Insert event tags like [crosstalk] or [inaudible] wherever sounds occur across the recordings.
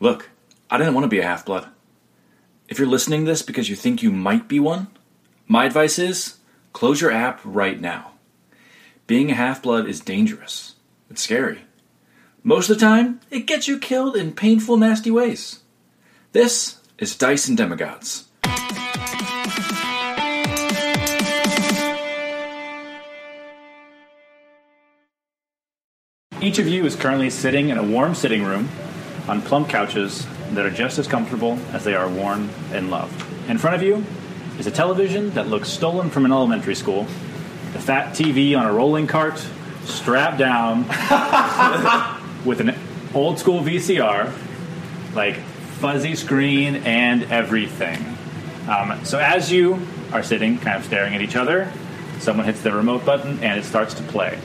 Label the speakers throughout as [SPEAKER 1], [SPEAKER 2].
[SPEAKER 1] Look, I didn't want to be a half blood. If you're listening to this because you think you might be one, my advice is close your app right now. Being a half blood is dangerous, it's scary. Most of the time, it gets you killed in painful, nasty ways. This is Dice and Demigods.
[SPEAKER 2] Each of you is currently sitting in a warm sitting room on plump couches that are just as comfortable as they are warm and loved. In front of you is a television that looks stolen from an elementary school, a fat TV on a rolling cart, strapped down with an old school VCR, like fuzzy screen and everything. Um, so as you are sitting, kind of staring at each other, someone hits the remote button and it starts to play.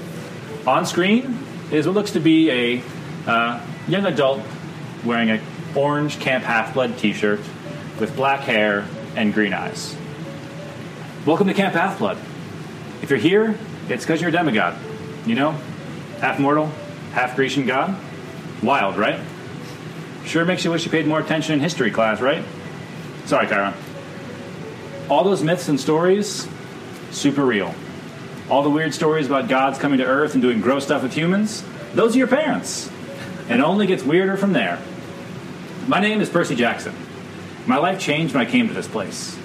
[SPEAKER 2] On screen is what looks to be a uh, young adult wearing an orange Camp Half Blood t shirt with black hair and green eyes. Welcome to Camp Half Blood. If you're here, it's because you're a demigod. You know, half mortal, half Grecian god. Wild, right? Sure makes you wish you paid more attention in history class, right? Sorry, Chiron. All those myths and stories, super real. All the weird stories about gods coming to Earth and doing gross stuff with humans, those are your parents. And it only gets weirder from there. My name is Percy Jackson. My life changed when I came to this place.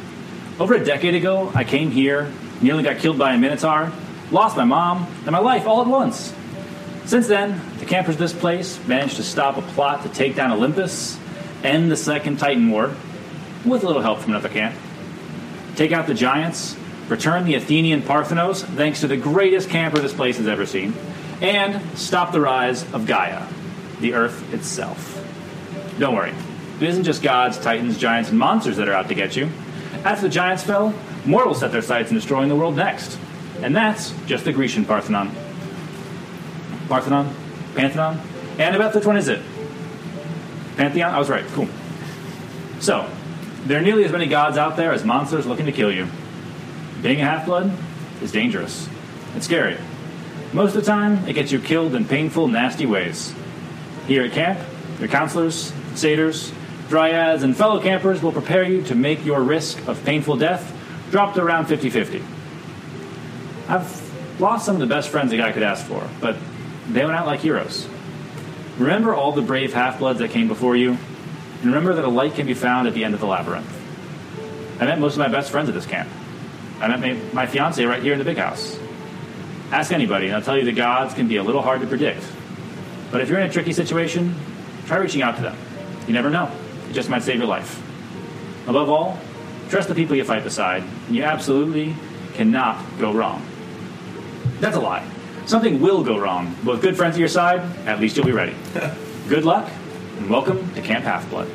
[SPEAKER 2] Over a decade ago, I came here, nearly got killed by a minotaur, lost my mom, and my life all at once. Since then, the campers of this place managed to stop a plot to take down Olympus, end the Second Titan War, with a little help from another camp, take out the giants, return the Athenian Parthenos, thanks to the greatest camper this place has ever seen, and stop the rise of Gaia, the Earth itself. Don't worry, it isn't just gods, titans, giants, and monsters that are out to get you. After the giants fell, mortals set their sights on destroying the world next. And that's just the Grecian Parthenon. Parthenon? Pantheon? Annabeth, which one is it? Pantheon? I was right, cool. So, there are nearly as many gods out there as monsters looking to kill you. Being a half blood is dangerous. It's scary. Most of the time, it gets you killed in painful, nasty ways. Here at camp, your counselors, satyrs, dryads, and fellow campers will prepare you to make your risk of painful death drop to around 50 50. I've lost some of the best friends a guy could ask for, but they went out like heroes. Remember all the brave half bloods that came before you, and remember that a light can be found at the end of the labyrinth. I met most of my best friends at this camp. I met my, my fiance right here in the big house. Ask anybody, and I'll tell you the gods can be a little hard to predict. But if you're in a tricky situation, try reaching out to them. You never know, it just might save your life. Above all, trust the people you fight beside, and you absolutely cannot go wrong. That's a lie. Something will go wrong, but with good friends at your side, at least you'll be ready. good luck, and welcome to Camp Half Blood.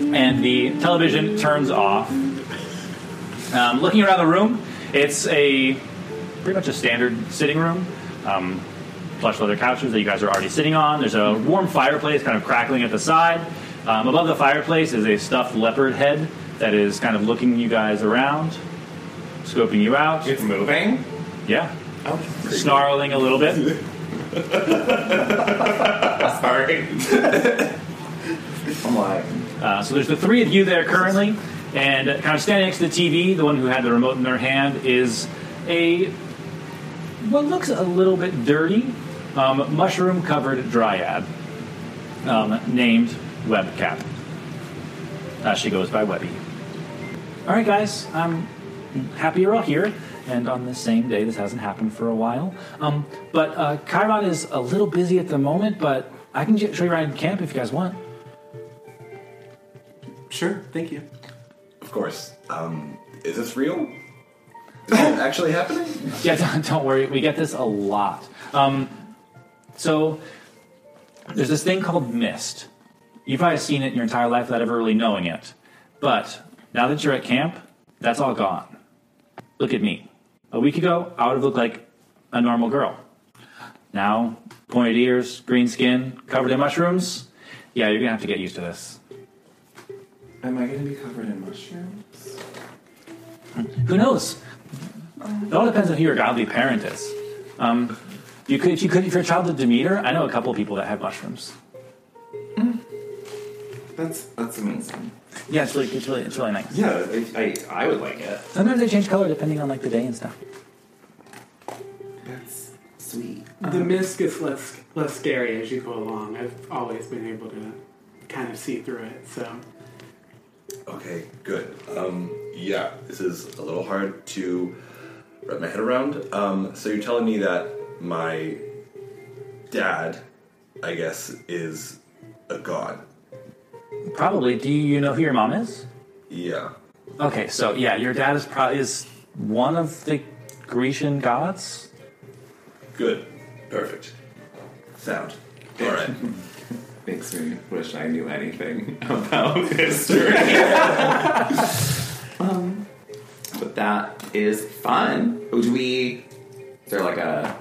[SPEAKER 2] And the television turns off. Um, looking around the room, it's a pretty much a standard sitting room. Um, plush leather couches that you guys are already sitting on. There's a warm fireplace kind of crackling at the side. Um, above the fireplace is a stuffed leopard head that is kind of looking you guys around, scoping you out.
[SPEAKER 3] It's moving. Oh,
[SPEAKER 2] Yeah, snarling a little bit.
[SPEAKER 3] Sorry. I'm like,
[SPEAKER 2] Uh, so there's the three of you there currently, and kind of standing next to the TV, the one who had the remote in their hand is a what looks a little bit dirty, um, mushroom-covered dryad um, named Webcap. Uh, she goes by Webby. All right, guys, I'm happy you're all here. And on the same day, this hasn't happened for a while. Um, but uh, Chiron is a little busy at the moment, but I can get- show you around camp if you guys want.
[SPEAKER 4] Sure, thank you.
[SPEAKER 3] of course. Um, is this real? Is it
[SPEAKER 4] Oh.
[SPEAKER 3] actually happening?
[SPEAKER 2] Yeah, [laughs] don't, don't worry. We get this a lot. Um, so there's this thing called mist. You've probably seen it in your entire life without ever really knowing it. But now that you're at camp, that's all gone. Look at me. A week ago, I would have looked like a normal girl. Now, pointed ears, green skin, covered in mushrooms. Yeah, you're gonna have to get used to this.
[SPEAKER 4] Am I going to be covered in mushrooms?
[SPEAKER 2] Who knows? It all depends on who your godly parent is. Um, you could, if you could, if your child is Demeter, I know a couple people that have mushrooms.
[SPEAKER 4] That's that's amazing.
[SPEAKER 2] Yeah, it's really, it's really, it's really nice.
[SPEAKER 3] Yeah, I, I, I would like it.
[SPEAKER 2] Sometimes they change color depending on like the day and stuff.
[SPEAKER 4] That's sweet.
[SPEAKER 3] Uh-huh.
[SPEAKER 5] The mist gets less less scary as you go along. I've always been able to kind of see through it. So
[SPEAKER 3] Okay, good. Um, yeah, this is a little hard to wrap my head around. Um, so you're telling me that my dad, I guess, is a god.
[SPEAKER 2] Probably. Do you, you know who your mom is?
[SPEAKER 3] Yeah.
[SPEAKER 2] Okay, so yeah, your dad is probably is one of the Grecian gods.
[SPEAKER 3] Good. Perfect. Sound. All right.
[SPEAKER 4] Makes me wish I knew anything [laughs] about [laughs] history. um, but that is fun. Oh, Do we? Is there like a?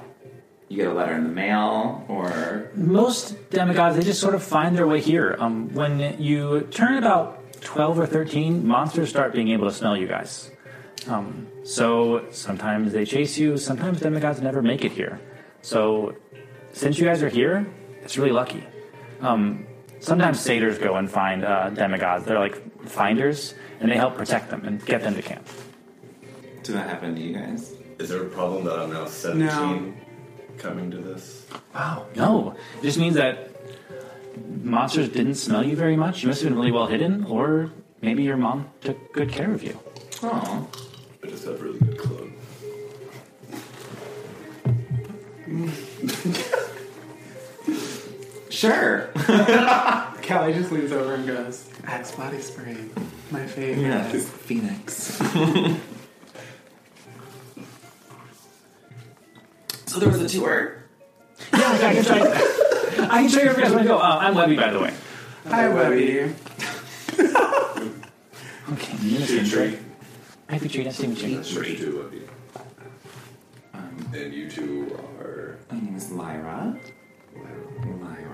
[SPEAKER 4] You get a letter in the mail, or
[SPEAKER 2] Most demigods, they just sort of find their way here. Um, when you turn about 12 or 13, monsters start being able to smell you guys. Um, so sometimes they chase you, sometimes demigods never make it here. So since you guys are here, it's really lucky. Um, sometimes satyrs go and find uh, demigods. They're like finders, and they help protect them and get them to camp.
[SPEAKER 4] did that happen to you guys?
[SPEAKER 3] Is there a problem that I'm now 17 coming to this?
[SPEAKER 2] Wow. Oh, No, it just means that monsters didn't smell you very much. You must have been really well hidden, or maybe your mom took good care of you.
[SPEAKER 4] Oh,
[SPEAKER 3] I just have really good clothes.
[SPEAKER 4] sure.
[SPEAKER 5] Callie just leans over and goes, "Axe body spray, my favorite."
[SPEAKER 4] Yes, [laughs] [laughs] Phoenix. so there was a tour.
[SPEAKER 2] I can show you. I can show you if you guys want to go. Uh, I'm Webby, by the way.
[SPEAKER 5] Hi, Webby.
[SPEAKER 2] Okay, you
[SPEAKER 3] Two tree.
[SPEAKER 2] I picture you nesting with
[SPEAKER 3] There's two of you. and you two are.
[SPEAKER 4] My name is Lyra. Lyra.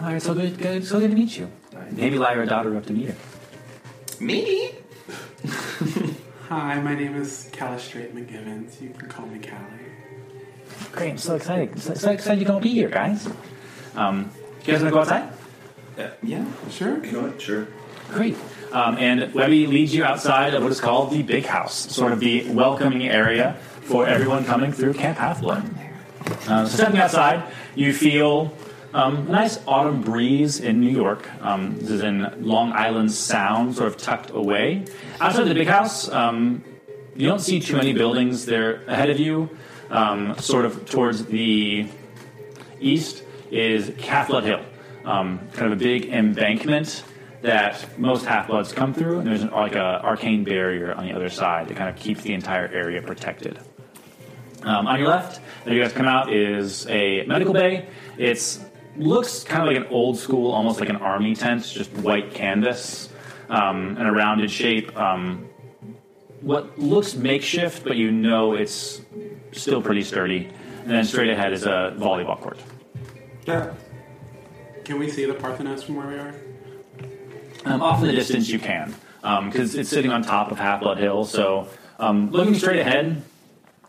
[SPEAKER 2] All right, so good, good, so good to meet you. Maybe Lyra, daughter of Demeter.
[SPEAKER 4] Me?
[SPEAKER 5] Hi, my name is Callie Straight McGivens. You can call me Callie.
[SPEAKER 2] Great, I'm so excited. So, so excited you're going to be here, guys. Um, you guys want to go outside?
[SPEAKER 4] Yeah, sure.
[SPEAKER 3] You know what? Sure.
[SPEAKER 2] Great. Um, and Webby leads you outside of what is called the Big House, sort of the welcoming area for everyone coming through Camp Half Blood. Um, so stepping outside, you feel um, a nice autumn breeze in New York. Um, this is in Long Island Sound, sort of tucked away. Outside the Big House, um, you don't see too many buildings there ahead of you. Um, sort of towards the east is Half-Blood Hill, um, kind of a big embankment that most Half-Bloods come through, and there's an, like a arcane barrier on the other side that kind of keeps the entire area protected. Um, on your left, as you guys come out, is a medical bay. It's looks kind of like an old school, almost like an army tent, just white canvas um, and a rounded shape. Um, what looks makeshift, but you know it's still pretty sturdy. And then straight ahead is a volleyball court.
[SPEAKER 5] Can we see the Parthenos from where we are?
[SPEAKER 2] Um, off in the distance, you can, because it's sitting on top of Half Blood Hill. So, um, looking straight ahead,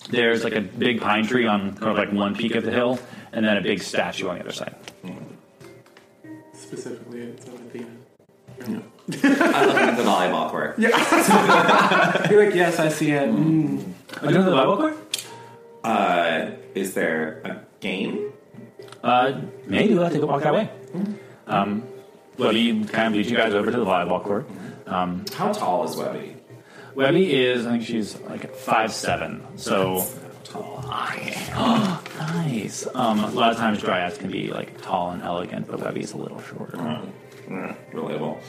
[SPEAKER 2] there's like a big pine tree on kind of like one peak of the hill, and then a big statue on the other side.
[SPEAKER 5] Specifically, it's at Athena.
[SPEAKER 4] I love the volleyball court.
[SPEAKER 5] You're like, yes, I see it.
[SPEAKER 3] Mm-hmm.
[SPEAKER 2] Are you doing the volleyball court?
[SPEAKER 4] Uh, is there a game?
[SPEAKER 2] Uh, maybe we'll have to go walk that way. Um, Webby kind of leads you guys over to the volleyball court. Um,
[SPEAKER 4] How tall is Webby?
[SPEAKER 2] Webby is, I think she's like five seven, so
[SPEAKER 4] Tall.
[SPEAKER 2] [gasps] nice. Um, a lot of times dryads can be like tall and elegant, but Webby's a little shorter.
[SPEAKER 4] Relatable.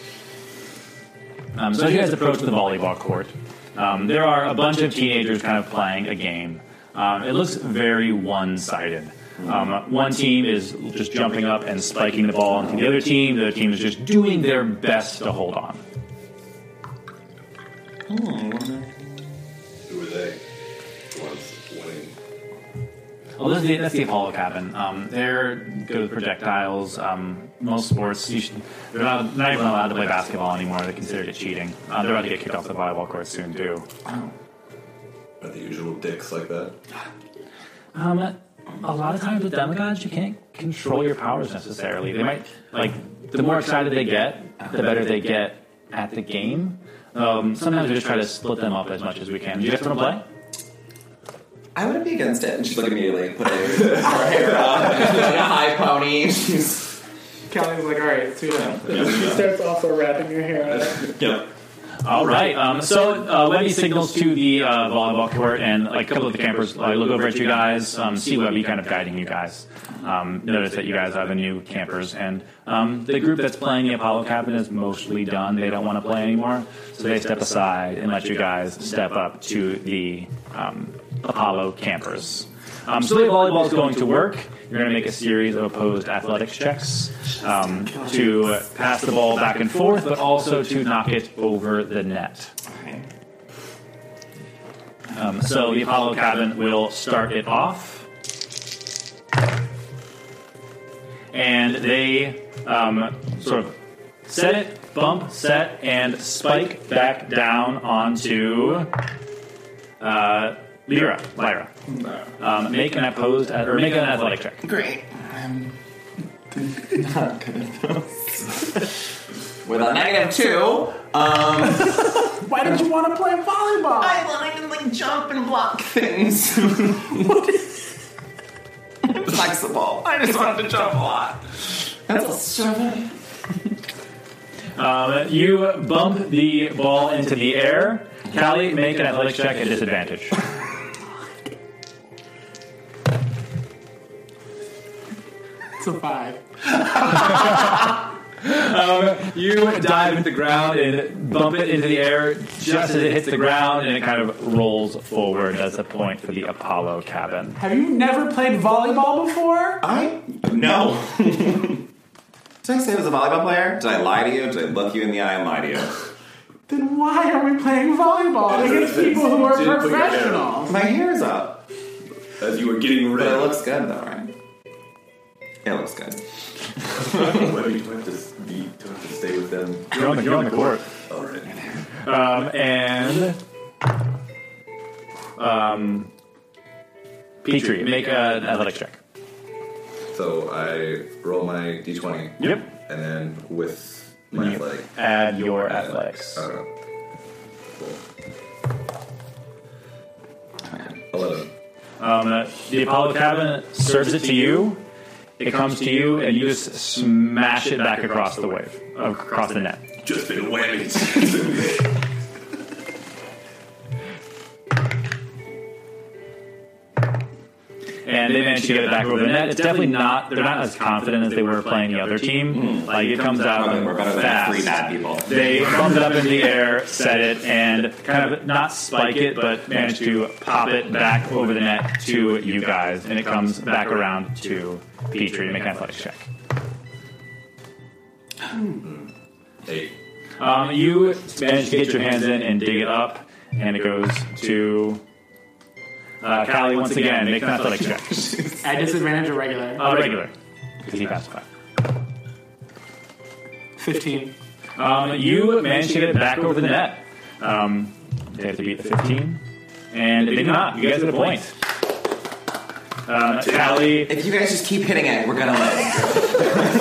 [SPEAKER 2] Um, so as you guys approach the volleyball court, um, there are a bunch of teenagers kind of playing a game. Um, it looks very one-sided. Um, one team is just jumping up and spiking the ball into the other team. The other team is just doing their best to hold on.
[SPEAKER 3] Who are they? The ones winning.
[SPEAKER 2] Well, that's the, that's the Apollo cabin. Um, they're good with projectiles. Um, most sports, you should, they're not, not even allowed to play basketball anymore. They're considered it cheating. Uh, they're about to get kicked off the volleyball court soon, too.
[SPEAKER 3] Are the usual dicks like that?
[SPEAKER 2] Um, a lot of times with demigods, you can't control your powers necessarily. They might like the more excited they get, the better they get at the game. Um, sometimes we just try to split them up as much as we can. Do you guys want to play?
[SPEAKER 4] I wouldn't be against it. And she's like immediately [laughs] put her, her hair up. And she's like a high pony. [laughs] She's
[SPEAKER 5] Kelly's like, all right, suit up.
[SPEAKER 3] Yeah.
[SPEAKER 5] She starts also wrapping your hair up.
[SPEAKER 2] Yeah. All right. Um, so uh, Webby signals to the uh, volleyball court, and like a couple of the campers like, look over at you guys, um, see Webby kind of guiding you guys. Um, notice that you guys are the new campers, and um, the group that's playing the Apollo cabin is mostly done. They don't want to play anymore, so they step aside and let you guys step up to the um, Apollo campers. Um, so the volleyball is going to work. You're going to make a series of opposed athletics checks um, to pass the ball back and forth, but also to knock it over the net. Um, so the Apollo cabin will start it off. And they um, sort of set it, bump, set, and spike back down onto uh, Lyra. Lyra. Um, make an opposed, or make an athletic check.
[SPEAKER 4] great. [laughs] I'm Um, not good at those. With a negative two, um,
[SPEAKER 5] Why did you want to play volleyball?
[SPEAKER 4] I wanted to like jump and block things. [laughs] I'm flexible. I just wanted to jump a lot. That's a seven.
[SPEAKER 2] Um, you bump the ball into the air. Callie, make an athletics check at disadvantage.
[SPEAKER 5] It's a five.
[SPEAKER 2] [laughs] You dive into the ground and bump it into the air just as it hits the ground, and it kind of rolls forward as a point for the Apollo cabin.
[SPEAKER 5] Have you never played volleyball before?
[SPEAKER 4] I [laughs] no. Did I say I was a volleyball player? Did I lie to you? Did I look you in the eye and lie to you?
[SPEAKER 5] Then why are we playing [laughs] volleyball against people who are
[SPEAKER 3] Didn't put your hair
[SPEAKER 5] professionals?
[SPEAKER 4] My hair is up,
[SPEAKER 3] As you were getting
[SPEAKER 4] but it
[SPEAKER 3] ready, [laughs]
[SPEAKER 4] looks good though, right? It looks good.
[SPEAKER 3] Webby, you don't have to be, you don't have to stay with them.
[SPEAKER 2] You're on the, you're on the court.
[SPEAKER 3] All right.
[SPEAKER 2] Um, and. Um, Petrie, make an athletics check.
[SPEAKER 3] So I roll my d20,
[SPEAKER 2] Yep.
[SPEAKER 3] and then with my athletic,
[SPEAKER 2] Add your athletics.
[SPEAKER 3] I don't know. Eleven.
[SPEAKER 2] Um, uh, the Apollo cabin serves it to you. It comes to you, and you just smash it back across the wave, across the net.
[SPEAKER 3] Just been whammies.
[SPEAKER 2] and they managed to get it back over the net. It's definitely not; they're not as confident as they were playing the other team. Like it comes out
[SPEAKER 4] Probably Hmm. we're better than three
[SPEAKER 2] fast.
[SPEAKER 4] bad people.
[SPEAKER 2] They bumped it up in the air, set it, and kind of not spike it, but managed to pop it back over the net to you guys, and it comes back around to Petrie to make an athletics check.
[SPEAKER 3] Eight.
[SPEAKER 2] Um, you manage to get your hands in and dig it up, and it goes to uh, Callie once again. Make an athletics check.
[SPEAKER 5] At disadvantage or regular?
[SPEAKER 2] Uh, regular, because he passed by.
[SPEAKER 5] 15.
[SPEAKER 2] Um, you managed to get it back over the net. Um, they have to beat the 15, and they did not. You guys get a point. Um, [laughs] Tally,
[SPEAKER 4] If you guys just keep hitting it, we're gonna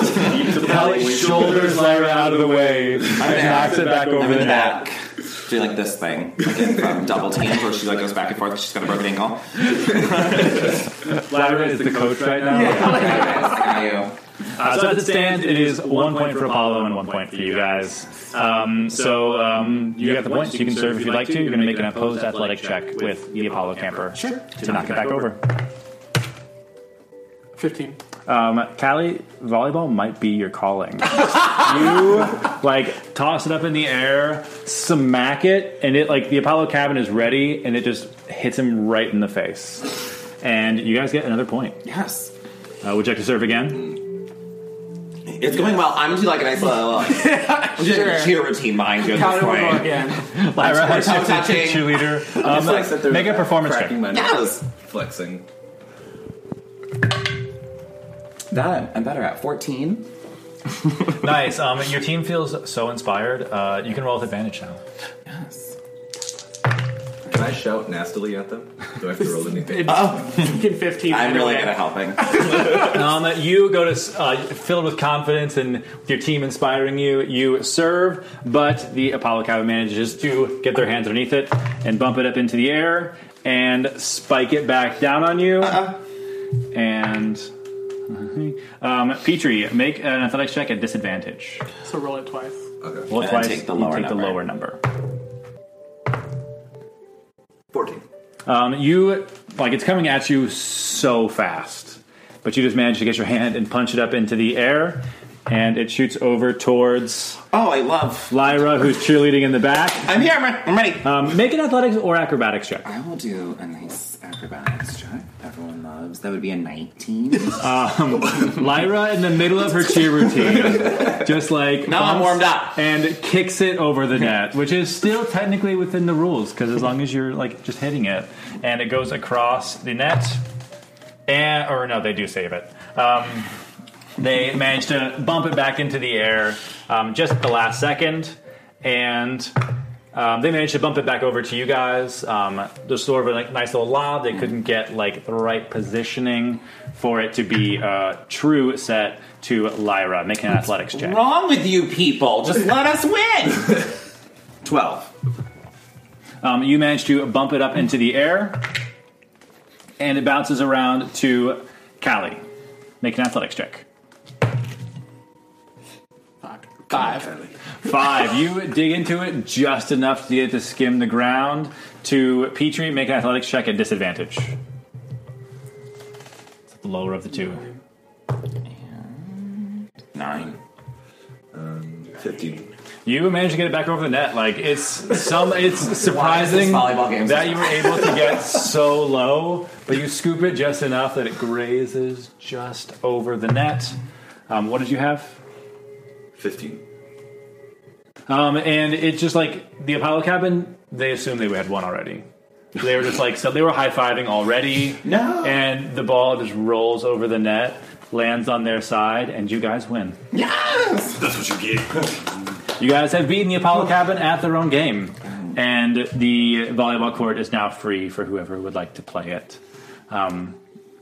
[SPEAKER 4] [laughs] lose.
[SPEAKER 2] Tally shoulders Lyra out of the way and knocks it back
[SPEAKER 4] I'm
[SPEAKER 2] over
[SPEAKER 4] in
[SPEAKER 2] the
[SPEAKER 4] the
[SPEAKER 2] net.
[SPEAKER 4] back. Do like this thing, like from double teams, where she like goes back and forth. 'cause She's got a broken [laughs] ankle.
[SPEAKER 2] Lyra is the coach right now.
[SPEAKER 4] I got you.
[SPEAKER 2] Uh, so as it stands, it is one point for Apollo and one point for you guys. Um, so um, you got the points. You can serve if you'd like to. You're going to make an opposed athletic check with the Apollo camper to knock it back over.
[SPEAKER 5] [laughs] 15.
[SPEAKER 2] Um, Callie, volleyball might be your calling. [laughs] you like toss it up in the air, smack it, and it like the Apollo cabin is ready, and it just hits him right in the face. And you guys get another point.
[SPEAKER 4] Yes.
[SPEAKER 2] Uh, would you like to serve again?
[SPEAKER 4] It's going well. I'm gonna do like a nice little [laughs] like, I'm just like a cheer routine behind you at
[SPEAKER 5] Count
[SPEAKER 4] this
[SPEAKER 5] it one more
[SPEAKER 4] point.
[SPEAKER 5] again. [laughs]
[SPEAKER 2] Lyra
[SPEAKER 4] We're
[SPEAKER 2] has
[SPEAKER 4] toe
[SPEAKER 2] shifted to
[SPEAKER 4] touching.
[SPEAKER 2] cheerleader. Um, make a performance check.
[SPEAKER 4] Yes.
[SPEAKER 3] [laughs] Flexing.
[SPEAKER 4] That I'm better at 14.
[SPEAKER 2] Nice. Um, your team feels so inspired. Uh, you can roll with advantage now.
[SPEAKER 4] Yes.
[SPEAKER 3] Can I shout nastily at them? Do I have to roll anything?
[SPEAKER 5] You can 15.
[SPEAKER 4] I'm really
[SPEAKER 5] anyway.
[SPEAKER 4] good at helping.
[SPEAKER 2] Um, you go to uh, filled with confidence and with your team inspiring you. You serve, but the Apollo cabin manages to get their hands underneath it and bump it up into the air and spike it back down on you. And [laughs] um, Petrie, make an athletics check at disadvantage.
[SPEAKER 5] So roll it twice.
[SPEAKER 3] Okay.
[SPEAKER 2] Roll
[SPEAKER 4] And
[SPEAKER 2] twice.
[SPEAKER 4] take the
[SPEAKER 2] you
[SPEAKER 4] lower
[SPEAKER 2] take the
[SPEAKER 4] number.
[SPEAKER 2] lower number.
[SPEAKER 4] 14.
[SPEAKER 2] Um, you like it's coming at you so fast, but you just manage to get your hand and punch it up into the air, and it shoots over towards.
[SPEAKER 4] Oh, I love.
[SPEAKER 2] Lyra, who's cheerleading in the back.
[SPEAKER 4] I'm here. I'm re- I'm ready.
[SPEAKER 2] Um, make an athletics or acrobatics check.
[SPEAKER 4] I will do a nice acrobatics check. Everyone loves. That would be a 19. [laughs]
[SPEAKER 2] Lyra in the middle of her cheer
[SPEAKER 4] [laughs]
[SPEAKER 2] routine, just like
[SPEAKER 4] Now I'm
[SPEAKER 2] bumps
[SPEAKER 4] warmed up.
[SPEAKER 2] and kicks it over the net, which is still technically within the rules because as long as you're like just hitting it and it goes across the net, and or no, they do save it. Um, they manage to bump it back into the air um, just at the last second, and um, they managed to bump it back over to you guys. Um, there's sort of a like, nice little lob. They couldn't get like the right positioning for it to be a true set to Lyra. Make an athletics check.
[SPEAKER 4] wrong with you people? Just let us [laughs] win. 12.
[SPEAKER 2] Um, you manage to bump it up into the air, and it bounces around to Callie. Make an athletics check.
[SPEAKER 5] Fuck.
[SPEAKER 4] Five.
[SPEAKER 2] Five. You dig into it just enough to get it to skim the ground. To Petrie, make an athletics check at disadvantage. It's the lower of the two.
[SPEAKER 4] Nine.
[SPEAKER 3] Fifteen.
[SPEAKER 2] You managed to get it back over the net. Like it's some. It's surprising
[SPEAKER 4] volleyball game so
[SPEAKER 2] that you were able to get so low, but you scoop it just enough that it grazes just over the net. Um, what did you have?
[SPEAKER 3] Fifteen.
[SPEAKER 2] Um, and it's just like the Apollo cabin. They assumed they had one already. They were just like so. They were high fiving already.
[SPEAKER 4] No.
[SPEAKER 2] And the ball just rolls over the net, lands on their side, and you guys win.
[SPEAKER 4] Yes!
[SPEAKER 3] That's what you get.
[SPEAKER 2] You guys have beaten the Apollo cabin at their own game, and the volleyball court is now free for whoever would like to play it. Um,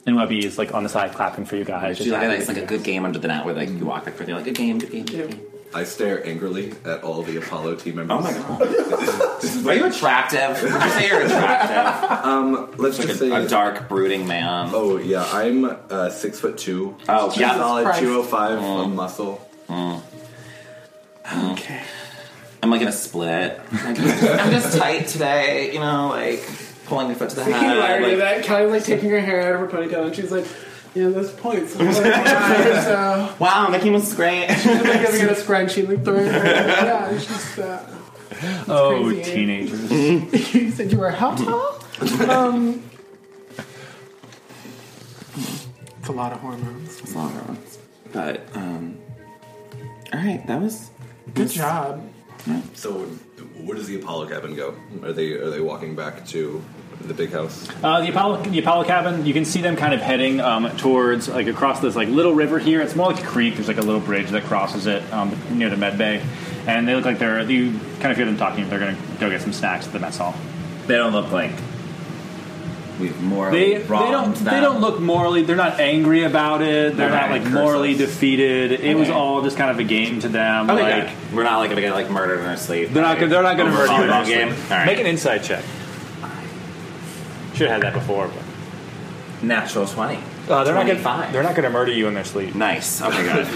[SPEAKER 2] and Webby is like on the side clapping for you guys.
[SPEAKER 4] She's
[SPEAKER 2] just
[SPEAKER 4] like,
[SPEAKER 2] happy
[SPEAKER 4] it's
[SPEAKER 2] to
[SPEAKER 4] like
[SPEAKER 2] be
[SPEAKER 4] a
[SPEAKER 2] here.
[SPEAKER 4] good game under the net where like you walk back and you're like, good game, good game, good game.
[SPEAKER 3] I stare angrily at all the Apollo team members.
[SPEAKER 4] Oh my god. Are you attractive? Would you say you're [laughs] attractive?
[SPEAKER 3] Let's just say.
[SPEAKER 4] a, a dark, brooding man.
[SPEAKER 3] oh yeah, I'm uh, six foot two.
[SPEAKER 4] Oh,
[SPEAKER 3] Just a
[SPEAKER 4] yeah. Mm.
[SPEAKER 3] Solid
[SPEAKER 5] Christ.
[SPEAKER 3] two hundred five on muscle.
[SPEAKER 4] Oh.
[SPEAKER 5] Okay.
[SPEAKER 4] I'm like in a split. Like, I'm just tight today, you know, like pulling my foot to the
[SPEAKER 5] Can you
[SPEAKER 4] head.
[SPEAKER 5] already do that?
[SPEAKER 4] like-
[SPEAKER 5] Callie's like taking her hair out of her ponytail and she's like, yeah, those points. [laughs] are really high, so
[SPEAKER 4] wow, Mickey was great. [laughs]
[SPEAKER 5] I'm like giving it a scrunchie, like throwing her. [laughs] Yeah, it's just. Uh,
[SPEAKER 2] Oh,
[SPEAKER 5] crazy.
[SPEAKER 2] teenagers.
[SPEAKER 5] you said you were how tall? Um. It's a lot of hormones.
[SPEAKER 4] It's longer ones. But, um, alright, that was.
[SPEAKER 5] Good job.
[SPEAKER 3] So where does the Apollo cabin go? Are they are they walking back to the big house?
[SPEAKER 2] Uh, the Apollo, the Apollo cabin. You can see them kind of heading um, towards, like, across this like little river here. It's more like a creek. There's like a little bridge that crosses it um, near the med bay, and they look like they're. You kind of hear them talking. They're gonna go get some snacks at the mess hall.
[SPEAKER 4] They don't look like we've morally
[SPEAKER 2] They, they
[SPEAKER 4] wronged
[SPEAKER 2] don't.
[SPEAKER 4] them.
[SPEAKER 2] They don't look morally. They're not angry about it. They're
[SPEAKER 4] They're
[SPEAKER 2] not
[SPEAKER 4] not
[SPEAKER 2] like
[SPEAKER 4] curses.
[SPEAKER 2] morally defeated. It was
[SPEAKER 4] Okay.
[SPEAKER 2] all just kind of a game to them.
[SPEAKER 4] Okay,
[SPEAKER 2] like
[SPEAKER 4] good. Oh, We're not like gonna get like murdered in our sleep.
[SPEAKER 2] they're not. gonna- They're not going to
[SPEAKER 4] Over
[SPEAKER 2] murder you.
[SPEAKER 4] a
[SPEAKER 2] in
[SPEAKER 4] long
[SPEAKER 2] your
[SPEAKER 4] game.
[SPEAKER 2] sleep.
[SPEAKER 4] All right.
[SPEAKER 2] Make an inside check. Should have had that before. But,
[SPEAKER 4] natural twenty.
[SPEAKER 2] uh, they're not. Gonna,
[SPEAKER 4] 25.
[SPEAKER 2] they're not going to murder you in their sleep.
[SPEAKER 4] Nice. Oh Okay, good.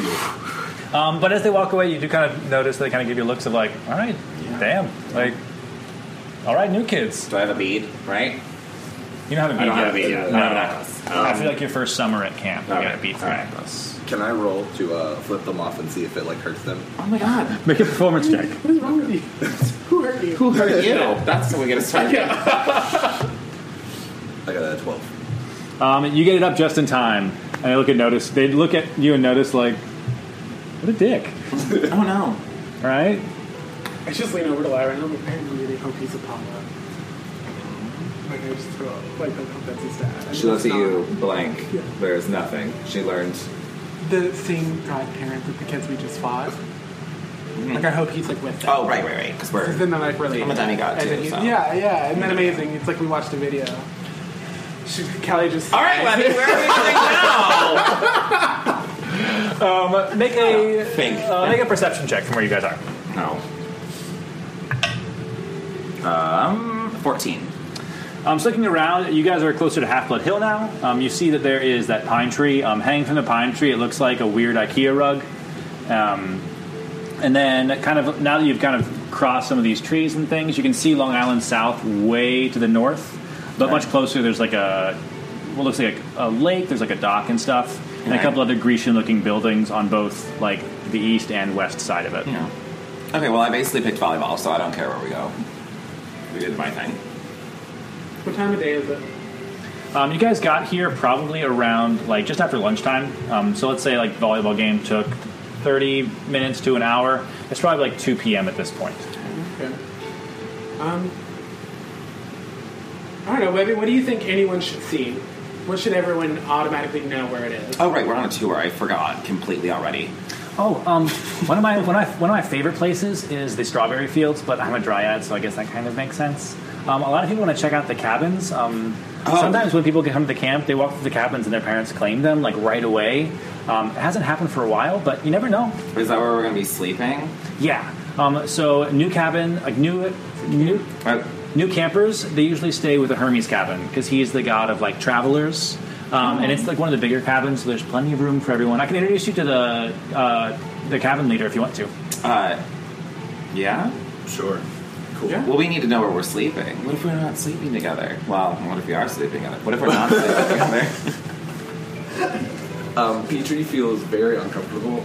[SPEAKER 2] Um, but as they walk away, you do kind of notice they kind of give you looks of like, all right, damn, like, all right, new kids.
[SPEAKER 4] [laughs] Do I have a bead? Right?
[SPEAKER 2] You don't have a beat yet. Um,
[SPEAKER 4] I don't have a bead yet.
[SPEAKER 2] No.
[SPEAKER 4] I don't have an necklace.
[SPEAKER 2] I feel like your first summer at camp, you
[SPEAKER 4] Okay.
[SPEAKER 2] got a beat for
[SPEAKER 4] All right.
[SPEAKER 2] necklace.
[SPEAKER 3] Can I roll to uh, flip them off and see if it like hurts them?
[SPEAKER 4] Oh my god.
[SPEAKER 2] Make a performance check.
[SPEAKER 5] What is wrong with you? Who are you?
[SPEAKER 4] Who hurt you? That's what we get to [laughs] start.
[SPEAKER 3] I got a twelve.
[SPEAKER 2] Um, you get it up just in time, and they look at notice. They look at you and notice like, what a dick,
[SPEAKER 4] Oh no.
[SPEAKER 2] right?
[SPEAKER 5] I just lean over to Lyra and I'm like, I really hope he's Apollo. Like, I just throw up, like, I hope that's his dad.
[SPEAKER 4] She looks at
[SPEAKER 5] It's
[SPEAKER 4] you
[SPEAKER 5] not
[SPEAKER 4] blank.
[SPEAKER 5] Yeah.
[SPEAKER 4] There's nothing. She learned.
[SPEAKER 5] The same godparent that the kids we just fought. I Like I hope he's like with them.
[SPEAKER 4] Mm-hmm. Oh, right, right, right. Because we're.
[SPEAKER 5] Then they're like related.
[SPEAKER 4] I'm a demigod,
[SPEAKER 5] And then
[SPEAKER 4] too,
[SPEAKER 5] he-
[SPEAKER 4] so.
[SPEAKER 5] Yeah, yeah, and then amazing. It's like we watched a video. She, Callie just
[SPEAKER 4] All right, Webby, where are we
[SPEAKER 5] [laughs]
[SPEAKER 4] going now?
[SPEAKER 2] Um, Make a
[SPEAKER 4] Think.
[SPEAKER 2] uh, make a perception check from where you guys are.
[SPEAKER 4] no. Um, 14.
[SPEAKER 2] Um, so looking around, you guys are closer to Half Blood Hill now. Um, you see that there is that pine tree. Um, hanging from the pine tree, it looks like a weird IKEA rug. Um, and then, kind of, now that you've kind of crossed some of these trees and things, you can see Long Island South way to the north, but much closer. There's like a what looks like a, a lake. There's like a dock and stuff, and a
[SPEAKER 4] Right.
[SPEAKER 2] couple other Grecian-looking buildings on both like the east and west side of it.
[SPEAKER 4] Yeah. Okay, well, I basically picked volleyball, so I don't care where we go. We did my thing.
[SPEAKER 5] What time of day is it?
[SPEAKER 2] Um, you guys got here probably around like just after lunchtime. Um, so let's say like volleyball game took 30 minutes to an hour. It's probably like 2 p.m. at this point.
[SPEAKER 5] Okay. Um. I don't know, Webby. What do you think anyone should see? What should everyone automatically know where it is?
[SPEAKER 4] Oh, right, we're on a tour. I forgot completely already.
[SPEAKER 2] Oh, um, one of my one of my, one of my favorite places is the strawberry fields, but I'm a dryad, so I guess that kind of makes sense. Um, a lot of people want to check out the cabins. Um,
[SPEAKER 4] Oh.
[SPEAKER 2] Sometimes when people come to the camp, they walk through the cabins and their parents claim them like right away. Um, it hasn't happened for a while, but you never know.
[SPEAKER 4] Is that where we're going to be sleeping?
[SPEAKER 2] Yeah. Um, so new cabin, like new new
[SPEAKER 4] Uh,
[SPEAKER 2] New campers, they usually stay with the Hermes cabin because he's the god of like travelers. Um, And it's like one of the bigger cabins, so there's plenty of room for everyone. I can introduce you to the uh, the cabin leader if you want to.
[SPEAKER 4] uh, yeah?
[SPEAKER 3] Sure. Cool.
[SPEAKER 5] Yeah.
[SPEAKER 4] Well, we need to know where we're sleeping. What if we're not sleeping together? Well, what if we are sleeping together? What if we're not [laughs] sleeping together?
[SPEAKER 6] Um, Petrie feels very uncomfortable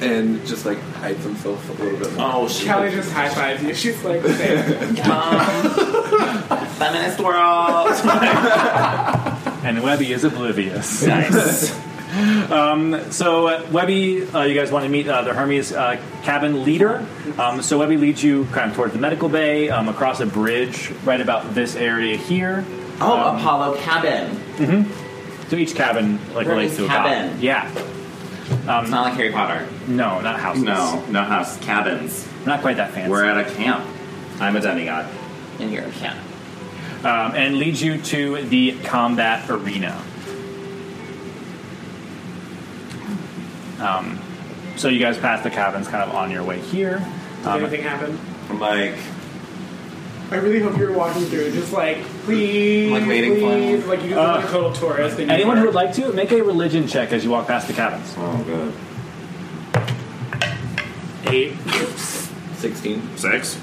[SPEAKER 6] and just like hides himself a little bit. More.
[SPEAKER 4] Oh, shit.
[SPEAKER 5] Callie just high fives you. She's
[SPEAKER 4] [laughs]
[SPEAKER 5] like, there.
[SPEAKER 4] Um, Feminist world!
[SPEAKER 2] And Webby is [laughs] oblivious.
[SPEAKER 4] nice.
[SPEAKER 2] So uh, Webby, uh, you guys want to meet uh, the Hermes uh, cabin leader. Um, so Webby leads you kind of towards the medical bay, um, across a bridge, right about this area here.
[SPEAKER 4] Oh, Apollo cabin.
[SPEAKER 2] So each cabin like relates
[SPEAKER 4] Hermes
[SPEAKER 2] to a
[SPEAKER 4] cabin.
[SPEAKER 2] god. Yeah.
[SPEAKER 4] it's not like Harry Potter.
[SPEAKER 2] No, not houses.
[SPEAKER 7] Um, no house, cabins.
[SPEAKER 2] Not quite that fancy.
[SPEAKER 7] We're at a camp. I'm a demigod.
[SPEAKER 4] In your camp.
[SPEAKER 2] um, and leads you to the combat arena. Um, so you guys pass the cabins kind of on your way here.
[SPEAKER 5] Did
[SPEAKER 2] Um,
[SPEAKER 5] anything happen?
[SPEAKER 7] I'm like,
[SPEAKER 5] I really hope you're walking through, just like, please,
[SPEAKER 4] Like waiting for
[SPEAKER 5] please,
[SPEAKER 4] him.
[SPEAKER 5] like you just
[SPEAKER 2] Uh,
[SPEAKER 5] look like a total tourist. and you
[SPEAKER 2] anyone
[SPEAKER 5] are-
[SPEAKER 2] who would like to make a religion check as you walk past the cabins.
[SPEAKER 7] oh, good.
[SPEAKER 2] Eight.
[SPEAKER 6] Sixteen.
[SPEAKER 7] Six?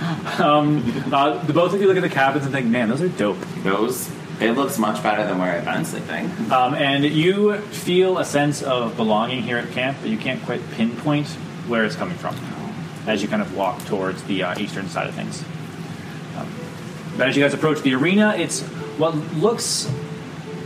[SPEAKER 2] Uh, the both of you look at the cabins and think, "Man, those are dope."
[SPEAKER 4] Those. It looks much better than where I've been sleeping.
[SPEAKER 2] Um, and you feel a sense of belonging here at camp, but you can't quite pinpoint where it's coming from as you kind of walk towards the uh, eastern side of things. Um, but as you guys approach the arena, it's what looks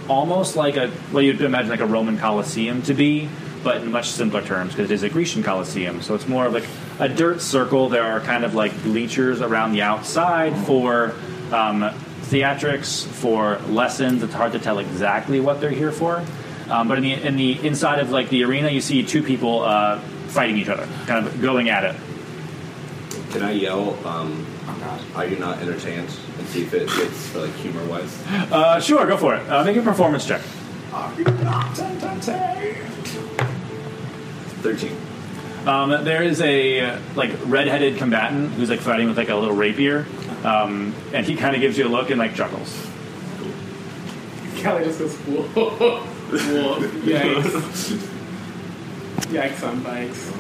[SPEAKER 2] almost like a well, you'd imagine like a Roman Colosseum to be, but in much simpler terms because it is a Grecian Colosseum. So it's more of like a dirt circle. There are kind of like bleachers around the outside for um, theatrics, for lessons. It's hard to tell exactly what they're here for. Um, but in the in the inside of like the arena, you see two people uh, fighting each other, kind of going at it.
[SPEAKER 3] Can I yell? Um,
[SPEAKER 4] Oh, God.
[SPEAKER 3] are you not entertained? And see if it fits for like humor wise.
[SPEAKER 2] Uh, sure, go for it. Uh, make a performance check.
[SPEAKER 3] Thirteen.
[SPEAKER 2] Um, there is a like redheaded combatant who's like fighting with like a little rapier, um, and he kind of gives you a look and like chuckles.
[SPEAKER 5] Kelly just goes, whoa, [laughs] whoa, yikes. yikes on bikes.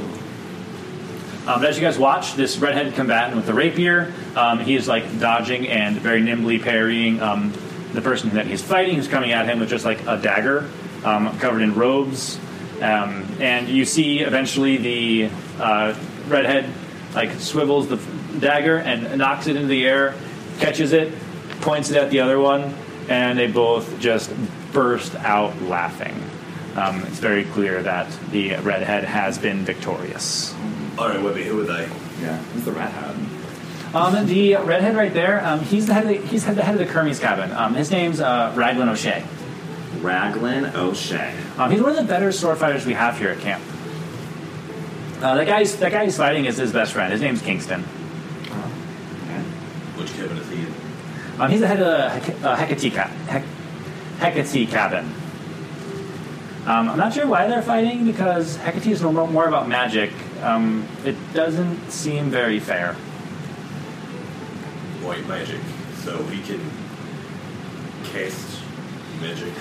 [SPEAKER 2] Um, but as you guys watch, this redheaded combatant with the rapier, um, he is like dodging and very nimbly parrying um, the person that he's fighting, who's coming at him with just like a dagger um, covered in robes. Um, and you see eventually the uh, redhead like swivels the f- dagger and knocks it into the air, catches it, points it at the other one, and they both just burst out laughing. Um, it's very clear that the redhead has been victorious.
[SPEAKER 3] All right, Webby. Who would I?
[SPEAKER 4] Yeah, it's the red hat.
[SPEAKER 2] Um, the redhead right there, um, he's the head. Of the, he's head- the head of the Kermes cabin. Um, his name's uh, Raglan O'Shea.
[SPEAKER 7] Raglan O'Shea.
[SPEAKER 2] Um, he's one of the better sword fighters we have here at camp. Uh, that guy's that guy's fighting is his best friend. His name's Kingston.
[SPEAKER 3] Which Kevin is he in?
[SPEAKER 2] Um, he's the head of the Hec- uh, Hecate, ca- Hec- Hecate cabin. Um, I'm not sure why they're fighting because Hecate is more, more about magic. Um, it doesn't seem very fair.
[SPEAKER 3] White magic. So he can cast magic.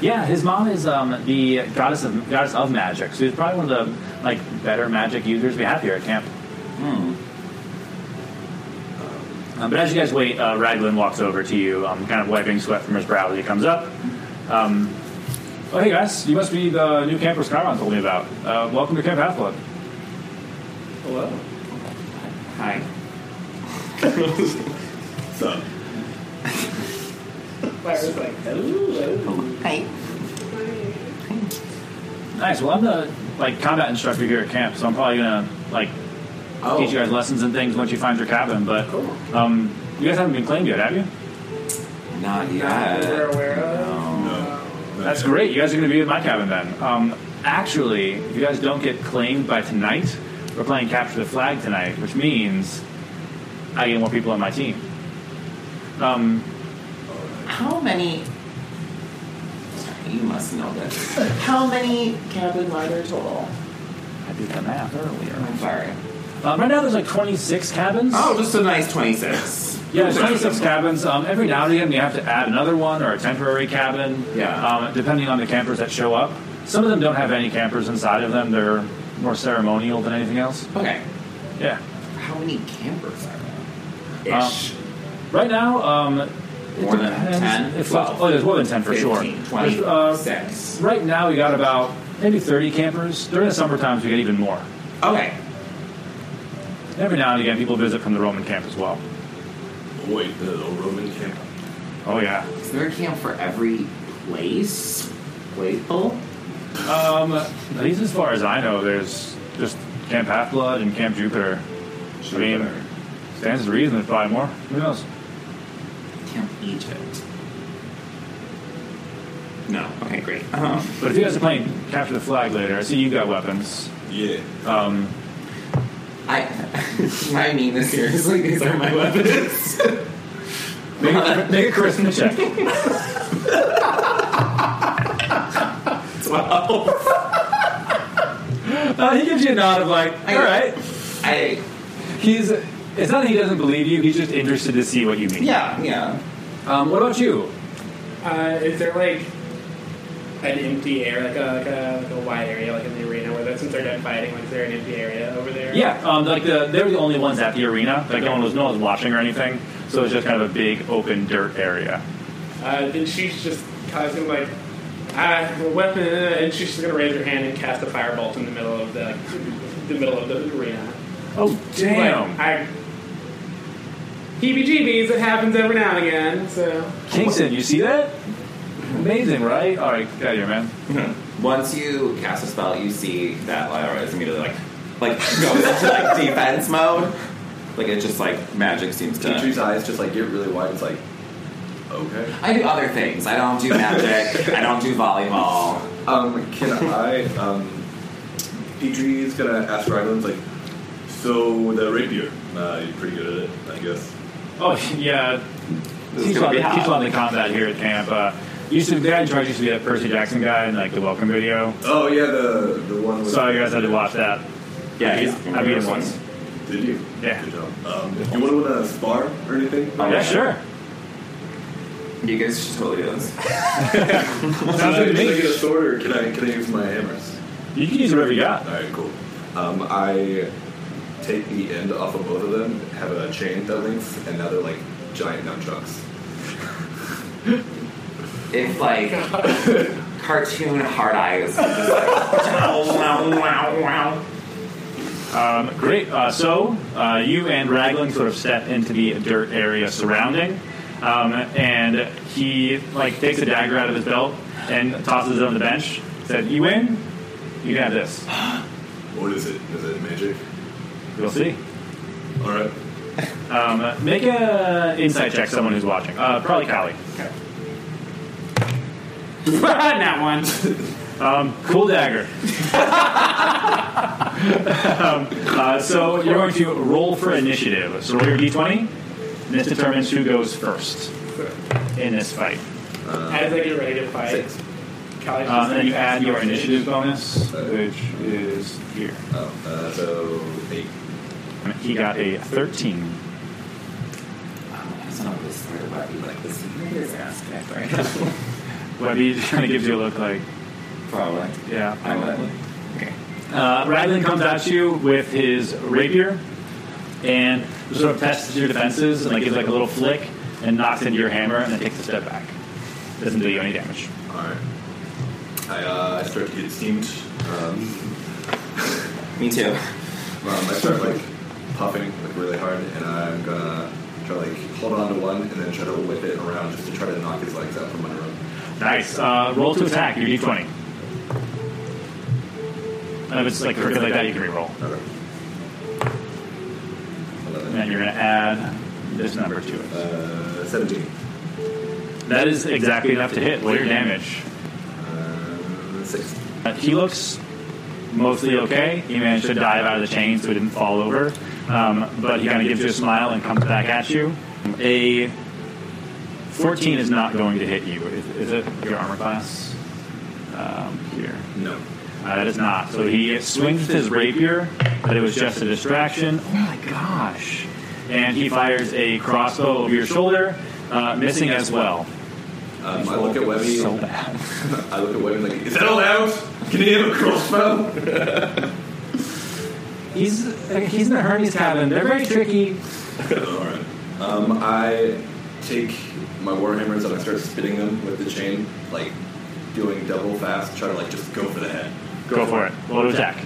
[SPEAKER 2] Yeah, his mom is um, the goddess of goddess of magic, so he's probably one of the like better magic users we have here at camp. Hmm. Um, but as you guys wait, uh, Raglan walks over to you, um, kind of wiping sweat from his brow as he comes up. Um, oh, hey guys, you must be the new camper Skyron told me about. Uh, welcome to Camp Half Blood.
[SPEAKER 5] Hello.
[SPEAKER 4] Hi.
[SPEAKER 3] So
[SPEAKER 5] Lyra's like, hello.
[SPEAKER 4] Hi.
[SPEAKER 2] Nice. Well, I'm the like combat instructor here at camp, so I'm probably gonna like teach you guys lessons and things once you find your cabin. But um, you guys haven't been claimed yet, have you?
[SPEAKER 5] Not
[SPEAKER 4] Not
[SPEAKER 5] we're
[SPEAKER 4] yet.
[SPEAKER 5] aware of.
[SPEAKER 4] No.
[SPEAKER 5] Uh,
[SPEAKER 2] That's great. You guys are going to be at my cabin then. Um, actually, if you guys don't get claimed by tonight, we're playing capture the flag tonight, which means I get more people on my team. Um,
[SPEAKER 4] How many? You must know this. [laughs] How many cabin are there total?
[SPEAKER 2] I did the math earlier.
[SPEAKER 4] I'm sorry.
[SPEAKER 2] Um, right now, there's like 26 cabins.
[SPEAKER 4] Oh, just a nice twenty-six.
[SPEAKER 2] Yeah, there's 26 cabins. Um, every now and again, we have to add another one or a temporary cabin,
[SPEAKER 4] Yeah.
[SPEAKER 2] um, depending on the campers that show up. Some of them don't have any campers inside of them. They're more ceremonial than anything else.
[SPEAKER 4] Okay.
[SPEAKER 2] Yeah.
[SPEAKER 4] How many campers are there?
[SPEAKER 2] Um,
[SPEAKER 4] Ish.
[SPEAKER 2] Right now, um, it
[SPEAKER 4] More than
[SPEAKER 2] depends.
[SPEAKER 4] 10,
[SPEAKER 2] It's
[SPEAKER 4] 12,
[SPEAKER 2] oh, there's more than ten for
[SPEAKER 4] 15,
[SPEAKER 2] sure.
[SPEAKER 4] 20,
[SPEAKER 2] There's, uh,
[SPEAKER 4] six.
[SPEAKER 2] right now, we got about maybe thirty campers. During the summer times, we get even more.
[SPEAKER 4] Okay.
[SPEAKER 2] Every now and again, people visit from the Roman camp as well.
[SPEAKER 3] wait, the Roman camp.
[SPEAKER 2] Oh yeah.
[SPEAKER 4] Is there a camp for every place? Playful?
[SPEAKER 2] Um, at least as far as I know, there's just Camp Half Blood and Camp Jupiter. I mean, stands to reason there's probably more. Who knows?
[SPEAKER 4] Camp Egypt. No. Okay, great. Um,
[SPEAKER 2] But if you guys are playing Capture the Flag later, I see you got weapons.
[SPEAKER 3] Yeah.
[SPEAKER 2] Um,
[SPEAKER 4] I [laughs] my meanness here is like these are my weapons. [laughs]
[SPEAKER 2] make, a, [laughs] make a charisma check.
[SPEAKER 4] Twelve.
[SPEAKER 2] [laughs] Uh, he gives you a nod of like, all right.
[SPEAKER 4] I
[SPEAKER 2] He's. It's not that he doesn't believe you. He's just interested to see what you mean.
[SPEAKER 4] yeah yeah.
[SPEAKER 2] Um, what about you?
[SPEAKER 5] Uh, is there like an empty area, like a, like, a, like a wide area, like in the arena, where the- since they're done fighting, like is there an empty area over there?
[SPEAKER 2] Yeah. Um, like the they were the only ones at the arena. Like no one was no one was watching or anything. So it was just kind of a big open dirt area.
[SPEAKER 5] Uh, then she's just kind of gonna, like, ah, the weapon, and she's just gonna raise her hand and cast a firebolt in the middle of the like, the middle of the arena.
[SPEAKER 2] Oh
[SPEAKER 5] Like, I. Heebie-jeebies, it happens every now and again. So
[SPEAKER 2] Kingston, you see that? Amazing, right? All right, get out of here, man.
[SPEAKER 4] Once you cast a spell, you see that Lyra is immediately like like goes into like defense mode. Like it just like magic seems to.
[SPEAKER 6] Dimitri's eyes just like get really wide. It's like, okay.
[SPEAKER 4] I do other things. I don't do magic. I don't do volleyball.
[SPEAKER 6] Um,
[SPEAKER 3] Can I? Um, Petrie's gonna ask Raglan's like, so the rapier. Nah, you're pretty good at it, I guess.
[SPEAKER 2] Oh yeah.
[SPEAKER 4] This is
[SPEAKER 2] He's
[SPEAKER 4] gonna
[SPEAKER 2] on,
[SPEAKER 4] be
[SPEAKER 2] the,
[SPEAKER 4] hot.
[SPEAKER 2] he's on the combat here at camp. Uh, used to the guy in charge used to be that Percy Jackson guy in like the welcome video.
[SPEAKER 3] Oh yeah, the the one. With
[SPEAKER 2] So you guys had to watch that.
[SPEAKER 4] Yeah,
[SPEAKER 2] he's,
[SPEAKER 4] yeah.
[SPEAKER 2] I beat him once.
[SPEAKER 3] Did you?
[SPEAKER 2] Yeah.
[SPEAKER 3] Good job. Um, you want to win a spar or anything?
[SPEAKER 2] Oh, Yeah, sure.
[SPEAKER 4] You guys should totally do this.
[SPEAKER 2] Sounds good to
[SPEAKER 3] Can I
[SPEAKER 2] me.
[SPEAKER 3] get a sword or can I can I use my hammers?
[SPEAKER 2] You can use whatever you got.
[SPEAKER 3] All right, cool. Um, I take the end off of both of them, have a chain that links, and now they're like giant nunchucks.
[SPEAKER 4] It's like cartoon hard eyes. Just like, wow, wow, wow.
[SPEAKER 2] Um, great. Uh, so uh, you and Raglan sort of step into the dirt area surrounding, um, and he like takes a dagger out of his belt and tosses it on the bench. Said, "You win. You can have this.
[SPEAKER 3] What is it? Is it magic?
[SPEAKER 2] You'll see."
[SPEAKER 3] All right.
[SPEAKER 2] Um, make a insight check. Someone who's watching. Uh, probably Callie.
[SPEAKER 4] Okay.
[SPEAKER 5] [laughs] not one.
[SPEAKER 2] Cool dagger. Um, uh, so you're going to roll for initiative. So roll your d20. And this determines who goes first in this fight.
[SPEAKER 5] As I get ready to fight,
[SPEAKER 3] Six.
[SPEAKER 5] Callie's
[SPEAKER 2] Um, and Uh,
[SPEAKER 5] just
[SPEAKER 2] then you
[SPEAKER 5] like,
[SPEAKER 2] add your initiative bonus, which is here.
[SPEAKER 3] Oh, uh,
[SPEAKER 4] [laughs]
[SPEAKER 3] so eight.
[SPEAKER 2] He got a 13.
[SPEAKER 4] I just don't know this story about you, like this is aspect right now.
[SPEAKER 2] Webby [laughs] kind of gives you a look like,
[SPEAKER 4] [laughs] Probably.
[SPEAKER 2] yeah.
[SPEAKER 4] I would. Okay.
[SPEAKER 2] Uh, Raglan comes at you with his rapier and sort of tests your defenses and like gives like a little flick and knocks into your hammer and then takes a step back. Doesn't do you any damage.
[SPEAKER 3] Alright. I, uh, I start to get steamed. Um,
[SPEAKER 4] Me too.
[SPEAKER 3] um, I start, like, puffing, like, really hard, and I'm gonna try, like, hold on to one and then try to whip it around just to try to knock his legs out from under him.
[SPEAKER 2] Nice. Uh, roll to attack your d20. And Uh, if it's like crooked like that, you can re-roll.
[SPEAKER 3] Okay. Eleven.
[SPEAKER 2] And you're going to add this number to it.
[SPEAKER 3] Uh, 17.
[SPEAKER 2] That is exactly enough to hit. Roll your damage.
[SPEAKER 3] Uh, 6.
[SPEAKER 2] Uh, he looks mostly okay. He managed to dive out of the chain so he didn't fall over. Um, but he kind of gives you a smile and comes back at you. A 14 is not going to hit you. Is, is it your armor class? Um, here.
[SPEAKER 3] No.
[SPEAKER 2] Uh, that is not. So he swings his rapier, but it was just a distraction. Oh my gosh. And he fires a crossbow over your shoulder, uh, missing as well.
[SPEAKER 3] Um, I look at Webby.
[SPEAKER 2] So bad.
[SPEAKER 3] I look at Webby like, is that allowed? Can he have a crossbow? [laughs]
[SPEAKER 2] He's, he's in the Hermes cabin. They're very tricky.
[SPEAKER 3] Alright. Um, I take my warhammers and I start spitting them with the chain, like doing double fast, try to like just go for the head.
[SPEAKER 2] Go for it. Roll to attack.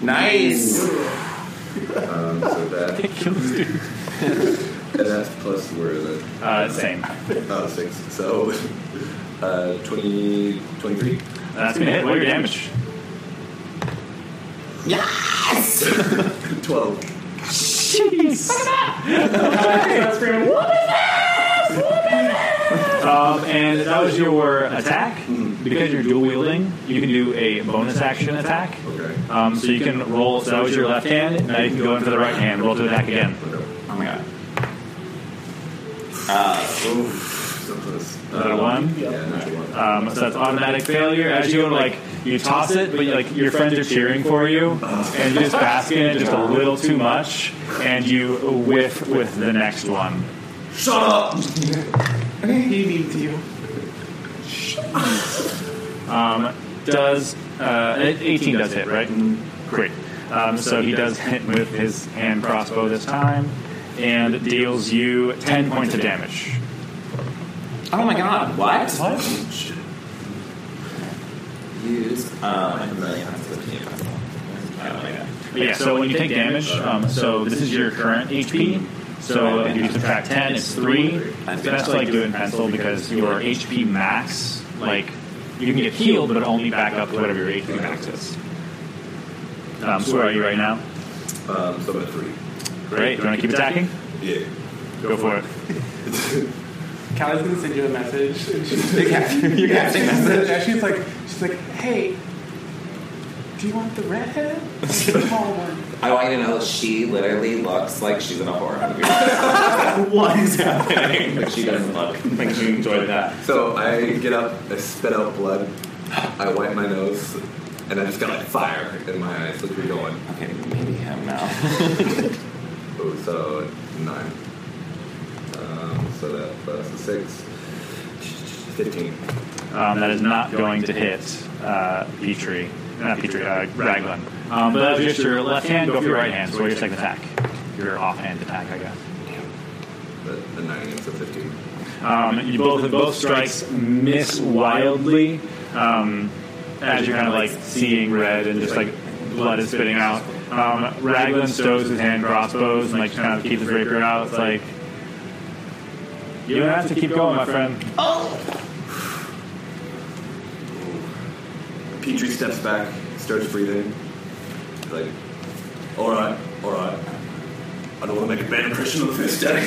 [SPEAKER 4] Nice.
[SPEAKER 3] Um, so
[SPEAKER 4] [laughs]
[SPEAKER 3] that [laughs] and that's plus where is it?
[SPEAKER 2] Uh, same.
[SPEAKER 3] Oh, six. So [laughs] uh, 20, [laughs] 23.
[SPEAKER 2] That's gonna hit. Roll your damage.
[SPEAKER 4] Yes.
[SPEAKER 3] 12.
[SPEAKER 5] Start screaming, "What?"
[SPEAKER 2] Um, and that was your attack. Because you're dual wielding, you can do a bonus action attack.
[SPEAKER 3] Okay.
[SPEAKER 2] Um, so you can roll. So that was your left hand. Now you can go in for the right hand. Roll to attack again.
[SPEAKER 4] Oh my god.
[SPEAKER 3] Ah, Oof. So close.
[SPEAKER 2] Another Uh, one.
[SPEAKER 3] Yeah, another one.
[SPEAKER 2] Um, so that's automatic failure. As you like, you toss it, but like your friends are cheering for you, and you just bask in it just a little too much, and you whiff with the next one.
[SPEAKER 3] Shut up!
[SPEAKER 5] He needs you.
[SPEAKER 2] Um, does uh, 18 does hit, right? Great. Um, so he does hit with his hand crossbow this time and deals you 10 points of damage.
[SPEAKER 4] Oh my god. What?
[SPEAKER 2] What?
[SPEAKER 4] Use uh, like a million times as many times. I don't like that.
[SPEAKER 2] Yeah, so when you take damage, um, so this is your current HP. So if you subtract 10, it's 3. It's best like do it in pencil because your HP max, like, you can get healed, but only back up to whatever your HP max is. Um, so where are you right now?
[SPEAKER 3] Um, so I'm at 3.
[SPEAKER 2] Great. Do you want to keep attacking?
[SPEAKER 3] Yeah.
[SPEAKER 2] Go for it.
[SPEAKER 5] Callie's gonna send you a message. And she's
[SPEAKER 4] You captured. You captured
[SPEAKER 5] And
[SPEAKER 4] message.
[SPEAKER 5] she's like, she's like, hey, do you want the redhead? Or the tall one?
[SPEAKER 4] I want you to know that she literally looks like she's in a horror movie. what is happening? Like she doesn't look like she enjoyed that.
[SPEAKER 6] So I get up, I spit out blood, I wipe my nose, and I just got like fire in my eyes. Like we're going.
[SPEAKER 4] Okay, maybe him now.
[SPEAKER 6] Oh, so nine. Um, so that plus a six. Fifteen.
[SPEAKER 2] Um, that is not going to hit uh, Petrie. Not Petrie, uh, Raglan. Um, but that was just your left hand, go for your right hand. So, your second attack? Your offhand attack, I guess.
[SPEAKER 6] The, the nine is a fifteen.
[SPEAKER 2] Um, you both both strikes miss wildly um, as you're kind of like seeing red and just like blood is spitting out. Um, Raglan stows his hand crossbows and like kind of keeps his rapier out. It's like you don't have to keep going, my friend.
[SPEAKER 3] Petrie steps back, starts breathing. Like, all right, all right. I don't want to make a bad impression on the first day.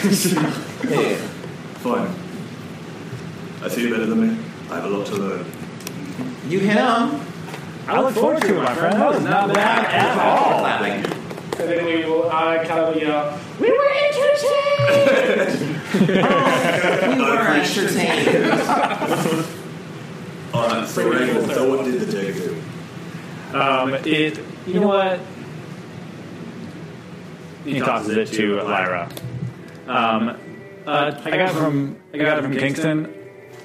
[SPEAKER 3] Fine. I see you better than me.
[SPEAKER 6] I have a lot to learn.
[SPEAKER 4] You hit him.
[SPEAKER 2] I look forward to it, my friend. That was not bad at all.
[SPEAKER 4] Clapping.
[SPEAKER 5] And then we will, uh, I kind of yell,
[SPEAKER 4] We were entertained. we were entertained.
[SPEAKER 6] Alright, so,
[SPEAKER 5] Pretty
[SPEAKER 6] Reagan,
[SPEAKER 5] cool.
[SPEAKER 6] so what did the Jacob do?
[SPEAKER 2] Um, it, you know what? He tosses it to Lyra. Um, uh, I got it from I got it from Kingston.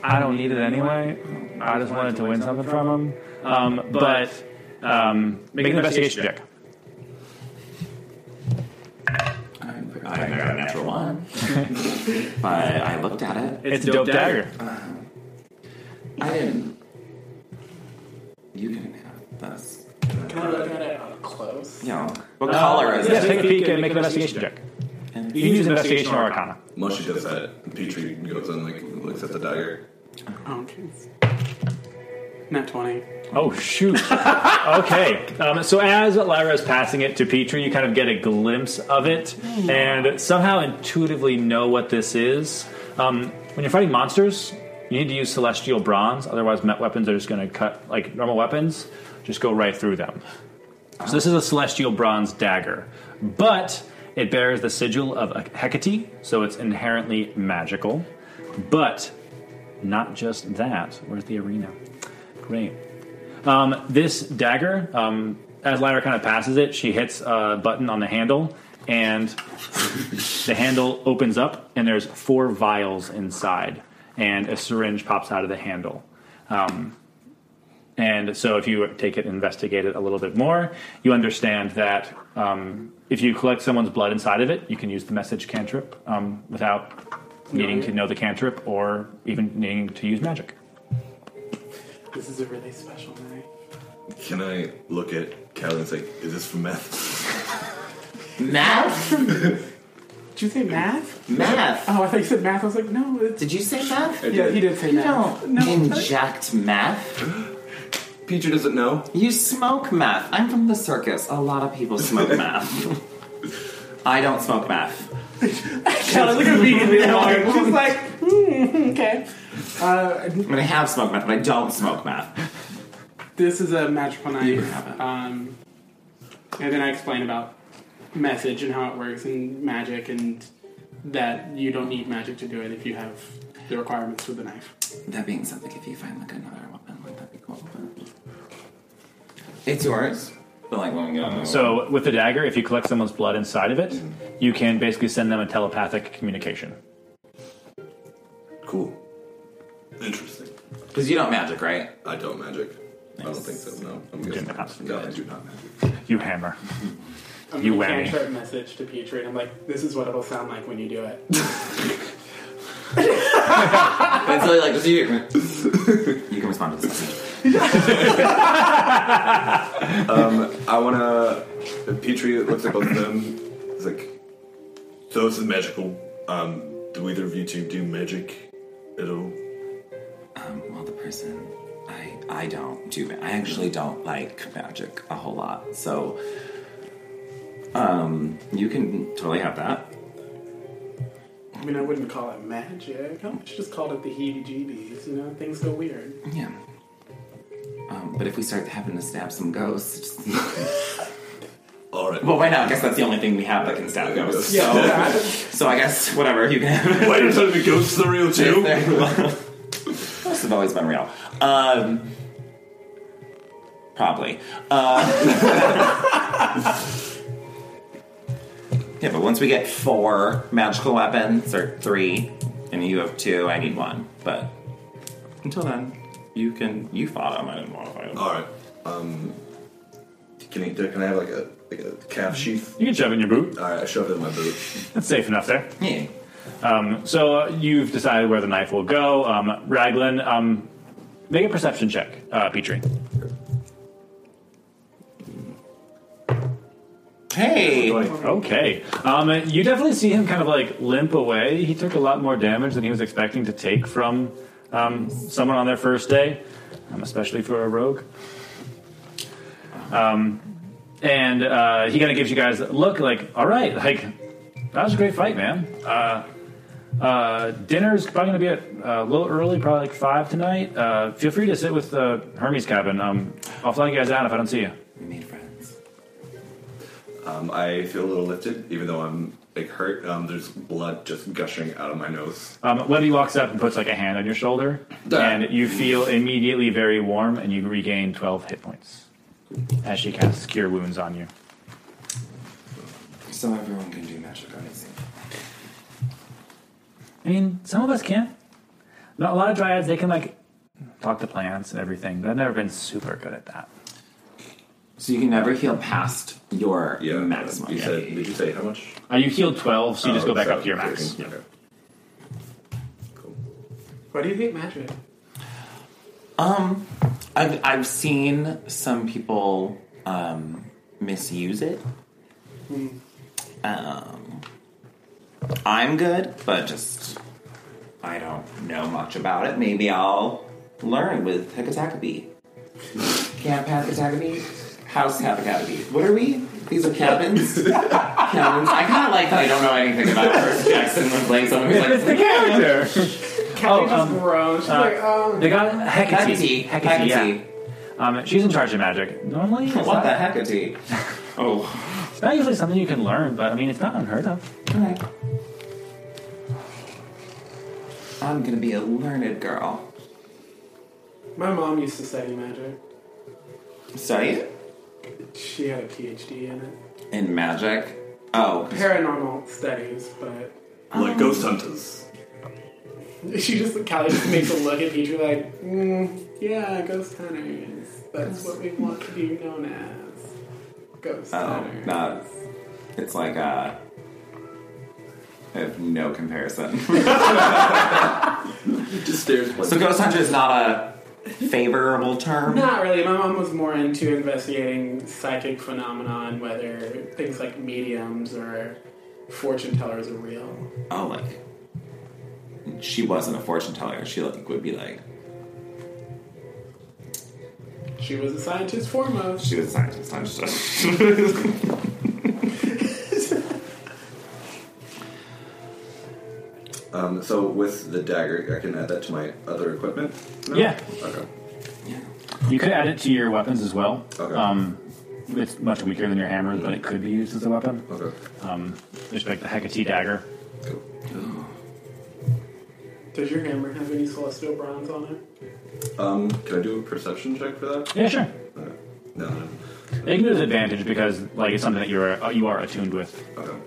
[SPEAKER 2] I don't need it anyway. I just wanted to win something from him. Um, but um, make an investigation check.
[SPEAKER 4] I got a natural one. but I looked at it.
[SPEAKER 2] It's a dope dagger.
[SPEAKER 4] I didn't. You can have this.
[SPEAKER 5] can I look at it up close?
[SPEAKER 4] Yo, what color is
[SPEAKER 2] Yeah,
[SPEAKER 4] it?
[SPEAKER 2] take a peek and make an investigation check. You can use investigation or arcana.
[SPEAKER 6] Mushy does that. Petrie goes and like looks at the dagger.
[SPEAKER 8] Oh, jeez. Not 20.
[SPEAKER 2] Oh shoot! okay, um, so as Lyra is passing it to Petrie, you kind of get a glimpse of it, and somehow intuitively know what this is. Um, when you're fighting monsters, you need to use celestial bronze. Otherwise, met weapons are just going to cut like normal weapons, just go right through them. So this is a celestial bronze dagger, but it bears the sigil of Hecate, so it's inherently magical. But not just that. Where's the arena? Great. Um, this dagger, um, as Lyra kind of passes it, she hits a button on the handle, and the handle opens up, and there's four vials inside, and a syringe pops out of the handle. Um, and so, if you take it and investigate it a little bit more, you understand that um, if you collect someone's blood inside of it, you can use the message cantrip um, without needing to know the cantrip or even needing to use magic.
[SPEAKER 8] This is a really special night.
[SPEAKER 6] Can I look at Callie and say, is this from meth?
[SPEAKER 4] Math?
[SPEAKER 8] Did you say math?
[SPEAKER 4] Math?
[SPEAKER 8] Oh, I thought you said math. I was like, no,
[SPEAKER 5] [laughs]
[SPEAKER 8] it's.
[SPEAKER 4] Did you say math?
[SPEAKER 8] Yeah, he did say
[SPEAKER 4] You
[SPEAKER 8] math.
[SPEAKER 4] don't
[SPEAKER 8] No.
[SPEAKER 4] inject meth.
[SPEAKER 6] Petrie doesn't know.
[SPEAKER 4] You smoke meth. I'm from the circus. A lot of people
[SPEAKER 8] [laughs]
[SPEAKER 4] smoke meth. I don't smoke meth.
[SPEAKER 8] Kelly, look at me. [laughs] She's like, hmm, okay. Uh,
[SPEAKER 4] I mean, I have smoked meth, but I don't smoke meth.
[SPEAKER 8] this is a magical night.
[SPEAKER 4] have it.
[SPEAKER 8] Um, and then I explain about message and how it works and magic and that you don't need magic to do it if you have the requirements for the knife.
[SPEAKER 4] That being said, like if you find like another weapon, like that'd be cool. but- It's yours. But like when we go,
[SPEAKER 8] Uh-huh.
[SPEAKER 2] So with the dagger, if you collect someone's blood inside of it, you can basically send them a telepathic communication.
[SPEAKER 6] Cool. Interesting.
[SPEAKER 4] because you don't magic, right?
[SPEAKER 6] I don't magic. I don't think so, no. I'm good.
[SPEAKER 2] not.
[SPEAKER 6] No, I do not magic.
[SPEAKER 2] You hammer.
[SPEAKER 8] I'm
[SPEAKER 2] You
[SPEAKER 8] gonna
[SPEAKER 2] whammy.
[SPEAKER 8] cantrip message to Petrie, and I'm like, this is what it'll sound like when you do it.
[SPEAKER 4] And so like just you,
[SPEAKER 8] [laughs]
[SPEAKER 4] you can respond to this message.
[SPEAKER 6] I wanna. Petrie looks at both of them. He's like, so this is magical. Um, do either of you two do magic at all?
[SPEAKER 4] Um, well, the person, I I don't do. ma- I actually don't like magic a whole lot. So, um, you can totally have that.
[SPEAKER 8] I mean, I wouldn't call it magic. I much just called it the heebie-jeebies. You know, things go weird.
[SPEAKER 4] Yeah. Um, but if we start having to stab some ghosts, [laughs] just-
[SPEAKER 6] Alright.
[SPEAKER 4] well, why not? I guess that's the only thing we have that can stab ghosts.
[SPEAKER 8] Yeah,
[SPEAKER 4] So,
[SPEAKER 8] okay. [laughs]
[SPEAKER 4] so I guess whatever you can.
[SPEAKER 6] [laughs] Wait, you're telling me ghosts are real too?
[SPEAKER 4] Ghosts have always been real. Um, probably. Uh, [laughs] yeah, but once we get four magical weapons, or three, and you have two, I need one. But until then, you can. You fought him, I didn't want to fight him.
[SPEAKER 6] Alright. Um, can, you, can I have like a, like a
[SPEAKER 2] Mm-hmm.
[SPEAKER 6] calf sheath?
[SPEAKER 2] You can shove it in your boot.
[SPEAKER 6] Alright, I shove it in my boot.
[SPEAKER 2] It's safe enough there.
[SPEAKER 4] Yeah.
[SPEAKER 2] So uh, you've decided where the knife will go. Um, Raglan, um, make a perception check, uh, Petrie.
[SPEAKER 4] Hey!
[SPEAKER 2] Okay. Um, you definitely see him kind of like limp away. He took a lot more damage than he was expecting to take from um, someone on their first day, um, especially for a rogue. Um, and uh, he kind of gives you guys a look like, all right, like, that was a great fight, man. Uh, Uh, dinner's probably going to be at uh, a little early, probably like 5 tonight. Uh, feel free to sit with uh, Hermes' cabin. Um, I'll fly you guys out if I don't see you.
[SPEAKER 4] We made friends.
[SPEAKER 3] Um, I feel a little lifted, even though I'm like hurt. Um, there's blood just gushing out of my nose.
[SPEAKER 2] Um, Webby walks up and puts like a hand on your shoulder, and you feel immediately very warm, and you regain 12 hit points as she casts Cure Wounds on you.
[SPEAKER 4] So everyone can do magic, obviously.
[SPEAKER 2] I mean, some of us can't. Not a lot of dryads, they can like talk to plants and everything, but I've never been super good at that.
[SPEAKER 4] So you can never heal past your
[SPEAKER 3] Yeah,
[SPEAKER 4] maximum.
[SPEAKER 3] You said, did you say how much?
[SPEAKER 2] Uh, you healed 12, so you just
[SPEAKER 3] Oh,
[SPEAKER 2] go back
[SPEAKER 3] seven,
[SPEAKER 2] up to your max.
[SPEAKER 3] thirteen, Okay. Cool.
[SPEAKER 5] What do you think magic?
[SPEAKER 4] Um, I've, I've seen some people um, misuse it. Um, I'm good, but just I don't know much about it. Maybe I'll learn with Hecatacabee. Camp Hecatacabee? House Hecatacabee. What are we? These are
[SPEAKER 2] [laughs]
[SPEAKER 4] cabins? cabins. I kind of like that I don't know anything about Percy Jackson when playing someone who's like,
[SPEAKER 2] character! [laughs]
[SPEAKER 8] Oh,
[SPEAKER 5] Kathy just
[SPEAKER 2] um,
[SPEAKER 5] groans. She's
[SPEAKER 8] uh,
[SPEAKER 5] like, oh.
[SPEAKER 2] They got Hecate.
[SPEAKER 4] Hecate.
[SPEAKER 2] Hecate, yeah. Um, she's in charge of magic. Normally, it's not,
[SPEAKER 4] What
[SPEAKER 2] [laughs]
[SPEAKER 4] the Hecate? Oh.
[SPEAKER 2] it's not usually something you can learn, but I mean, it's not unheard of.
[SPEAKER 4] Alright. I'm gonna be a learned girl.
[SPEAKER 5] My mom used to study magic.
[SPEAKER 4] Study
[SPEAKER 5] She had a PhD in it.
[SPEAKER 4] in magic. Oh,
[SPEAKER 5] Paranormal studies, but
[SPEAKER 3] Um,
[SPEAKER 6] Like ghost
[SPEAKER 3] [laughs]
[SPEAKER 6] hunters.
[SPEAKER 5] [laughs] she just Callie just makes a look at Peter like, mm, yeah, ghost hunters. That's what we want to be known as. Ghost
[SPEAKER 4] oh,
[SPEAKER 5] hunters.
[SPEAKER 4] no. It's like uh, I have
[SPEAKER 5] [laughs]
[SPEAKER 4] no comparison.
[SPEAKER 3] Just stares. Like,
[SPEAKER 4] so ghost hunter is not a favorable term.
[SPEAKER 5] Not really. My mom was more into investigating psychic phenomena and whether things like mediums or fortune tellers are real.
[SPEAKER 4] Oh, like she wasn't a fortune teller. She like would be like
[SPEAKER 5] She was a scientist foremost.
[SPEAKER 4] she was a scientist. I'm just
[SPEAKER 5] [laughs]
[SPEAKER 3] Um, so with the dagger, I can add that to my other equipment. No?
[SPEAKER 2] Yeah.
[SPEAKER 3] Okay.
[SPEAKER 2] You could add it to your weapons as well.
[SPEAKER 3] Okay.
[SPEAKER 2] Um, it's much weaker than your hammer, but it could be used as a weapon.
[SPEAKER 3] Okay.
[SPEAKER 2] Um, just like the Hecate dagger.
[SPEAKER 3] Cool.
[SPEAKER 5] Does your hammer have any celestial bronze on it?
[SPEAKER 3] Um, can I do a perception check for that?
[SPEAKER 2] Yeah, sure.
[SPEAKER 3] No. no.
[SPEAKER 2] It can be advantage because like it's something that you're uh, you are attuned with.
[SPEAKER 3] Okay.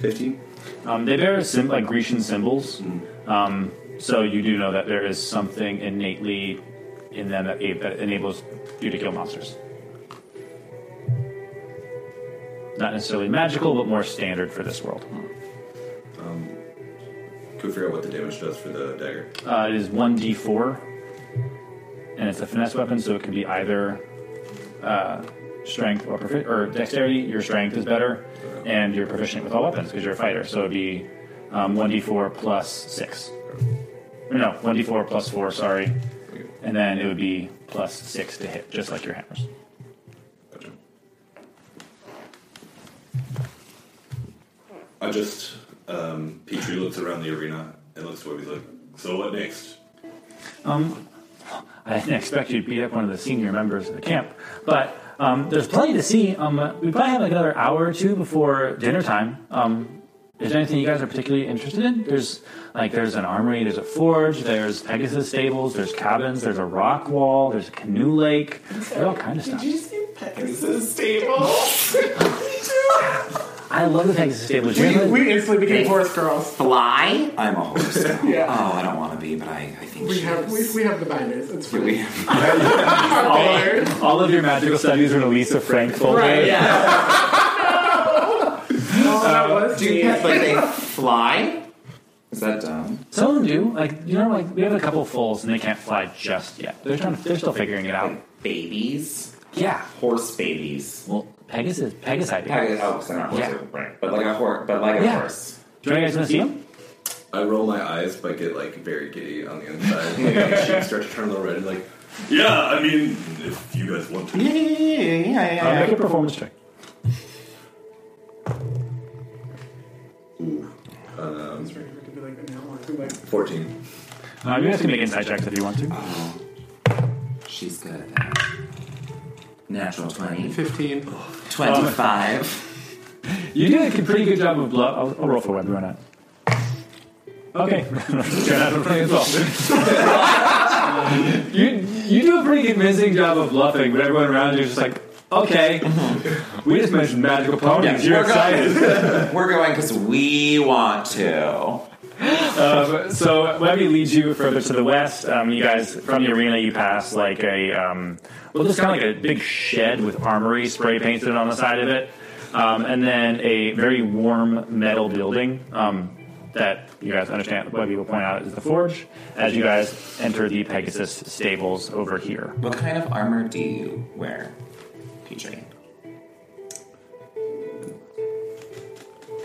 [SPEAKER 3] Fifteen.
[SPEAKER 2] Um, they bear sim- like Grecian symbols, um, so you do know that there is something innately in them that, that enables you to kill monsters. Not necessarily magical, but more standard for this world.
[SPEAKER 3] Can we figure out what the damage does for the dagger?
[SPEAKER 2] Uh, it is one d4, and it's a finesse weapon, so it can be either uh, strength or profi- or dexterity. Your strength is better, and you're proficient with all weapons because you're a fighter. So it'd be um, one d4 plus six. Or no, one d4 plus four. Sorry, and then it would be plus six to hit, just like your hammers.
[SPEAKER 3] Gotcha. I just um, Petrie looks around the arena and looks where he's like, so what next?
[SPEAKER 2] I didn't expect you to beat up one of the senior members of the camp, but um, there's plenty to see. Um, uh, we probably have like another hour or two before dinner time. Um, is there anything you guys are particularly interested in? There's like there's an armory, there's a forge, there's Pegasus stables, there's cabins, there's a rock wall, there's a canoe lake, there's all kind of stuff.
[SPEAKER 5] just say Pegasus stable?
[SPEAKER 2] I love the Pegasus stables. You
[SPEAKER 5] we,
[SPEAKER 2] guys-
[SPEAKER 5] we instantly became horse girls.
[SPEAKER 4] fly. I'm a horse. now.
[SPEAKER 5] [laughs] Yeah.
[SPEAKER 4] Oh, I don't want to be, but I I think
[SPEAKER 5] We
[SPEAKER 4] she
[SPEAKER 5] have we,
[SPEAKER 4] is.
[SPEAKER 5] we have the binders. It's
[SPEAKER 4] Do
[SPEAKER 5] fine.
[SPEAKER 4] we-
[SPEAKER 5] Our binders.
[SPEAKER 2] all of your magical studies are in Elisa Frank folder.
[SPEAKER 5] Right.
[SPEAKER 4] [laughs]
[SPEAKER 5] Yeah. Oh, that was
[SPEAKER 4] Um, Do you
[SPEAKER 5] me.
[SPEAKER 4] pets like [laughs] they fly? Is that dumb?
[SPEAKER 2] Some of them do. Like you know, like we have a couple fulls and they can't fly just yet. They're trying. They're still figuring it out.
[SPEAKER 4] Babies,
[SPEAKER 2] Yeah.
[SPEAKER 4] horse babies.
[SPEAKER 2] Well, Pegasus, Pegasus.
[SPEAKER 4] Peg- oh, so not horse,
[SPEAKER 2] Yeah.
[SPEAKER 4] right? But like a horse, but like a
[SPEAKER 2] Yeah.
[SPEAKER 4] horse.
[SPEAKER 2] Do you guys want to see him?
[SPEAKER 3] I roll my eyes but get like very giddy on the inside. [laughs] Like, my cheeks start to turn a little red. Like,
[SPEAKER 6] Yeah, I mean, if you guys want to.
[SPEAKER 4] Yeah, yeah, yeah, yeah, yeah,
[SPEAKER 2] Uh,
[SPEAKER 4] yeah.
[SPEAKER 2] make a performance check.
[SPEAKER 3] ooh, Fourteen.
[SPEAKER 2] Uh, you guys can make inside checks if you want to.
[SPEAKER 4] She's good at that. Natural 20. [laughs]
[SPEAKER 8] 15.
[SPEAKER 4] 25.
[SPEAKER 2] You did a pretty good job of bluff. I'll, I'll roll for web. Why not? [laughs] Okay, Try not to play as well. [laughs] you you do a pretty convincing job of bluffing, but everyone around you is just like, okay, we just mentioned magical ponies.
[SPEAKER 4] Yeah,
[SPEAKER 2] You're
[SPEAKER 4] we're good.
[SPEAKER 2] excited.
[SPEAKER 4] We're going because we want to.
[SPEAKER 2] Um, so Webby leads you further to the west. Um, you guys, from the arena, you pass like a um, well, just kind of like a big shed with armory spray painted on the side of it, um, and then a very warm metal building um, that you guys understand. Webby will point out is the forge. As you guys enter the Pegasus stables over here,
[SPEAKER 4] What kind of armor do you wear, Petrie?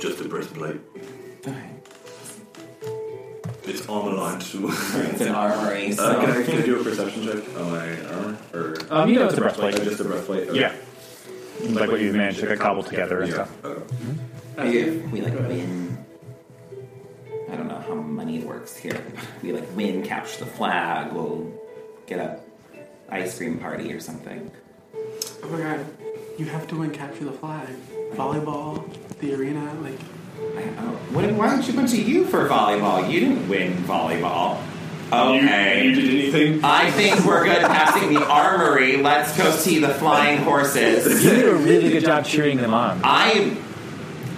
[SPEAKER 6] Just a breastplate.
[SPEAKER 4] Okay.
[SPEAKER 6] It's on the
[SPEAKER 3] [laughs]
[SPEAKER 6] line too.
[SPEAKER 4] It's an armory, so.
[SPEAKER 3] Uh, can, I, can I do a perception check on my armor? Or
[SPEAKER 2] um, you know it's a
[SPEAKER 3] uh,
[SPEAKER 2] breastplate.
[SPEAKER 3] just a breastplate? Okay.
[SPEAKER 2] Yeah, like what you've managed to like, cobble together and
[SPEAKER 3] Yeah.
[SPEAKER 2] stuff.
[SPEAKER 3] Okay.
[SPEAKER 5] Oh,
[SPEAKER 4] Maybe if we like win. I don't know how money works here. We like win, capture the flag, we'll get a ice cream party or something.
[SPEAKER 8] Oh my god. You have to win capture the flag. Volleyball, the arena, like
[SPEAKER 4] I, oh, what, why don't you go to you for volleyball? You didn't win volleyball. Okay.
[SPEAKER 6] You did anything?
[SPEAKER 4] I think we're good passing the armory. Let's go see the flying
[SPEAKER 6] [laughs]
[SPEAKER 4] horses.
[SPEAKER 2] You did a really good job cheering them on.
[SPEAKER 4] I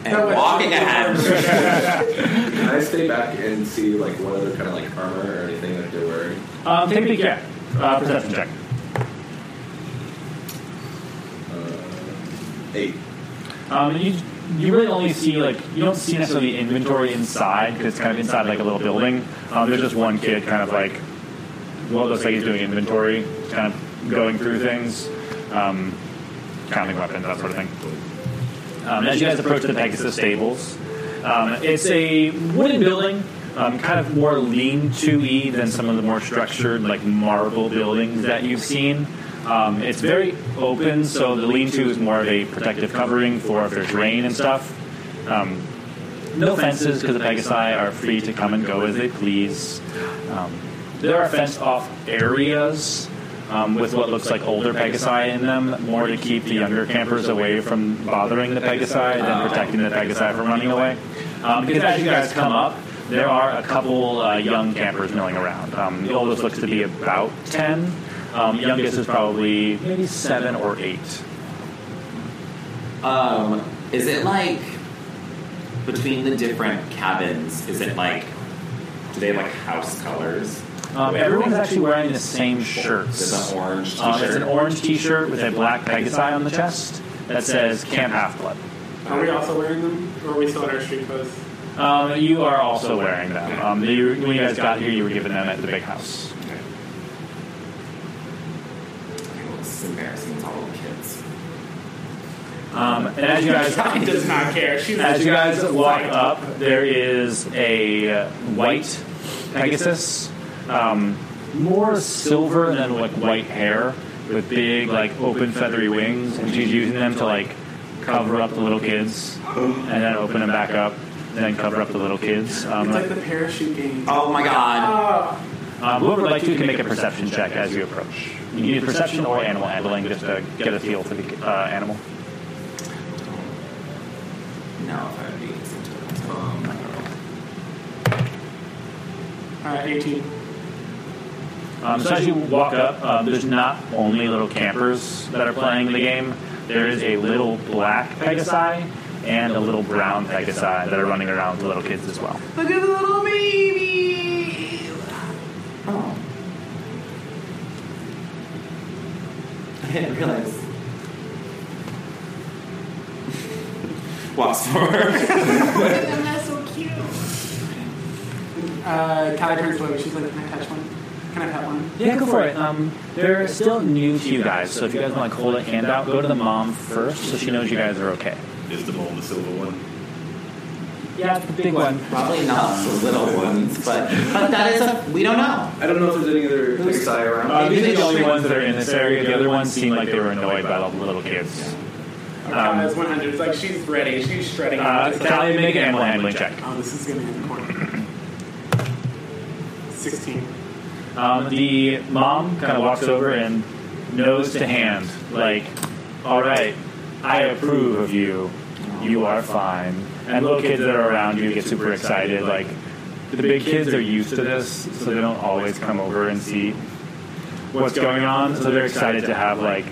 [SPEAKER 4] am walking ahead.
[SPEAKER 3] Can I stay back and see like what other kind of like armor or anything that they're wearing?
[SPEAKER 2] Um, take a peek, yeah. Uh, perception check.
[SPEAKER 3] Eight.
[SPEAKER 2] Um, you you really only see like you don't see necessarily the inventory inside because it's kind of inside like a little building. Um, there's just one kid kind of like well it looks like he's doing inventory, kind of going through things, um, counting weapons, that sort of thing. Um, as you guys approach the Pegasus stables, um, it's a wooden building. Um, kind of more lean to y than some of the more structured, like marble buildings that you've seen. Um, it's very open, so the lean to is more of a protective covering for if there's rain and stuff. Um, no fences because the Pegasi are free to come and go as they please. Um, there are fenced off areas um, with what looks like older Pegasi in them, more to keep the younger campers away from bothering the Pegasi
[SPEAKER 4] Ah.
[SPEAKER 2] than protecting the Pegasi from running away. Um, because as you guys come up, there are a couple uh, young campers milling around. Um, the oldest looks to be about 10. Um, youngest is probably maybe 7 or 8.
[SPEAKER 4] Um, is it like between the different cabins? Is it like do they have like house colors?
[SPEAKER 2] Um, everyone's actually wearing the same shirts.
[SPEAKER 4] There's an orange T-shirt.
[SPEAKER 2] Um, it's an orange T-shirt with a black Pegasi on the chest that says Camp Half Blood.
[SPEAKER 8] are we also wearing them? Or are we still in our street clothes?
[SPEAKER 2] Um, you are also wearing them. Um, they, when you guys got here, you were given them at the big house.
[SPEAKER 4] Oh, This is embarrassing. It's all
[SPEAKER 2] [laughs]
[SPEAKER 4] little kids.
[SPEAKER 2] Um, and as you guys
[SPEAKER 8] It does not care. She's
[SPEAKER 2] as you guys walk up, there is a white Pegasus, um, more silver than like white hair, with big like open feathery wings, and she's using them to like cover up the little kids, and then open them back up, and then cover up the little kids. Um,
[SPEAKER 8] It's like the parachute game.
[SPEAKER 4] Oh my god.
[SPEAKER 8] Oh,
[SPEAKER 2] Um, whoever would like to can make a perception check as you approach. You can use perception or animal handling just to get a feel for the uh, animal.
[SPEAKER 4] No, if I would be listening to it. Um, I don't know.
[SPEAKER 8] uh, 18.
[SPEAKER 2] Um, so as you walk up, um, there's not only little campers that are playing the game. There is a little black Pegasi and a little brown Pegasi that are running around with little kids as well.
[SPEAKER 8] Look at the little baby!
[SPEAKER 4] Oh. I didn't realize. Walks forward.
[SPEAKER 8] Uh, Callie turns to him. She's like, can I touch one? Can I pet one?
[SPEAKER 2] Yeah, go for it. Um, they're still new to you guys, so if you guys want to hold a hand out, go to the mom first so she knows you guys are okay.
[SPEAKER 6] Is the mole the silver one?
[SPEAKER 2] Yeah, it's the big one.
[SPEAKER 4] Probably not the little ones, but but that is a we don't know.
[SPEAKER 3] I don't know if there's any other
[SPEAKER 4] Who's-
[SPEAKER 3] big guy around.
[SPEAKER 2] Uh, these are the only ones that are in this area. The other ones seem like they were annoyed by all the little kids.
[SPEAKER 5] Um, it's 100. It's like she's ready. She's shredding.
[SPEAKER 2] Uh,
[SPEAKER 5] It's like-
[SPEAKER 2] Callie, make an animal handling check.
[SPEAKER 8] Oh, this is gonna be important. Sixteen.
[SPEAKER 2] Um, the mom kind of walks over and nose to hand, like, all right, I approve of you. You are fine. And little kids that are around you get super excited. Like, the big kids are used to this, so they don't always come over and see what's going on. So they're excited to have, like,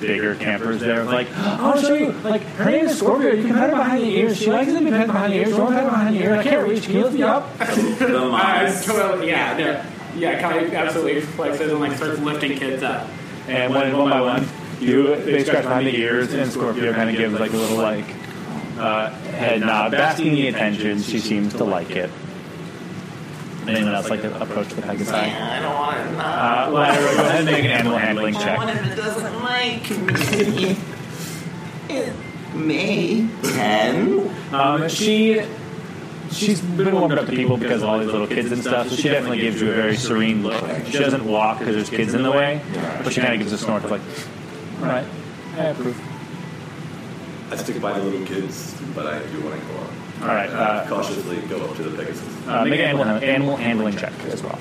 [SPEAKER 2] bigger campers there. Like, I'll show you. Like, her name is Scorpio. You can pet her behind the ears. She likes to be pet behind the ears. You want to pet her behind the ears? I can't reach. Can you lift me up?
[SPEAKER 7] The
[SPEAKER 5] I
[SPEAKER 7] moms.
[SPEAKER 5] totally, yeah, no, yeah, Kai absolutely flexes and like starts lifting kids up.
[SPEAKER 2] And one, one by one, you they scratch behind the ears, and Scorpio kind of gives like a little like uh, head nod, basking the attention. She seems to like it. Anyone else like to approach the Pegasus? Uh,
[SPEAKER 4] I don't want it.
[SPEAKER 2] Lyra, Uh, go ahead and make an animal handling check.
[SPEAKER 4] if it doesn't like me. It may. Ten?
[SPEAKER 2] Um, she she's been warmed up to people because of all these little kids and stuff. So she definitely gives you a very serene look. She doesn't walk because there's kids in the way, but she kind of gives a snort of like, all right, I approve.
[SPEAKER 6] I stick by the little kids, but I do want to go on.
[SPEAKER 2] All right,
[SPEAKER 6] I
[SPEAKER 2] uh,
[SPEAKER 6] cautiously go up to the Pegasus.
[SPEAKER 2] uh, make an animal, animal handling check as well.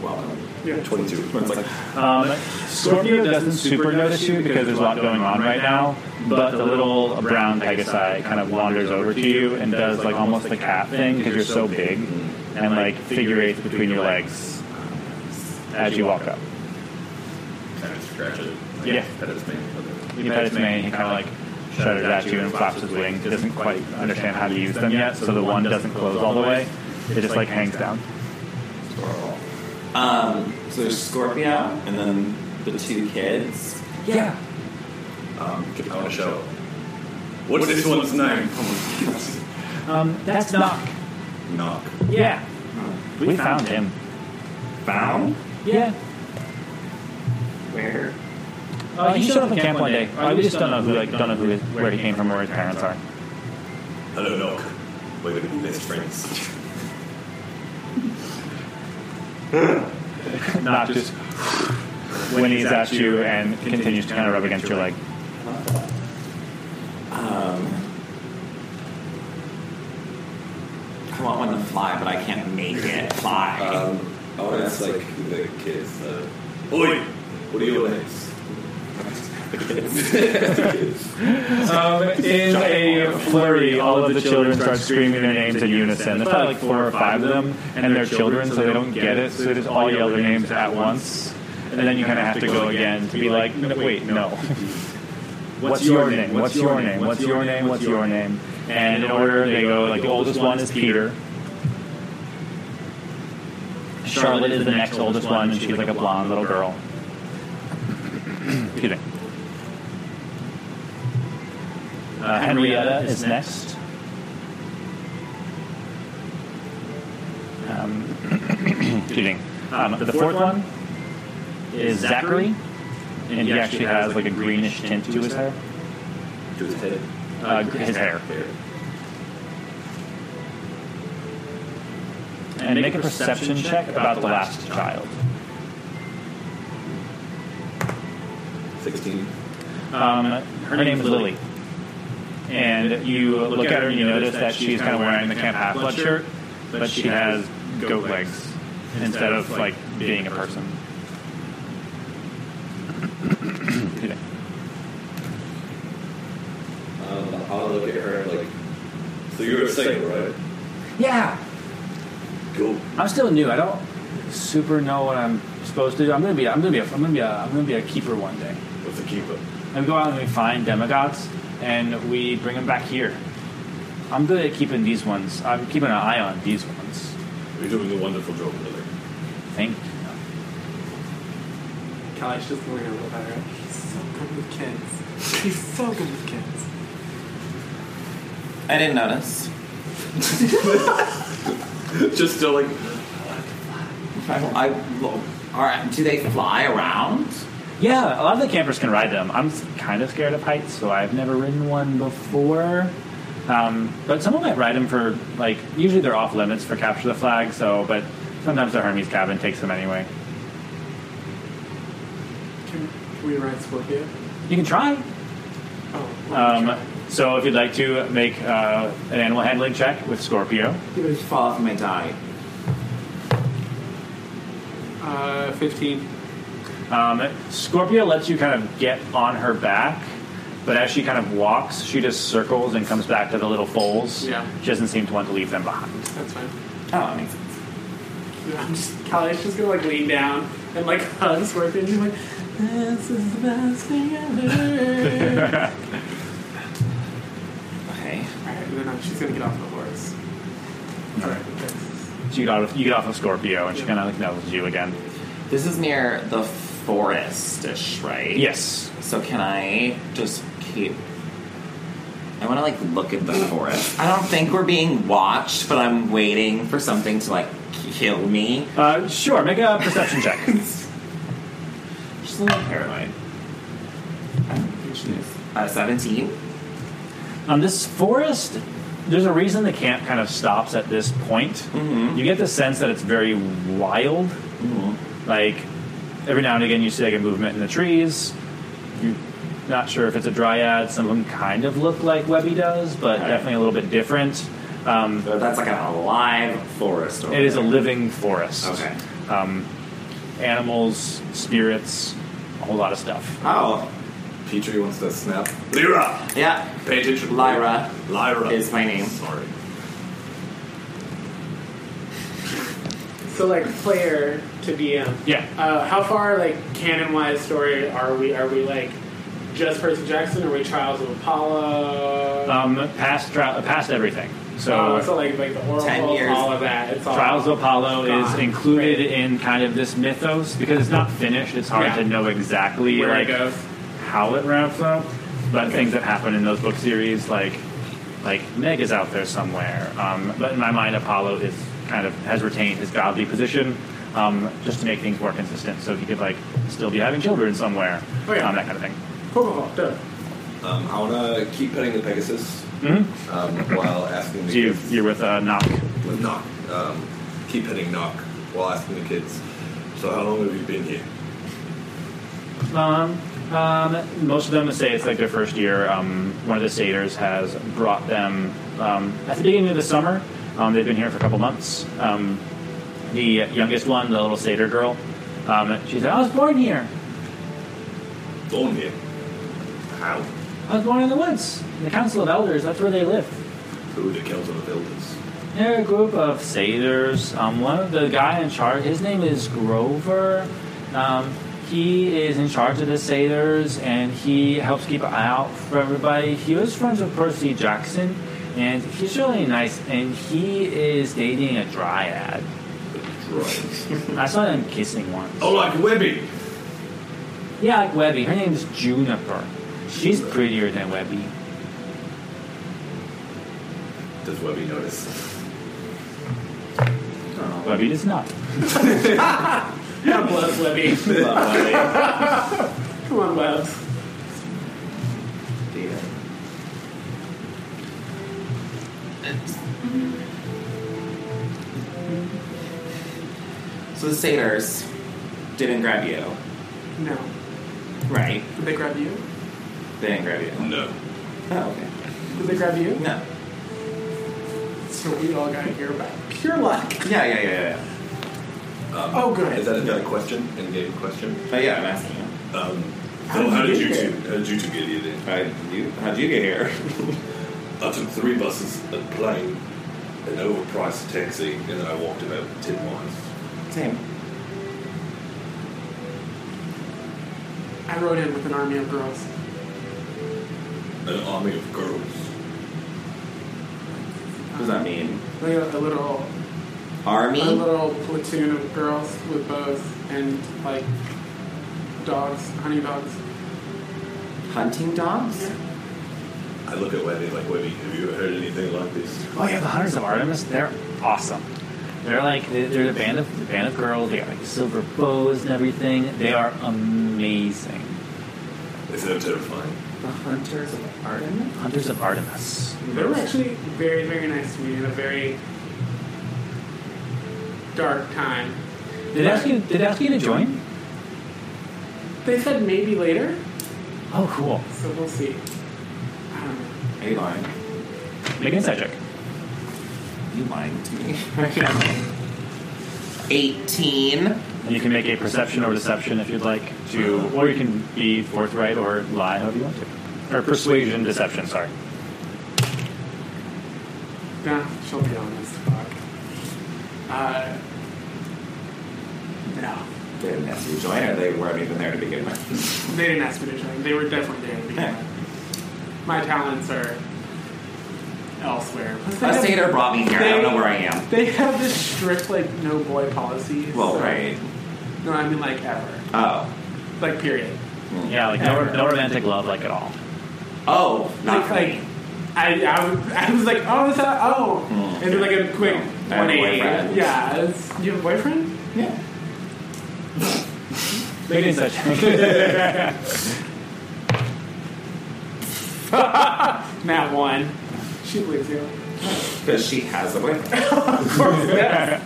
[SPEAKER 6] Twenty-two. It's like
[SPEAKER 2] Um, Scorpio doesn't super notice you because there's a lot going on right now, but the little brown pegasi kind of wanders over to you and does like almost the cat thing because you're so big, and like figure eights between your legs as you walk up.
[SPEAKER 6] kind of scratch it. Like,
[SPEAKER 2] Yeah.
[SPEAKER 6] That is me. Okay.
[SPEAKER 2] You pet its mane, he kind of like shudders at you and flaps his wings. Doesn't quite understand how to use them yet, so the one doesn't close all the way. It just like hangs down.
[SPEAKER 4] Um, so there's Scorpio, and then the two kids. Yeah.
[SPEAKER 6] I want to show. What's this one's name?
[SPEAKER 2] Um, that's not.
[SPEAKER 6] Knock.
[SPEAKER 2] Yeah. We found him.
[SPEAKER 4] Found?
[SPEAKER 2] Yeah.
[SPEAKER 4] Where?
[SPEAKER 2] Uh, he showed up in camp one day. Uh, we just don't know who, like, don't know who his, where he came from or where his parents are.
[SPEAKER 6] Hello, Knock. We're going to be best friends.
[SPEAKER 2] Not just when he's at you and continues to kind of rub against your leg.
[SPEAKER 4] I want one to fly, but I can't make [laughs] it fly.
[SPEAKER 6] Um, I want to ask like the kids. Uh, Oi, what are your names?
[SPEAKER 2] Um, in a flurry, all of the children start screaming their names in unison. There's probably like four or five of them, and they're children, so they don't get it. So they just all yell their names at once, and then you kind of have to go again to be like, no, wait, no. [laughs] What's your name? What's your name? What's your name? What's your name? And in order, they go like the oldest one is Peter. Charlotte is the next oldest one, and she's like a blonde little girl. Excuse me. Uh, Henrietta is next. Um, [coughs] excuse me. Um, the fourth one is Zachary, and he actually has like a greenish tint to his hair.
[SPEAKER 6] To his head.
[SPEAKER 2] Uh, gr- his hair.
[SPEAKER 6] There.
[SPEAKER 2] And make a perception check about the last child.
[SPEAKER 6] Sixteen.
[SPEAKER 2] Um, her name is Lily. And you look at her and you notice that she's kind of wearing the camp half blood shirt, but she has goat legs instead of like being a person. Excuse me.
[SPEAKER 6] Um, I'll look at her and like. So you're a singer, right?
[SPEAKER 2] yeah,
[SPEAKER 6] Cool.
[SPEAKER 2] I'm still new. I don't super know what I'm supposed to do. I'm gonna be. I'm gonna be. A, I'm gonna be. A, I'm gonna be a keeper one day.
[SPEAKER 6] What's a keeper?
[SPEAKER 2] And we go out and we find demigods, and we bring them back here. I'm good at keeping these ones. I'm keeping an eye on these ones.
[SPEAKER 6] You're doing a wonderful job, Lily.
[SPEAKER 2] Thank.
[SPEAKER 8] Kai's just looking over at her. He's so good with kids. He's so good with kids.
[SPEAKER 4] I didn't notice.
[SPEAKER 6] Just still like
[SPEAKER 4] I, I, all right, do they fly around?
[SPEAKER 2] Yeah, a lot of the campers can ride them. I'm kind of scared of heights, so I've never ridden one before. Um, but someone might ride them for like. Usually they're off limits for capture the flag. So, but sometimes the Hermes cabin takes them anyway.
[SPEAKER 8] Can, can we ride Scorpio?
[SPEAKER 2] You can try.
[SPEAKER 8] Oh, well,
[SPEAKER 2] Um,
[SPEAKER 8] sure.
[SPEAKER 2] So if you'd like to make uh, an animal handling check with Scorpio,
[SPEAKER 4] You would fall off my die.
[SPEAKER 8] Uh, 15.
[SPEAKER 2] um, Scorpio lets you kind of get on her back, but as she kind of walks, she just circles and comes back to the little foals.
[SPEAKER 8] Yeah.
[SPEAKER 2] She doesn't seem to want to leave them behind.
[SPEAKER 8] That's fine.
[SPEAKER 4] Oh, that makes sense.
[SPEAKER 8] I'm just, Callie's just gonna like lean down and like [laughs] hug Scorpion. She's like, this is the best
[SPEAKER 2] [laughs]
[SPEAKER 8] thing ever.
[SPEAKER 4] Okay.
[SPEAKER 8] Alright, and then uh, she's gonna get off the horse.
[SPEAKER 2] Alright. So you get off, you get off of Scorpio, and she
[SPEAKER 8] Yeah.
[SPEAKER 2] kind of acknowledges you again.
[SPEAKER 4] This is near the forestish, right?
[SPEAKER 2] Yes.
[SPEAKER 4] So can I just keep? I want to like look at the forest. I don't think we're being watched, but I'm waiting for something to like kill me.
[SPEAKER 2] Uh, sure. Make a perception check.
[SPEAKER 4] [laughs] She's a little paranoid. I don't think she is. Uh, Seventeen.
[SPEAKER 2] On this forest, there's a reason the camp kind of stops at this point.
[SPEAKER 4] Mm-hmm.
[SPEAKER 2] You get the sense that it's very wild.
[SPEAKER 4] Mm-hmm.
[SPEAKER 2] Like every now and again, you see like a movement in the trees. You're not sure if it's a dryad. Some of them kind of look like Webby does, but
[SPEAKER 4] Okay.
[SPEAKER 2] definitely a little bit different. Um,
[SPEAKER 4] But that's like an alive forest. Over
[SPEAKER 2] it is a
[SPEAKER 4] there.
[SPEAKER 2] living forest.
[SPEAKER 4] Okay.
[SPEAKER 2] Animals, spirits, a whole lot of stuff.
[SPEAKER 4] Oh,
[SPEAKER 6] Petrie wants to snap.
[SPEAKER 3] Lyra!
[SPEAKER 4] yeah.
[SPEAKER 3] Pay attention.
[SPEAKER 4] Lyra
[SPEAKER 3] Lyra.
[SPEAKER 4] is my name.
[SPEAKER 3] Sorry.
[SPEAKER 5] So like player to DM.
[SPEAKER 2] Yeah.
[SPEAKER 5] Uh, how far like canon wise story are we? Are we like just Percy Jackson? Are we Trials of Apollo?
[SPEAKER 2] Um, past, tra- past everything. So,
[SPEAKER 5] Uh, so like like the
[SPEAKER 4] Ten
[SPEAKER 5] Oracle,
[SPEAKER 4] years.
[SPEAKER 5] all of that. It's all
[SPEAKER 2] Trials of Apollo is
[SPEAKER 5] gone.
[SPEAKER 2] included in kind of this mythos because it's not finished. It's hard
[SPEAKER 5] Yeah.
[SPEAKER 2] to know exactly
[SPEAKER 5] where
[SPEAKER 2] like
[SPEAKER 5] it goes.
[SPEAKER 2] how it wraps up, but things that happen in those book series, like like Meg is out there somewhere. Um, but in my mind, Apollo is kind of has retained his godly position um, just to make things more consistent, so he could like still be having children somewhere,
[SPEAKER 5] Oh, yeah.
[SPEAKER 2] um, that kind of thing.
[SPEAKER 5] Cool, cool, cool. Done.
[SPEAKER 6] Um, I want to keep petting the Pegasus um, while asking the
[SPEAKER 2] So Mm-hmm. you,
[SPEAKER 6] kids.
[SPEAKER 2] you're with uh, Nock.
[SPEAKER 6] with knock. Um, keep hitting knock while asking the kids. So how long have you been here?
[SPEAKER 2] Um, um, most of them say it's like their first year. Um, one of the satyrs has brought them um, at the beginning of the summer. Um, they've been here for a couple months. Um, the youngest one, the little satyr girl, um, she said, "I was born here.
[SPEAKER 6] Born here. How?
[SPEAKER 2] I was born in the woods. In the council of elders. That's where they live."
[SPEAKER 6] Who are the council of elders?
[SPEAKER 2] They're a group of satyrs. Um, one of the guy in charge, his name is Grover. Um, he is in charge of the satyrs, and he helps keep an eye out for everybody. He was friends with Percy Jackson, and he's really nice. And he is dating a dryad.
[SPEAKER 6] Right.
[SPEAKER 2] I saw them kissing once.
[SPEAKER 6] Oh, like Webby.
[SPEAKER 2] Yeah, like Webby. Her name's Juniper. She's prettier than Webby.
[SPEAKER 6] Does Webby notice?
[SPEAKER 2] Webby does not.
[SPEAKER 5] God bless Libby.
[SPEAKER 4] Lovely.
[SPEAKER 5] Come on, Webb.
[SPEAKER 4] David. So the satyrs didn't grab you,
[SPEAKER 8] No.
[SPEAKER 4] right?
[SPEAKER 8] Did they grab you?
[SPEAKER 4] They didn't grab you.
[SPEAKER 6] No.
[SPEAKER 4] Oh, okay.
[SPEAKER 8] Did they grab you?
[SPEAKER 4] No.
[SPEAKER 8] So we all got here by pure luck.
[SPEAKER 4] Yeah, yeah, yeah, yeah. yeah.
[SPEAKER 8] Oh,
[SPEAKER 6] Um,
[SPEAKER 8] good.
[SPEAKER 6] Is that a valid question? In game question?
[SPEAKER 4] But yeah, I'm asking you.
[SPEAKER 6] Um,
[SPEAKER 8] How
[SPEAKER 6] well,
[SPEAKER 8] did
[SPEAKER 6] how
[SPEAKER 8] you
[SPEAKER 6] did you
[SPEAKER 8] get
[SPEAKER 6] two? How did you two get here then?
[SPEAKER 4] How'd you, how'd you get here?
[SPEAKER 6] I took three buses, a plane, an overpriced taxi, and then I walked about ten miles.
[SPEAKER 4] Same.
[SPEAKER 8] I rode in with an army of girls.
[SPEAKER 6] An army of girls.
[SPEAKER 4] What does that mean?
[SPEAKER 8] Like a, a little,
[SPEAKER 4] Army?
[SPEAKER 8] a little platoon of girls with bows and like dogs, honey dogs.
[SPEAKER 4] Hunting dogs?
[SPEAKER 6] I look at Webby like, Webby, have you ever heard anything like this?
[SPEAKER 2] Oh yeah, the Hunters of Artemis, they're awesome. They're like they're they're a band of a band of girls. They got like silver bows and everything. They are amazing.
[SPEAKER 6] They sound terrifying.
[SPEAKER 4] The hunters of Artemis?
[SPEAKER 2] Hunters of Artemis.
[SPEAKER 5] They were actually very, very nice to me in a very dark time.
[SPEAKER 2] Did they ask you? Did they ask you to join?
[SPEAKER 5] They said maybe later,
[SPEAKER 2] Oh, cool.
[SPEAKER 8] Um,
[SPEAKER 5] so we'll see. I don't know.
[SPEAKER 4] Are you lying?
[SPEAKER 2] Make an insight check.
[SPEAKER 4] You lying to [laughs] me? 18.
[SPEAKER 2] And you can make a perception or deception if you'd like to, or you can be forthright or lie however you want to. Or persuasion, deception, sorry.
[SPEAKER 5] Nah, she'll be honest. Fuck. Uh, no.
[SPEAKER 4] They didn't ask you to join, or they weren't even there to begin with.
[SPEAKER 5] They didn't ask me to join. They were definitely there. to begin with. My talents are elsewhere. Plus, they
[SPEAKER 4] [laughs] A
[SPEAKER 5] have-
[SPEAKER 4] satyr brought me here. I don't know where I am.
[SPEAKER 5] They have this strict, like, no boy policy.
[SPEAKER 4] Well,
[SPEAKER 5] so-
[SPEAKER 4] right.
[SPEAKER 5] No, I mean, like, ever.
[SPEAKER 4] Oh.
[SPEAKER 5] Like, period.
[SPEAKER 2] Yeah, like no, no romantic love, like at all.
[SPEAKER 4] Oh, not
[SPEAKER 5] like,
[SPEAKER 4] for
[SPEAKER 5] like
[SPEAKER 4] me. Hmm.
[SPEAKER 5] I, I, was, I was like, oh, is that, oh. and then, like, a quick
[SPEAKER 4] I have a
[SPEAKER 5] 180.
[SPEAKER 4] boyfriend.
[SPEAKER 5] Yeah. It's, you have a boyfriend?
[SPEAKER 4] Yeah.
[SPEAKER 2] Make an insight check.
[SPEAKER 5] Nat one. She believes
[SPEAKER 4] [laughs]
[SPEAKER 5] you.
[SPEAKER 4] Because she has a boyfriend.
[SPEAKER 5] Of course, yeah.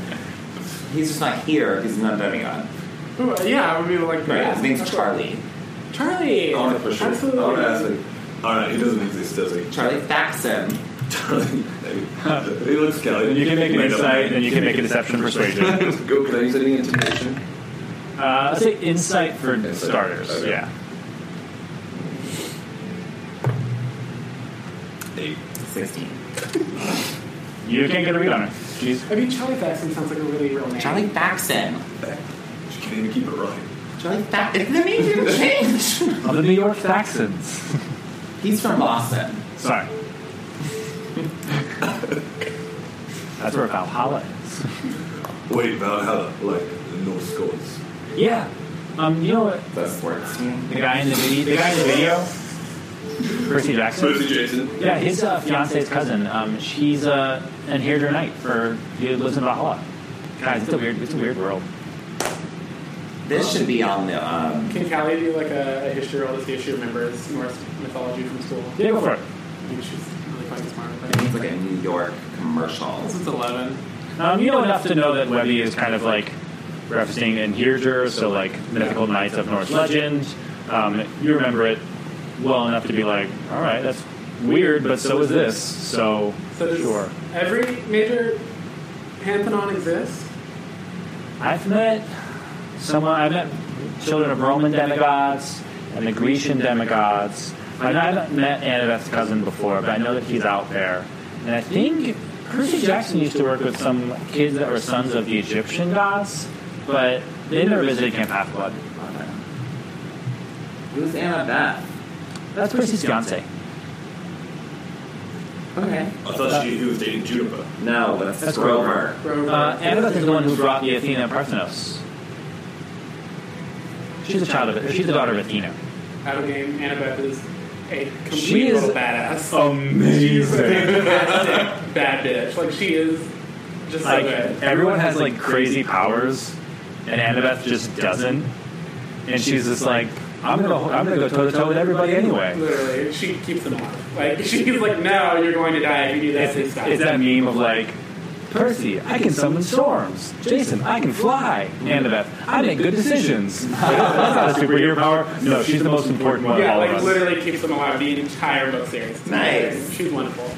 [SPEAKER 4] He's just not here. He's not demigod.
[SPEAKER 5] Ooh, yeah, I would be like,
[SPEAKER 4] Right.
[SPEAKER 5] yeah,
[SPEAKER 4] His name's
[SPEAKER 5] of
[SPEAKER 4] Charlie.
[SPEAKER 5] course. Charlie.
[SPEAKER 6] I want to push him.
[SPEAKER 5] Absolutely.
[SPEAKER 6] I want to ask him. All right, he doesn't exist, does he? [laughs]
[SPEAKER 4] Charlie Faxon.
[SPEAKER 6] Charlie. he looks scally.
[SPEAKER 2] [laughs] You can make an
[SPEAKER 6] Made up.
[SPEAKER 2] insight, and you can make a deception, persuasion.
[SPEAKER 6] Go. Can I use any intimidation?
[SPEAKER 2] Uh, let's say insight for starters.
[SPEAKER 6] Okay.
[SPEAKER 2] Yeah.
[SPEAKER 6] Eight.
[SPEAKER 4] 16.
[SPEAKER 2] You can't get a read on her. She's
[SPEAKER 5] I mean, Charlie Faxon sounds like a really real name.
[SPEAKER 4] Charlie Faxon.
[SPEAKER 6] She can't even keep it right.
[SPEAKER 4] Charlie Faxon. The name didn't [laughs] change.
[SPEAKER 2] of the New York Saxons.
[SPEAKER 4] He's from Boston.
[SPEAKER 2] [laughs] Sorry. That's where Valhalla is.
[SPEAKER 6] Wait, Valhalla, like the Norse gods.
[SPEAKER 2] Yeah. Um, you know what?
[SPEAKER 4] That's words.
[SPEAKER 2] The guy in the video. The guy in the video. Percy Jackson.
[SPEAKER 6] Percy Jason.
[SPEAKER 2] Yeah, his uh, fiance's cousin. Um, she's uh, an Hereditary Knight for he lives in Valhalla. Guys, it's a weird, it's a weird world.
[SPEAKER 4] This should be on the. Um,
[SPEAKER 5] Can Callie do like a, a history roll to see if she remembers Norse mythology from school?
[SPEAKER 2] Yeah, go for it.
[SPEAKER 5] I think she's really fucking smart.
[SPEAKER 4] I think
[SPEAKER 5] But
[SPEAKER 4] it's like a New York commercial.
[SPEAKER 5] this is eleven.
[SPEAKER 2] Um, you know enough to know that Webby is kind of like referencing in Hereditary, so like mythical knights of Norse legend. Um, you remember it well enough to be like, all right, that's weird, but so is this. So,
[SPEAKER 5] So does
[SPEAKER 2] sure.
[SPEAKER 5] every major pantheon exist?
[SPEAKER 2] I've met someone. I met children of Roman demigods and the Grecian demigods. I haven't met Annabeth's cousin before, but I know that he's out there. And I think Percy Jackson used to work with some kids that were sons of the Egyptian gods, but they never visited Camp Half Blood.
[SPEAKER 4] Who's Annabeth?
[SPEAKER 2] That's Percy's fiance.
[SPEAKER 4] Okay.
[SPEAKER 6] I thought she who was dating Juniper.
[SPEAKER 4] No, that's,
[SPEAKER 2] That's
[SPEAKER 4] Grover.
[SPEAKER 5] Grover.
[SPEAKER 2] Uh, Annabeth is the one who brought the Athena and Parthenos. She's a child of it. She's the daughter of Athena.
[SPEAKER 5] out of game. Annabeth is a complete
[SPEAKER 2] She is
[SPEAKER 5] little badass.
[SPEAKER 2] Amazing.
[SPEAKER 5] Fantastic [laughs] bad bitch. Like she is just so
[SPEAKER 2] like
[SPEAKER 5] good.
[SPEAKER 2] everyone has like crazy powers, and Annabeth just doesn't. And she's just like, I'm gonna I'm gonna go toe to toe with everybody anyway.
[SPEAKER 5] Literally, she keeps them off. Like [laughs] she's like, no, you're going to die if you do that.
[SPEAKER 2] It's,
[SPEAKER 5] Please stop.
[SPEAKER 2] it's that meme of like, Percy, I can summon storms. Jason, I can fly. Annabeth, I make good decisions. [laughs] Like, That's not a superhero power. No, she's the most important one of
[SPEAKER 5] yeah,
[SPEAKER 2] all
[SPEAKER 5] like
[SPEAKER 2] of us.
[SPEAKER 5] literally keeps them alive the entire book series. It's
[SPEAKER 4] Nice.
[SPEAKER 5] amazing. She's wonderful.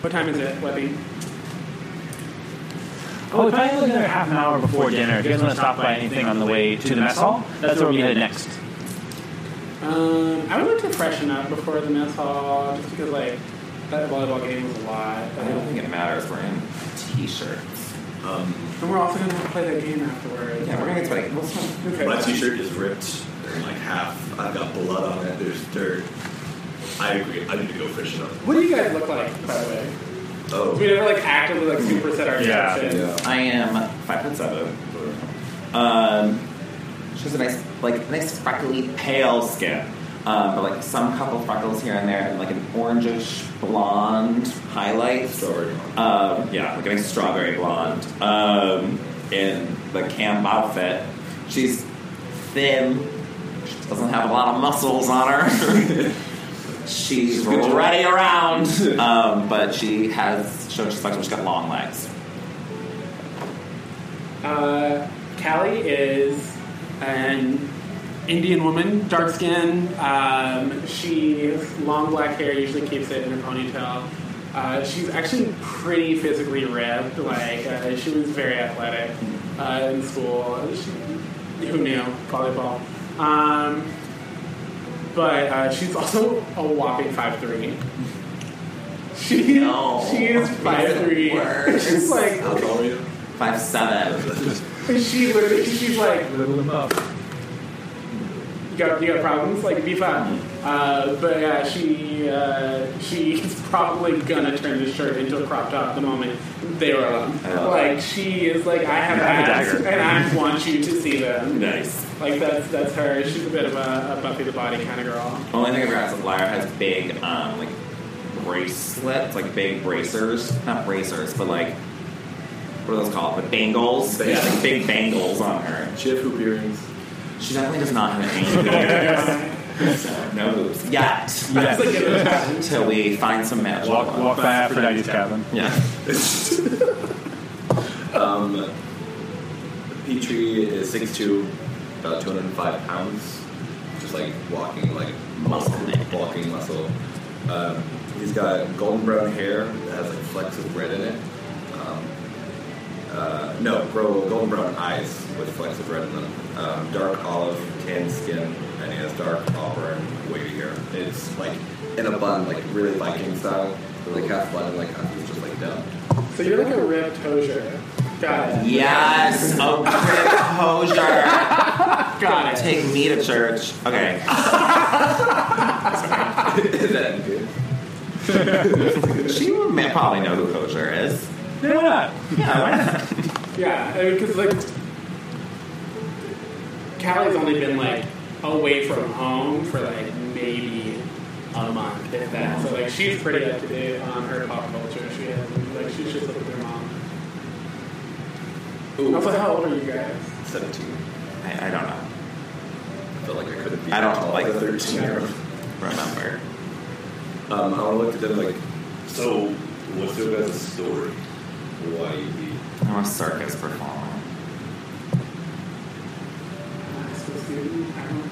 [SPEAKER 5] What time is it, Webby?
[SPEAKER 2] Oh, if I look there half an hour before dinner, if you guys want to stop by anything on the way to the mess hall, that's where we head next.
[SPEAKER 5] Um, I would like to freshen up before the mess hall, just because like that volleyball game was a lot.
[SPEAKER 4] I don't think it matters. We're in t-shirts.
[SPEAKER 5] And we're also gonna have to play that game afterwards.
[SPEAKER 4] Yeah, we're gonna get sweaty. We'll sweat.
[SPEAKER 5] Okay.
[SPEAKER 6] My t-shirt is ripped in like half. I've got blood on it. There's dirt. I agree. I need to go fish it up.
[SPEAKER 5] What do you guys look like, by the way? We
[SPEAKER 6] Oh,
[SPEAKER 5] never like actively like super set our
[SPEAKER 2] Yeah.
[SPEAKER 5] attention.
[SPEAKER 6] yeah.
[SPEAKER 4] I am five foot seven. Um, she has a nice, like, nice freckly, pale skin, um, but like some couple freckles here and there, and like an orangish blonde highlight.
[SPEAKER 6] Strawberry blonde.
[SPEAKER 4] Um, yeah, like a nice strawberry blonde. Um, in the camp outfit, she's thin. She doesn't have a lot of muscles on her. [laughs] she's ready around, um, but she has shown she's flexible. She's got long legs.
[SPEAKER 5] Uh, Callie is an Indian woman, dark skin. Um, she has long black hair, usually keeps it in a ponytail. Uh, she's actually pretty physically ripped. Like uh, she was very athletic uh, in school. She, who knew volleyball? Um, but uh, she's also a whopping five three. She
[SPEAKER 4] No.
[SPEAKER 5] she is five three.
[SPEAKER 4] Worse.
[SPEAKER 5] [laughs] She's like
[SPEAKER 3] How tall are you?
[SPEAKER 4] Five seven.
[SPEAKER 5] she literally she's like little him up. You got you got problems? Like be fine. Uh, but yeah, she uh, she's [laughs] probably gonna turn this shirt into a crop top the moment they are alone.
[SPEAKER 4] Oh.
[SPEAKER 5] Like she is like I
[SPEAKER 2] [laughs]
[SPEAKER 5] have
[SPEAKER 2] have a
[SPEAKER 5] abs
[SPEAKER 2] dagger.
[SPEAKER 5] and I want you to see
[SPEAKER 2] [laughs]
[SPEAKER 5] them.
[SPEAKER 4] Nice.
[SPEAKER 5] Like that's that's her. She's a bit of a, a Buffy the Body kind of girl.
[SPEAKER 4] Only thing I've ever asked is Lyra has big, um, like, bracelets, like big bracers. Not bracers, but like, what are those called? But bangles. Yeah, like big bangles on her.
[SPEAKER 3] She have hoop earrings.
[SPEAKER 4] She definitely does not have any [laughs] boobs. so, no boobs. Yet.
[SPEAKER 2] Yes.
[SPEAKER 4] Until we find some match.
[SPEAKER 2] Walk, walk by Aphrodite's cabin.
[SPEAKER 4] Yeah.
[SPEAKER 3] Um, Petrie is 6'2", about 205 pounds. Just like walking, like muscle, walking muscle. Um, he's got golden brown hair that has like flecks of red in it. Um, uh, no, bro, golden brown eyes with flecks of red in them. Um, dark olive, tan skin, and he has dark auburn wavy hair. It's like in a bun, like really Viking style, but like half bun and like half just like [laughs] down.
[SPEAKER 5] So you're like a ripped hosier. Got it.
[SPEAKER 4] Yes. Oh, Hosier.
[SPEAKER 5] Got it.
[SPEAKER 4] Take me to church. Okay.
[SPEAKER 3] Then,
[SPEAKER 4] She would ma- probably know who Hosier is.
[SPEAKER 2] Why not?
[SPEAKER 5] Yeah, because like Callie's only been like away from home for like maybe a month, if that. So like she's pretty up to date on her pop culture. She has like she's just with her mom. I was like, how old are you guys?
[SPEAKER 3] 17.
[SPEAKER 4] I, I don't know.
[SPEAKER 3] felt like I could have beat
[SPEAKER 4] I don't
[SPEAKER 3] all
[SPEAKER 4] like
[SPEAKER 3] the 13 year old.
[SPEAKER 4] Remember.
[SPEAKER 3] Um, I looked at them like,
[SPEAKER 6] So, what's your guys' story? Why you be?
[SPEAKER 4] I'm a circus performer.
[SPEAKER 5] I'm supposed to- I don't-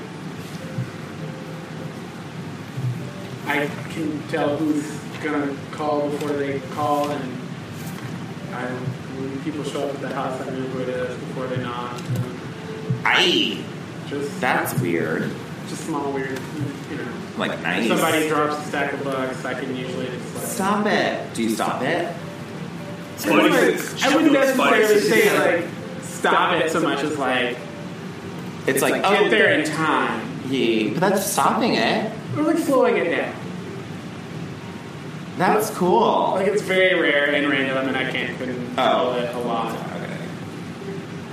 [SPEAKER 5] I can tell who's gonna call before they call, and I, when people show up at the house, I know who it is before they knock. and-
[SPEAKER 4] Aye!
[SPEAKER 5] Just
[SPEAKER 4] That's weird.
[SPEAKER 5] just small weird, you know.
[SPEAKER 4] Like,
[SPEAKER 5] If
[SPEAKER 4] nice.
[SPEAKER 5] somebody drops a stack of bucks, I can usually just like.
[SPEAKER 4] Stop it. Do you stop it?
[SPEAKER 5] I wouldn't,
[SPEAKER 6] Spicy.
[SPEAKER 5] I wouldn't necessarily
[SPEAKER 6] Spicy.
[SPEAKER 5] say like stop it so much as like
[SPEAKER 4] It's, like, oh,
[SPEAKER 5] get there in time
[SPEAKER 4] yeah. But that's stopping it.
[SPEAKER 5] or like slowing it down.
[SPEAKER 4] That's cool.
[SPEAKER 5] Like it's very rare and random, and I can't control
[SPEAKER 4] Oh.
[SPEAKER 5] it a lot.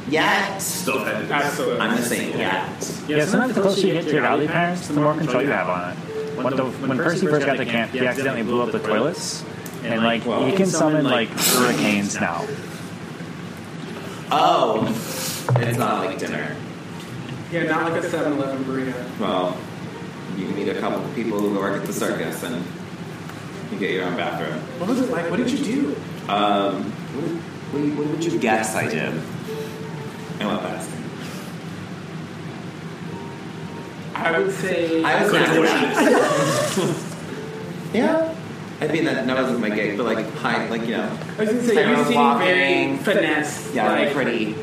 [SPEAKER 4] Yet.
[SPEAKER 6] Stuff happened.
[SPEAKER 5] Absolutely.
[SPEAKER 4] I'm just saying yet.
[SPEAKER 2] Yeah, sometimes the closer you get to your alley parents, the more control you have on it. When, the, when Percy first got to camp, he accidentally blew up the toilets. And, like, he can summon, like, [laughs] hurricanes now.
[SPEAKER 4] Oh. It's not like dinner.
[SPEAKER 5] Yeah, not like a 7-Eleven burrito.
[SPEAKER 4] Well, you meet a couple of people who work at the circus and you get your own bathroom.
[SPEAKER 5] What was it like? What did you do?
[SPEAKER 4] Um, what, what, what would you guess I did? I went fast.
[SPEAKER 5] I would say
[SPEAKER 4] I was
[SPEAKER 6] Good
[SPEAKER 4] not
[SPEAKER 6] question.
[SPEAKER 4] [laughs] Yeah. I mean, that, that wasn't my gig, but like, high, like, you know.
[SPEAKER 5] I was gonna say you
[SPEAKER 4] Sarah
[SPEAKER 5] seem
[SPEAKER 4] walking.
[SPEAKER 5] very finesse.
[SPEAKER 4] Yeah, like,
[SPEAKER 5] like,
[SPEAKER 4] pretty.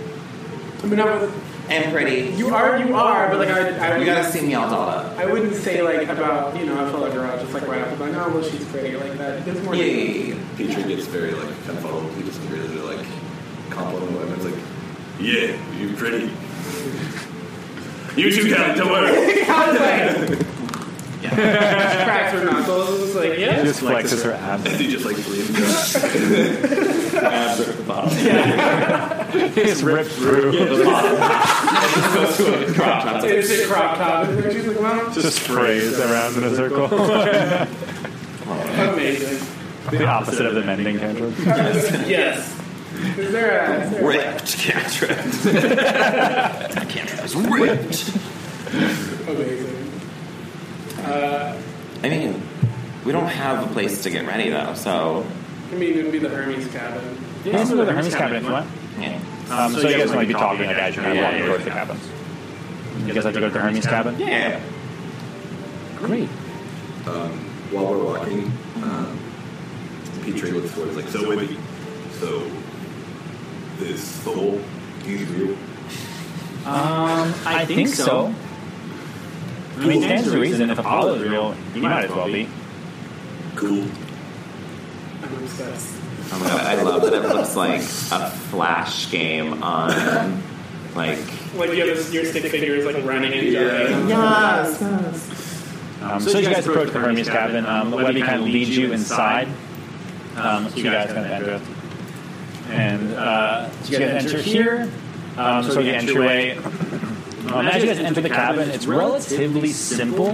[SPEAKER 5] I mean, I was,
[SPEAKER 4] And pretty.
[SPEAKER 5] you are, you are, but like I, I
[SPEAKER 4] You
[SPEAKER 5] would
[SPEAKER 4] gotta see me all dolled up.
[SPEAKER 5] I wouldn't say like about you know a fellow girl just like right off the bat. No, well she's pretty like that. There's more.
[SPEAKER 4] Yeah, yeah, yeah, yeah.
[SPEAKER 3] Petrie gets very like controlled. He just really like compliment women. It's like,
[SPEAKER 6] Yeah, you pretty. You too, Callie, don't
[SPEAKER 3] [laughs]
[SPEAKER 6] worry.
[SPEAKER 5] [laughs] I was like, [laughs] cracks her knuckles. It's like yeah.
[SPEAKER 2] Just flexes her abs.
[SPEAKER 6] And he just like leaves.
[SPEAKER 4] Abs are at the bottom.
[SPEAKER 2] [laughs] It's ripped through.
[SPEAKER 4] Crop tops.
[SPEAKER 5] It's a crop top. And she's like, wow,
[SPEAKER 2] Just sprays around [laughs] in a circle.
[SPEAKER 5] amazing.
[SPEAKER 2] The opposite of the mending [laughs] tantrum.
[SPEAKER 5] Yes. Is there a? Is there a
[SPEAKER 4] Ripped [laughs] cantrip. cantrip is ripped.
[SPEAKER 5] amazing. Uh,
[SPEAKER 4] I mean, we don't have a place to get ready though, so.
[SPEAKER 5] I mean, it would be the Hermes cabin.
[SPEAKER 2] You can go to the Hermes cabin Um, if you want.
[SPEAKER 4] Yeah.
[SPEAKER 2] Um, so, you guys might be talking, like, as you're walking towards the cabin. You guys have to go to Hermes' cabin?
[SPEAKER 4] Yeah.
[SPEAKER 2] Great.
[SPEAKER 3] While we're walking, um, Petrie looks towards like,
[SPEAKER 6] So wait, so this soul is real.
[SPEAKER 2] I, think, so. I mean, stands to reason if Apollo is real, he might as well be.
[SPEAKER 6] Cool.
[SPEAKER 5] I'm obsessed.
[SPEAKER 4] Oh my god, I love that it looks like a flash game on, like.
[SPEAKER 5] Like you have this, your stick figure is like running and jumping.
[SPEAKER 4] Yes.
[SPEAKER 2] Um, so, as you guys approach the Hermes cabin, um, Webby kind of leads you inside. Um, so you guys kind of enter. And uh, so you guys enter here. Um, so the entryway. Um, as you guys enter the cabin, it's relatively simple.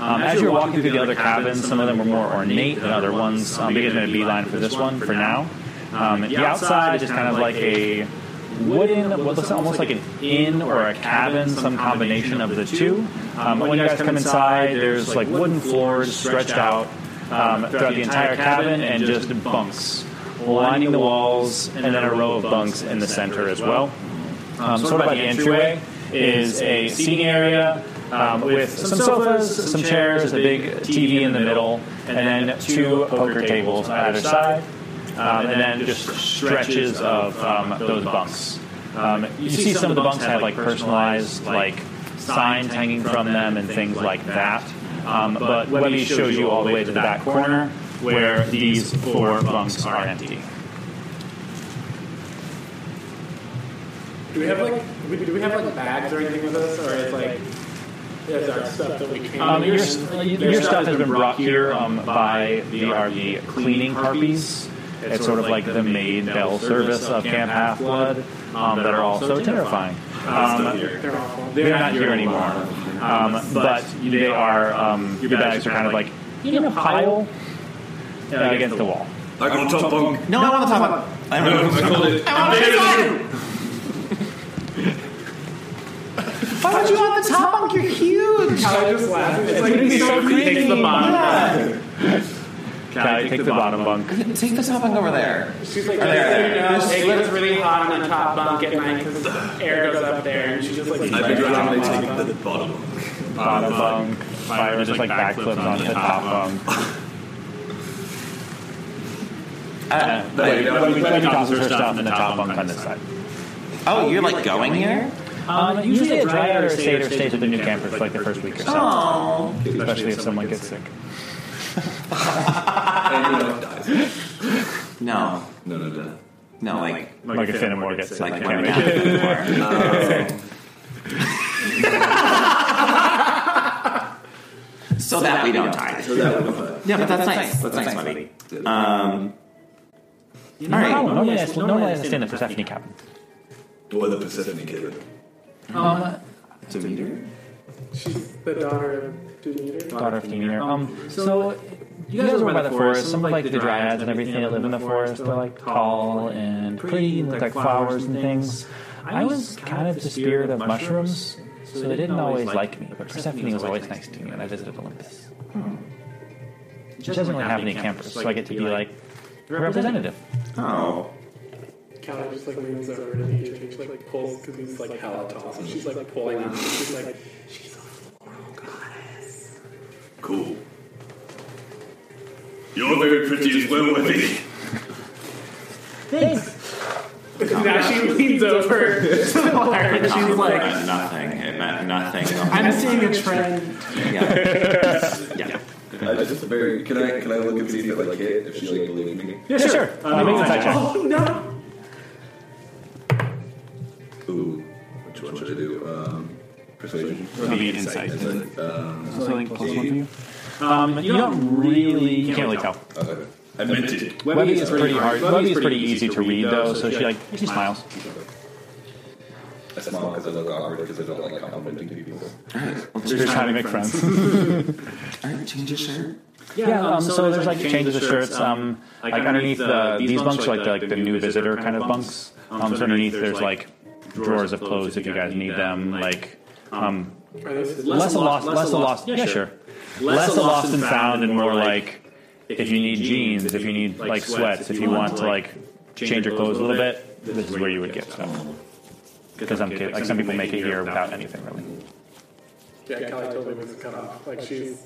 [SPEAKER 2] Um, as you're walking through the other cabins, some of them were more ornate than other ones. Um, but you guys made a beeline for this one for now. Um, the outside is just kind of like a wooden, what looks almost like an inn or a cabin, some combination of the two. Um, but when you guys come inside, there's like wooden floors stretched out um, throughout the entire cabin and just bunks lining the walls, and then a row of bunks in the center as well. Um, sort of by the entryway is a seating area. Um, with some sofas, some chairs, a big TV in the middle, and then two poker tables on either side um, and then just stretches of um, those bunks. Um, you see some of the bunks have like personalized like signs hanging from them and things like that. Um, but Webby shows you all the way to the back corner where these four bunks are empty.
[SPEAKER 5] Do we have like we- do we have like bags or anything with us, or is like is our stuff that we came?
[SPEAKER 2] Um, your,
[SPEAKER 5] with?
[SPEAKER 2] your stuff has been brought here um, by the RV cleaning harpies. It's sort of like the maid bell service of Camp Half Blood um, that are also terrifying. Um,
[SPEAKER 5] They're awful.
[SPEAKER 2] they're not here anymore. Um, but they are um, your bags are kind of like in a pile uh, against the wall.
[SPEAKER 6] I got a top bunk.
[SPEAKER 4] No, I want to talk about. I don't know.
[SPEAKER 6] I called it.
[SPEAKER 4] Why would you want the top bunk? You're huge.
[SPEAKER 5] I just laugh. It's like it's so creepy. Takes the bottom.
[SPEAKER 4] Yeah.
[SPEAKER 2] Callie, take the bottom bunk.
[SPEAKER 4] Take the top bunk over there.
[SPEAKER 5] She's like,
[SPEAKER 4] Or
[SPEAKER 5] just so
[SPEAKER 4] there.
[SPEAKER 5] you know, it gets really hot on the top bunk at night because the air goes up there, and she just like.
[SPEAKER 6] I'd be glad they take the
[SPEAKER 3] [laughs]
[SPEAKER 6] bottom.
[SPEAKER 2] Bottom bunk. Fire just like backflips onto the top bunk. Uh, wait, Webby- Webby tops her stuff in the top bunk on this side.
[SPEAKER 4] Oh, you're like going here?
[SPEAKER 2] Um, usually a dry or a satyr stays with the new camper for like the first week or so,
[SPEAKER 4] Oh.
[SPEAKER 2] especially if someone gets sick.
[SPEAKER 6] And then dies.
[SPEAKER 4] No.
[SPEAKER 6] No, no, no.
[SPEAKER 4] No, like
[SPEAKER 2] Like if Finnemore gets sick,
[SPEAKER 4] like
[SPEAKER 2] can't
[SPEAKER 4] one and a
[SPEAKER 2] make
[SPEAKER 4] half
[SPEAKER 2] it.
[SPEAKER 4] anymore. [laughs] Oh. So that we don't die.
[SPEAKER 6] So that would be fun.
[SPEAKER 4] Yeah, but that's nice. That's nice, buddy. Um. All
[SPEAKER 2] No,
[SPEAKER 4] right.
[SPEAKER 2] normally I, normally I stay in the Persephone cabin.
[SPEAKER 6] Or the Persephone kid.
[SPEAKER 5] She's the daughter of Demeter.
[SPEAKER 2] daughter of Ymir. Um, so you guys were by the forest. Some of like the dryads and everything that live in the forest are like tall and pretty, look like flowers and things. I was kind of the spirit of mushrooms, so they didn't always like me. But Persephone was always nice to me when I visited Olympus. She doesn't really have any campers, so I get to be like the representative.
[SPEAKER 4] Oh.
[SPEAKER 5] Callie just like leans over to Demeter and she like pulls because he's like hella tall, so she's like pulling on him. She's like, she's
[SPEAKER 6] Cool. You're very pretty as well, Wendy.
[SPEAKER 5] now [laughs] she leans over to the fire and she's
[SPEAKER 4] It [laughs]
[SPEAKER 5] like,
[SPEAKER 4] meant nothing. It meant nothing.
[SPEAKER 8] I'm seeing a trend.
[SPEAKER 4] Yeah.
[SPEAKER 6] I just very. Can I can I look and see if I like it? If she like believes me?
[SPEAKER 2] Yeah, sure. Uh, make an insight check.
[SPEAKER 5] oh no.
[SPEAKER 6] Ooh, which one should I do? Um, persuasion.
[SPEAKER 2] insight.
[SPEAKER 6] Insight. Um,
[SPEAKER 2] Um, you don't really, you can't really tell.
[SPEAKER 6] okay. I meant it.
[SPEAKER 2] Webby is pretty hard. Webby is pretty easy to read though, so she like she smiles.
[SPEAKER 6] I smile because I look awkward because I don't like complimenting people.
[SPEAKER 2] She's trying to make friends.
[SPEAKER 4] Alright, change your shirt.
[SPEAKER 2] Yeah, um, so there's like changes of shirts. Um, like underneath the, these bunks are like the, like the new visitor kind of bunks. Um, so underneath there's like drawers of clothes if you guys need them. Like um,
[SPEAKER 5] Are those-
[SPEAKER 2] less a lost, less a lost. Yeah, sure. Less a lost and found, and more like if you need jeans, if you need like sweats, if you want to like change your clothes a little bit, this is where you would get stuff. Because some kid, like some people make it here without anything really.
[SPEAKER 5] Yeah, Callie totally was cut off. Like she's,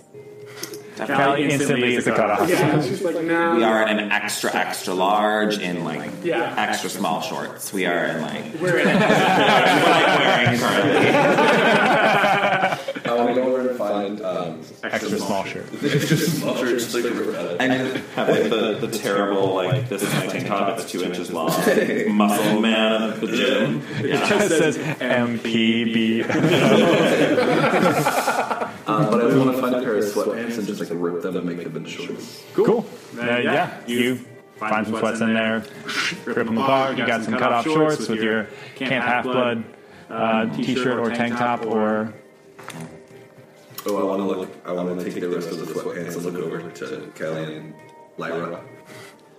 [SPEAKER 2] Callie
[SPEAKER 4] Definitely.
[SPEAKER 2] instantly is the cutoff.
[SPEAKER 5] yeah, she's like, no.
[SPEAKER 4] We are in an extra, extra large in like
[SPEAKER 5] Yeah.
[SPEAKER 4] extra small shorts. We are in like
[SPEAKER 5] We're in [laughs] it.
[SPEAKER 4] what I'm [laughs] wearing currently.
[SPEAKER 6] I want to go over and find um,
[SPEAKER 2] Extra small shirt.
[SPEAKER 6] just like uh,
[SPEAKER 9] I'm gonna have like the, the terrible like this is my tank top. It's two inches
[SPEAKER 4] [laughs]
[SPEAKER 9] long. Muscle man at the gym.
[SPEAKER 2] It says MPB.
[SPEAKER 6] um, but I want to find a pair of sweatpants and just like rip them and make them into shorts.
[SPEAKER 2] Cool. Uh, yeah, you find some sweats in there, rip them apart. You got some cutoff shorts with your Camp Half Blood uh, t-shirt or tank top or
[SPEAKER 6] Oh, I want to look. I want to take the rest of the sweatpants and look over to Callie and Lyra.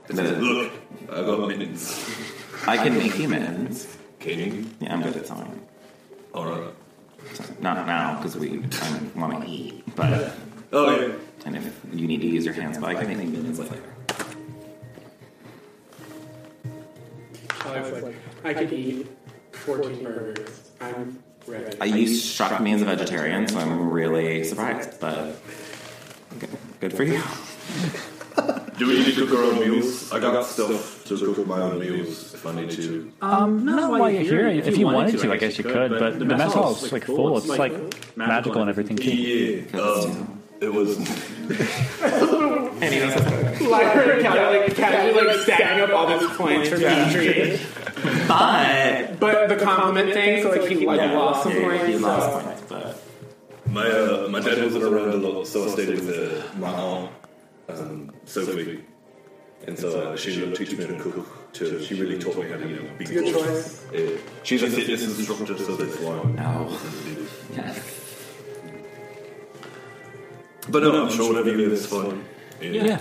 [SPEAKER 6] And then look, I got mittens.
[SPEAKER 4] I can make humans.
[SPEAKER 6] Can you?
[SPEAKER 4] Yeah, I'm good at sewing.
[SPEAKER 6] All right.
[SPEAKER 4] Not now because we I want to eat, but
[SPEAKER 6] Okay.
[SPEAKER 4] and if you need to use your hands, but I can make humans later.
[SPEAKER 5] Callie's like, I could eat 14 burgers. I'm ready.
[SPEAKER 4] Uh, You struck me as a vegetarian, so I'm really surprised, but good- good for you.
[SPEAKER 6] Do we need to cook our own meals? I got stuff to cook my own meals if I need to.
[SPEAKER 2] Not while you're here. If you wanted to, I guess you could. But the mess hall is like full. It's like magical and everything too.
[SPEAKER 6] Yeah. Um, it was.
[SPEAKER 10] Like, like, casually, like, stacking up all these points from Petrie.
[SPEAKER 4] But
[SPEAKER 10] But the compliment thing, so, like, he, like, lost some
[SPEAKER 4] he
[SPEAKER 10] points.
[SPEAKER 4] lost
[SPEAKER 10] so-
[SPEAKER 4] points, but
[SPEAKER 6] My uh, my dad wasn't around a lot, so I stayed with uh, my aunt, um, Sophie, and so uh, she would teach me to cook. Too. She really taught me how to you know, be good.
[SPEAKER 5] choice.
[SPEAKER 6] Yeah. She's a fitness instructor, so that's why. I'm-
[SPEAKER 4] no. Yes.
[SPEAKER 6] But no, I'm sure whatever you do is fun.
[SPEAKER 2] Yeah.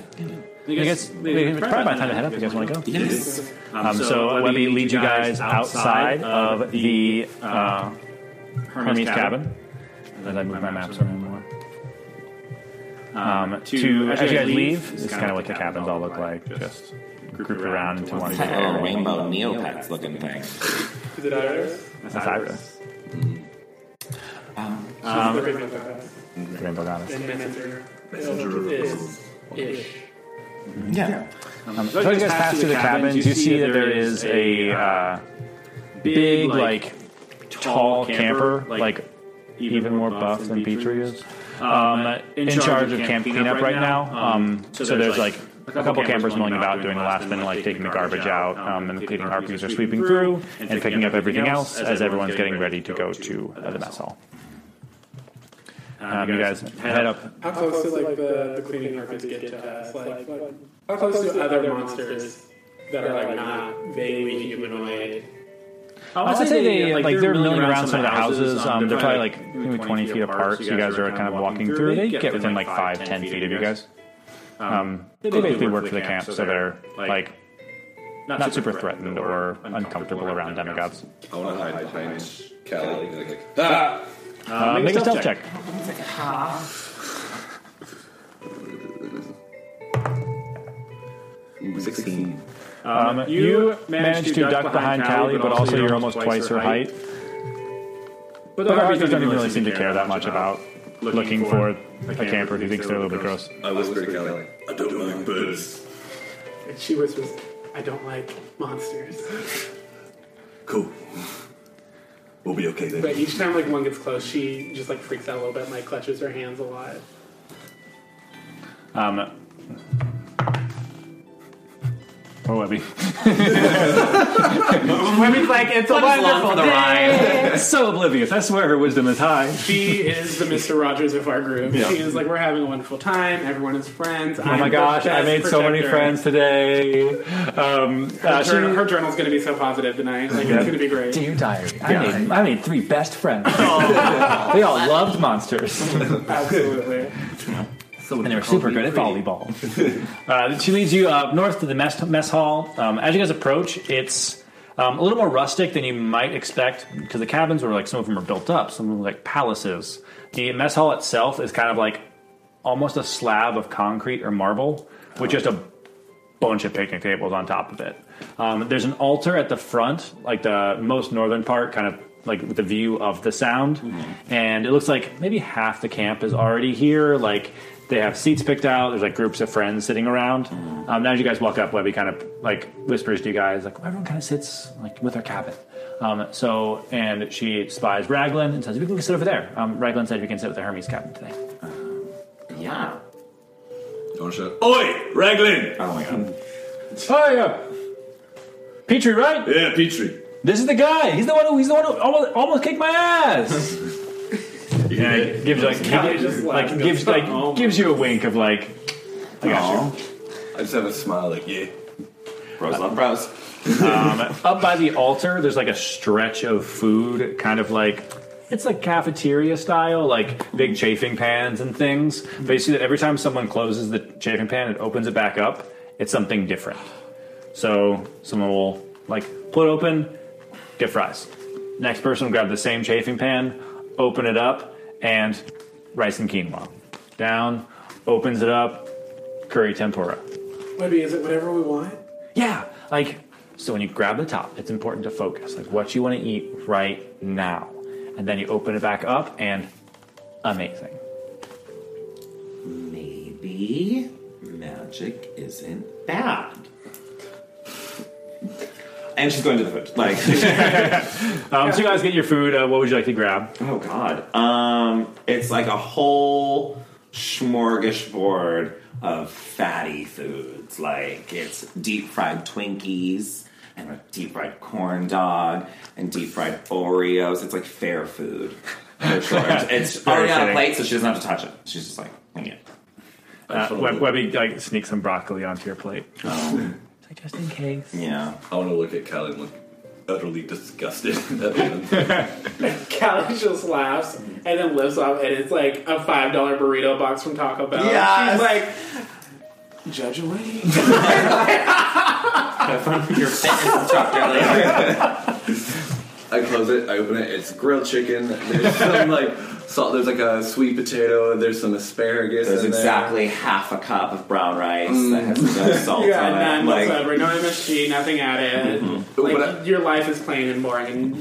[SPEAKER 2] I guess it's probably about time to head up. You guys want to go?
[SPEAKER 4] Yes.
[SPEAKER 2] Um, so let me lead you guys outside of the uh, Hermes cabin. As I move my maps around more. Um, to as you guys leave, it's kind of what the cabins all look like, just grouped around into one.
[SPEAKER 4] It's like a little rainbow Neopets looking thing.
[SPEAKER 5] Is it Iris?
[SPEAKER 2] That's Iris,
[SPEAKER 5] the Raven Goddess.
[SPEAKER 2] the rainbow goddess.
[SPEAKER 5] And Messenger.
[SPEAKER 6] Messenger.
[SPEAKER 5] Is. Ish.
[SPEAKER 4] Yeah.
[SPEAKER 2] So as you Um, guys pass through the cabins, you see that there is a uh, big, like, tall camper, like, even more buff than Petrie is, um, in charge of camp cleanup right now. Um, so there's, like, a couple campers milling about doing the last thing, like taking the garbage out, um, and cleaning harpies are sweeping through and picking up everything else as everyone's getting ready to go to uh, the mess hall. Um, you guys head up
[SPEAKER 5] How close do like the, the cleaning carpets get to us? Like, like how close to other monsters that are like not vaguely humanoid?
[SPEAKER 2] I'd say, they, like, they're milling around some of the houses. Um, they're probably like maybe 20 feet apart, so you guys are kind of walking through. They get within like 5, 10 feet of you guys. Um, they basically work for the camp, so they're like not super threatened or uncomfortable around demigods.
[SPEAKER 6] I want to hide behind Callie. Ah! Like,
[SPEAKER 2] Uh, make a stealth check.
[SPEAKER 6] Sixteen.
[SPEAKER 2] Um, you managed to duck behind Callie, but also you're almost twice her height. But the harpies don't even really seem to care that much about looking for a camper who thinks they're a little bit gross.
[SPEAKER 6] I whisper to Callie. I don't like birds.
[SPEAKER 5] And she whispers, "I don't like monsters."
[SPEAKER 6] Cool. We'll be okay then.
[SPEAKER 5] But each time like one gets close, she just like freaks out a little bit and like clutches her hands a lot.
[SPEAKER 2] Um, or oh,
[SPEAKER 10] [laughs]
[SPEAKER 2] Webby.
[SPEAKER 10] Women's like, it's a
[SPEAKER 2] [laughs]
[SPEAKER 10] wonderful
[SPEAKER 2] so oblivious. I swear her wisdom is high. Oh
[SPEAKER 5] She is the Mr. Rogers of our group. She is like, we're having a wonderful time. Everyone is friends.
[SPEAKER 2] Oh my gosh, I made so many friends today. Um, uh,
[SPEAKER 5] Her, journal,
[SPEAKER 2] she,
[SPEAKER 5] her journal's going to be so positive tonight. Like, it's going to be great.
[SPEAKER 11] Dear diary, I, made, I made three best friends.
[SPEAKER 10] Oh.
[SPEAKER 2] [laughs]
[SPEAKER 11] they all loved monsters,
[SPEAKER 5] Absolutely.
[SPEAKER 11] and they were super good at volleyball.
[SPEAKER 2] [laughs] uh, she leads you up north to the mess, mess hall. Um, as you guys approach, it's um, a little more rustic than you might expect because the cabins were like some of them are built up, some of them are like palaces. The mess hall itself is kind of like almost a slab of concrete or marble with just a bunch of picnic tables on top of it. Um, there's an altar at the front, like the most northern part, kind of like with the view of the sound,
[SPEAKER 10] Mm-hmm.
[SPEAKER 2] and it looks like maybe half the camp is already here. Like they have seats picked out. There's like groups of friends sitting around.
[SPEAKER 10] Mm-hmm.
[SPEAKER 2] Um, now as you guys walk up, Webby kind of like whispers to you guys, like everyone kind of sits like with their cabin. Um, so and she spies Raglan and says, "We can sit over there." Um, Raglan said, "We can sit with the Hermes cabin today."
[SPEAKER 4] Yeah.
[SPEAKER 6] Don't shut. Oi, Raglan.
[SPEAKER 4] Oh my god.
[SPEAKER 10] Hiya, Petrie, right?
[SPEAKER 6] Yeah, Petrie.
[SPEAKER 10] This is the guy. He's the one who he's the one who almost, almost kicked my ass.
[SPEAKER 5] [laughs]
[SPEAKER 10] yeah, he gives like
[SPEAKER 5] Callie just
[SPEAKER 2] Like
[SPEAKER 5] laughs and
[SPEAKER 2] gives
[SPEAKER 5] goes,
[SPEAKER 2] like
[SPEAKER 5] "Oh."
[SPEAKER 2] gives you a wink of like, I got you.
[SPEAKER 6] I just have a smile like yeah.
[SPEAKER 4] Bros love bros.
[SPEAKER 2] up by the altar there's like a stretch of food kind of like it's like cafeteria style like big chafing pans and things but you see that every time someone closes the chafing pan and opens it back up it's something different so someone will like pull it open get fries next person will grab the same chafing pan open it up and rice and quinoa down opens it up curry tempura
[SPEAKER 5] Maybe is it whatever we want?
[SPEAKER 2] yeah, like so when you grab the top, it's important to focus like what you want to eat right now, and then you open it back up and amazing.
[SPEAKER 4] Maybe magic isn't bad. And she's going to the food. Like,
[SPEAKER 2] Um, so you guys get your food. Uh, what would you like to grab?
[SPEAKER 4] oh god. Um, it's like a whole smorgasbord of fatty foods. Like, it's deep fried Twinkies and a deep fried corn dog and deep fried Oreos. It's like
[SPEAKER 5] [laughs]
[SPEAKER 4] fair food. For sure. It's already on a
[SPEAKER 2] fitting.
[SPEAKER 4] plate, so she doesn't have to touch it. She's just like, "Mm, yeah.
[SPEAKER 2] Uh, Web- Webby like sneak some broccoli onto your plate. It's like just in case.
[SPEAKER 4] Yeah.
[SPEAKER 6] I want to look at Callie and look utterly disgusted. [laughs] at him.
[SPEAKER 5] Callie just laughs and then lifts up, and it's like a five dollar burrito box from Taco Bell.
[SPEAKER 4] Yes.
[SPEAKER 5] She's like. Judge away.
[SPEAKER 4] Your fitness instructor later.
[SPEAKER 6] I close it. I open it. It's grilled chicken. There's some like salt. There's like a sweet potato. There's some asparagus.
[SPEAKER 4] There's
[SPEAKER 6] in there.
[SPEAKER 4] exactly half a cup of brown rice that has no salt
[SPEAKER 5] Mm. [laughs] Yeah,
[SPEAKER 4] on
[SPEAKER 5] none
[SPEAKER 4] it. Like,
[SPEAKER 5] whatsoever. No MSG, nothing added. Like,
[SPEAKER 6] But I-
[SPEAKER 5] your life is plain and boring, and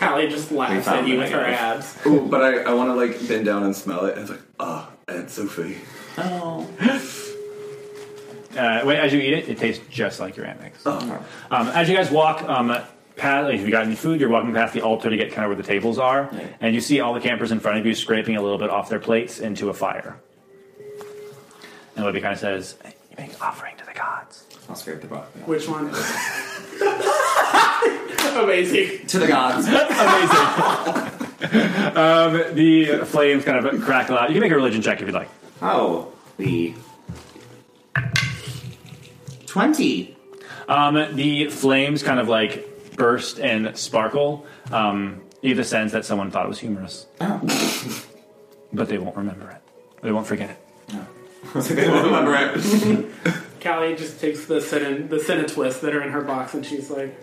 [SPEAKER 5] Callie just
[SPEAKER 4] We
[SPEAKER 5] laughs
[SPEAKER 4] found
[SPEAKER 5] at you with
[SPEAKER 4] it,
[SPEAKER 5] her
[SPEAKER 4] I guess.
[SPEAKER 5] abs.
[SPEAKER 6] Ooh, but I, I want to like bend down and smell it. And it's like ah, Aunt Sophie.
[SPEAKER 4] oh.
[SPEAKER 2] Uh, wait, as you eat it, it tastes just like your Amex. Um, as you guys walk, um, past, like, if you got any food, you're walking past the altar to get kind of where the tables are, and you see all the campers in front of you scraping a little bit off their plates into a fire. And Libby kind of says, "You make an offering to the gods."
[SPEAKER 4] I'll scrape the buck.
[SPEAKER 5] Which one? [laughs] Amazing.
[SPEAKER 4] To the gods.
[SPEAKER 2] Um, the flames kind of crackle out. You can make a religion check if you'd like.
[SPEAKER 4] Oh, the 20.
[SPEAKER 2] Um, the flames kind of like burst and sparkle. Um, you have the sense that someone thought it was humorous, but they won't remember it. They won't forget it.
[SPEAKER 5] Callie just takes the cinnamon, the cinnamon twists that are in her box, and she's like,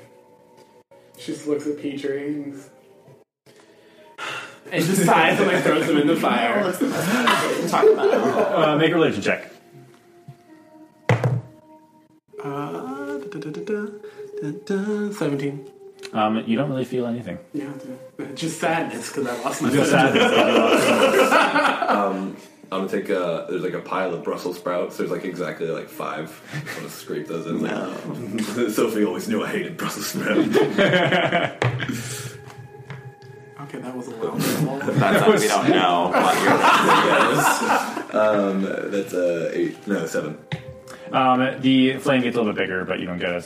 [SPEAKER 5] she just looks at Petrie and, [sighs] and just sighs and like throws them in the fire.
[SPEAKER 4] Talk about it.
[SPEAKER 2] Uh, make a religion check.
[SPEAKER 5] Uh, da, da, da, da, da, da, [laughs] Seventeen.
[SPEAKER 2] Um, you don't really feel anything.
[SPEAKER 5] Yeah, just sadness because I lost my.
[SPEAKER 6] I'm gonna take a. There's like a pile of Brussels sprouts. There's like exactly like five. I'm gonna scrape those in. Like, [laughs] Sophie always knew I hated Brussels sprouts.
[SPEAKER 5] Okay, that was a loud.
[SPEAKER 4] That's like we don't know what you're
[SPEAKER 6] um, that's uh, eight. No, seven.
[SPEAKER 2] Um, the flame gets a little bit bigger, but you don't get a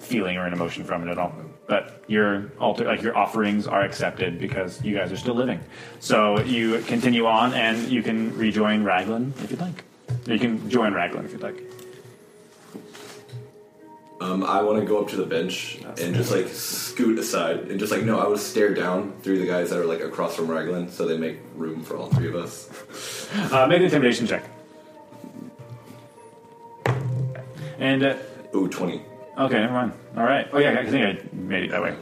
[SPEAKER 2] feeling or an emotion from it at all. But your altar, like your offerings, are accepted because you guys are still living. So you continue on, and you can rejoin Raglan if you'd like. You can join Raglan if you'd like.
[SPEAKER 6] Um, I want to go up to the bench and just like scoot aside and just like no, I would stare down through the guys that are like across from Raglan, so they make room for all three of us.
[SPEAKER 2] Uh, make an intimidation check. And uh,
[SPEAKER 6] Ooh, twenty.
[SPEAKER 2] okay, never mind. All right. Oh yeah, I think I made it that way.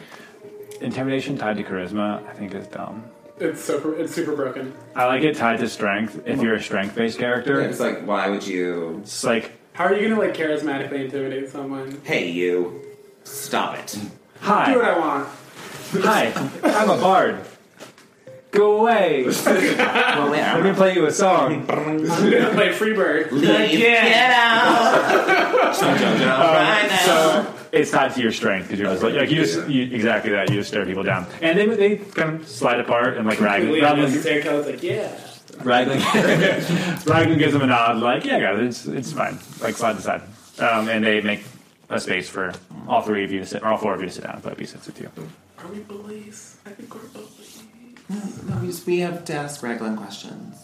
[SPEAKER 2] Intimidation tied to charisma, I think, is dumb.
[SPEAKER 5] it's super. It's super broken.
[SPEAKER 2] I like it tied to strength. If you're a strength-based character,
[SPEAKER 4] It's like, why would you?
[SPEAKER 2] it's like
[SPEAKER 5] How are you gonna like charismatically intimidate someone?
[SPEAKER 4] Hey, you. Stop it.
[SPEAKER 5] Do what
[SPEAKER 2] hi.
[SPEAKER 5] I want. [laughs]
[SPEAKER 2] Hi, I'm a bard.
[SPEAKER 10] Go away.
[SPEAKER 4] Well, Oh, wait,
[SPEAKER 10] Let me play you a song.
[SPEAKER 5] gonna play Freebird.
[SPEAKER 4] Leave. Get out. right now.
[SPEAKER 2] It's tied to your strength because you're just like, like you just you, exactly that. You just stare people down, and they they kind of slide apart and like rag.
[SPEAKER 5] Completely
[SPEAKER 2] Raglan,
[SPEAKER 5] unnecessary. I was like, yeah.
[SPEAKER 2] Raglan, Raglan gives them a nod, like yeah, guys, it's it's fine. Like slide to side, um, and they make a space for all three of you to sit, or all four of you to sit down. But be sits with you.
[SPEAKER 5] Are we bullies? I think we're bullies.
[SPEAKER 4] No, we, just, we have to ask Raglan questions.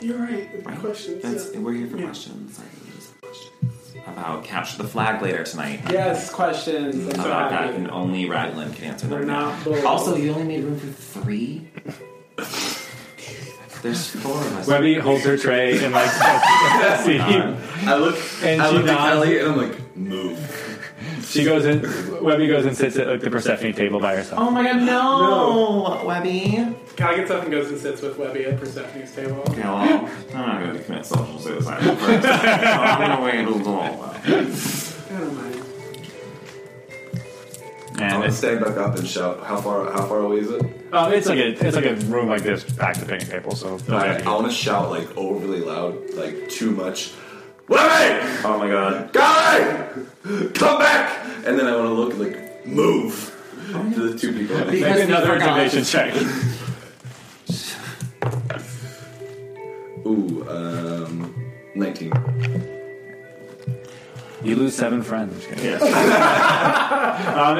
[SPEAKER 5] You're right.
[SPEAKER 4] Right?
[SPEAKER 5] Questions.
[SPEAKER 4] That's,
[SPEAKER 5] yeah.
[SPEAKER 4] We're here for
[SPEAKER 5] Yeah.
[SPEAKER 4] questions. I think we just have questions. About capture the flag later tonight.
[SPEAKER 5] Yes, questions. I'm so
[SPEAKER 4] About that,
[SPEAKER 5] happy.
[SPEAKER 4] and only Raglan can answer
[SPEAKER 5] They're
[SPEAKER 4] them.
[SPEAKER 5] not bullies.
[SPEAKER 4] Also, you only made room for three. There's four of us.
[SPEAKER 2] Webby holds her tray and like [laughs] see,
[SPEAKER 6] I look,
[SPEAKER 2] And
[SPEAKER 6] I
[SPEAKER 2] she
[SPEAKER 6] look at
[SPEAKER 2] nods.
[SPEAKER 6] Ellie, and I'm like, move.
[SPEAKER 2] she goes in. Webby goes and sits at like the Persephone table by herself.
[SPEAKER 4] Oh my god, no, Webby.
[SPEAKER 5] Kyle gets up and goes and sits with Webby at Persephone's table.
[SPEAKER 4] Okay, well, I'm not going to commit social suicide [laughs] first. so I'm going to wait a little while.
[SPEAKER 5] I don't mind.
[SPEAKER 2] And
[SPEAKER 6] I'm gonna
[SPEAKER 2] it's,
[SPEAKER 6] stand back up and shout. How far? How far away is it?
[SPEAKER 2] um, it's like a it's like a room like this packed with picnic table. So
[SPEAKER 6] I, I want to shout like overly loud, like too much. Wait!
[SPEAKER 7] Oh my god.
[SPEAKER 6] Guy! Come back! And then I want to look like move
[SPEAKER 7] Oh,
[SPEAKER 6] to the two people.
[SPEAKER 4] Because
[SPEAKER 2] Make
[SPEAKER 4] we
[SPEAKER 2] another
[SPEAKER 4] forgot.
[SPEAKER 2] intimidation check.
[SPEAKER 6] Ooh, um, nineteen.
[SPEAKER 2] You lose seven [laughs] friends. um,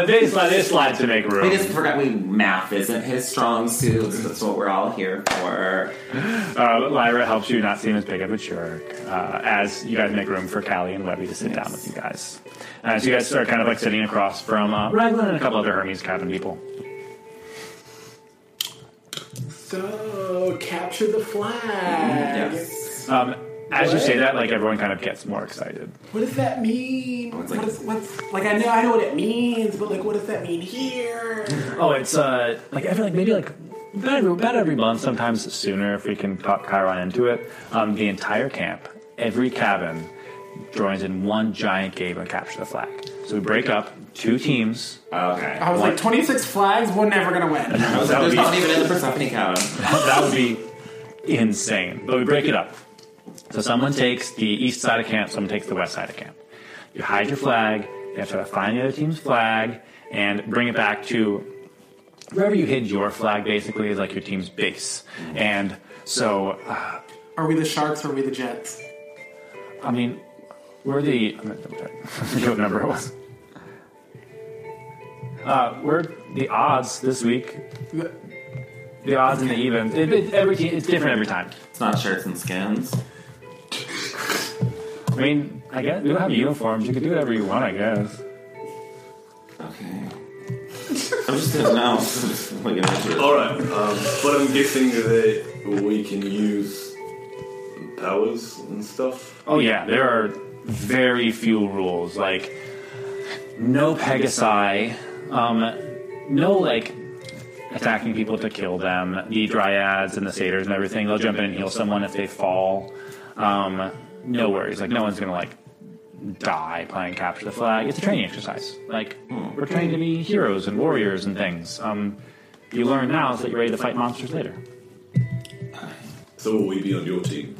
[SPEAKER 2] they, slide, they slide to make room.
[SPEAKER 4] We just forgot we math isn't his strong suit. so That's what we're all here for.
[SPEAKER 2] Uh, Lyra helps you not seem as big of a jerk uh, as you guys make room for Callie and Webby to sit down with you guys. Uh, so you guys are kind of like sitting across from uh, Raglan and a couple other Hermes cabin people.
[SPEAKER 5] So, capture the flag.
[SPEAKER 4] Yes.
[SPEAKER 2] Um, as you say that, like everyone kind of gets more excited.
[SPEAKER 5] What does that mean?
[SPEAKER 4] it's like-
[SPEAKER 5] what is, what's like? I know I know what it means, but like, what does that mean here?
[SPEAKER 2] Oh, it's uh, like every like maybe like about every, about every month, sometimes sooner if we can talk Chiron into it. Um, the entire camp, every cabin, joins in one giant game of capture the flag. So we break up two teams.
[SPEAKER 4] Okay.
[SPEAKER 5] I was like, 26 flags, we're never gonna win.
[SPEAKER 2] That would
[SPEAKER 4] There's
[SPEAKER 2] be
[SPEAKER 4] not even in the Persephone cabin.
[SPEAKER 2] that would be insane. But we break it up. So someone takes the east side of camp, someone takes the west side of camp. You hide your flag, you have to find the other team's flag, and bring it back to wherever you hid your flag, basically, is like your team's base. And so, uh,
[SPEAKER 5] Are we the Sharks or are we the Jets?
[SPEAKER 2] I mean, we're the. I'm gonna double check. [laughs] I forget what number it was. Uh, we're the odds this week. The odds and the evens. It, it, every team, it's different every time.
[SPEAKER 4] It's not shirts and skins.
[SPEAKER 2] I mean, I guess we don't have uniforms. You can do whatever you want, I guess.
[SPEAKER 4] Okay. [laughs] I'm just gonna no. I'm just [laughs] looking at you.
[SPEAKER 6] All right, um, but I'm guessing that we can use powers and stuff.
[SPEAKER 2] Oh yeah, there are very few rules. Like no Pegasi, um, no like attacking people to kill them. The dryads and the satyrs and everything, they'll jump in and heal someone if they fall. Um, no worries. Like no one's gonna like die playing capture the flag. It's a training exercise. Like we're trained to be heroes and warriors and things. Um, you learn now so that you're ready to fight monsters later.
[SPEAKER 6] So will we be on your team?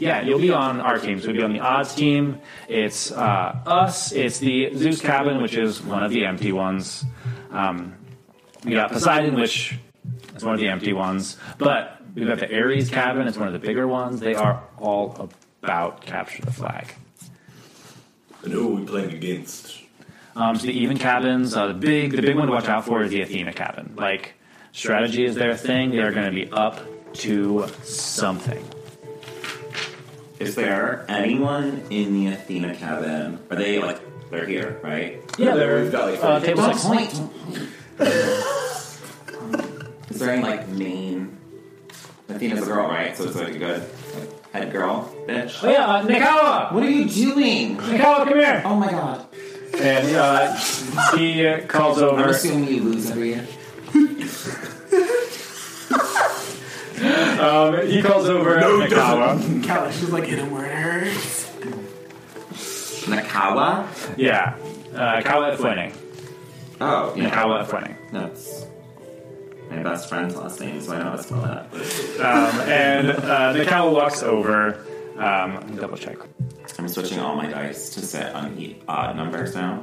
[SPEAKER 2] Yeah, you'll be on our team. So you'll be on the odds team. It's uh, us. It's the Zeus cabin, which is one of the empty ones. Um, we got Poseidon, which is one of the empty ones. But we've got the Ares cabin. It's one of the bigger ones. They are all about capture the flag.
[SPEAKER 6] And who are we playing against?
[SPEAKER 2] Um, so the even cabins, uh, the big, the big one to watch out for is the Athena cabin. Like strategy is their thing. They are going to be up to something.
[SPEAKER 4] Is there anyone in the Athena cabin? Are they like they're here, right?
[SPEAKER 2] Yeah, they're
[SPEAKER 6] We've got like
[SPEAKER 2] uh, table six.
[SPEAKER 4] point. [laughs] Is there any like main? Athena's a girl, right? So it's like a good like, head girl, bitch.
[SPEAKER 2] Oh yeah, uh, Nikawa,
[SPEAKER 4] What are you doing?
[SPEAKER 2] Nikawa, come here.
[SPEAKER 4] Oh my god!
[SPEAKER 2] And uh, he uh, calls
[SPEAKER 4] I'm
[SPEAKER 2] over.
[SPEAKER 4] assuming you lose every year.
[SPEAKER 2] Um, he calls over Nakawa.
[SPEAKER 5] Kyle, she's like, hit him where it hurts.
[SPEAKER 4] Nakawa.
[SPEAKER 2] Yeah, uh, Kawa Fwene.
[SPEAKER 4] Oh, yeah.
[SPEAKER 2] Nakawa Fwene.
[SPEAKER 4] That's my best friend's last name, so I know how to spell that.
[SPEAKER 2] Um, and uh, Nikawa walks over. Um, double check.
[SPEAKER 4] I'm switching all my dice to set on the odd numbers now.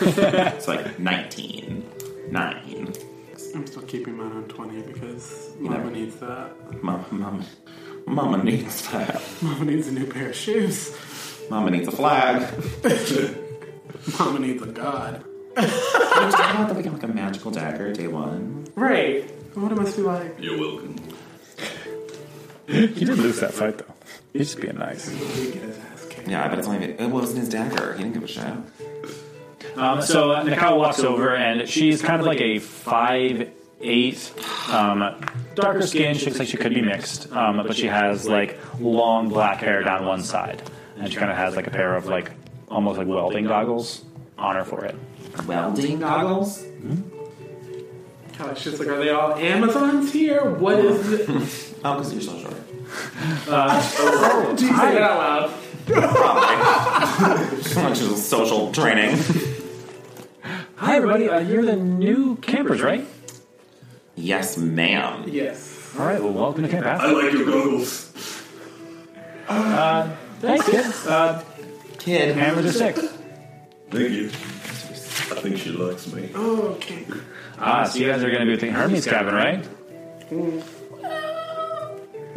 [SPEAKER 4] it's like 19, 9.
[SPEAKER 8] I'm still keeping mine on 20 because
[SPEAKER 4] You
[SPEAKER 8] Mama
[SPEAKER 4] never-
[SPEAKER 5] [laughs]
[SPEAKER 8] needs that.
[SPEAKER 4] Mama, mama, mama needs that.
[SPEAKER 8] Mama needs a new pair
[SPEAKER 5] [laughs]
[SPEAKER 8] of shoes.
[SPEAKER 4] Mama needs a flag.
[SPEAKER 8] Mama needs a god.
[SPEAKER 4] [laughs] I was talking about that we got like a magical dagger day one.
[SPEAKER 5] Right.
[SPEAKER 8] What it must be like.
[SPEAKER 3] You're welcome.
[SPEAKER 2] He didn't lose that fight though. He's just being nice.
[SPEAKER 4] Yeah, I bet it's only it wasn't his dagger. He didn't give a shit.
[SPEAKER 2] Um, so uh, Nakawa walks over, and she's kind of like a five eight, um, darker skin. She looks like she could be mixed, um, but she has like long black hair down one side, and she kind of has like a pair of like almost like welding goggles on her forehead.
[SPEAKER 4] Welding goggles?
[SPEAKER 5] God, it's just like, are they all Amazons here? What [laughs] is this?
[SPEAKER 4] Oh, because you're so short.
[SPEAKER 5] Do you say that out loud?
[SPEAKER 4] Much as social training.
[SPEAKER 2] Hi everybody, uh, you're the new campers, right?
[SPEAKER 4] yes, ma'am.
[SPEAKER 5] Yes.
[SPEAKER 2] All right, well welcome to Camp
[SPEAKER 6] I
[SPEAKER 2] Athens.
[SPEAKER 6] like your goggles.
[SPEAKER 2] Thanks, kids. Uh,
[SPEAKER 4] Kid.
[SPEAKER 2] and we're just sick.
[SPEAKER 6] Thank you. I think she likes me.
[SPEAKER 5] Okay.
[SPEAKER 2] Ah, so you guys are gonna be with the Hermes cabin, right?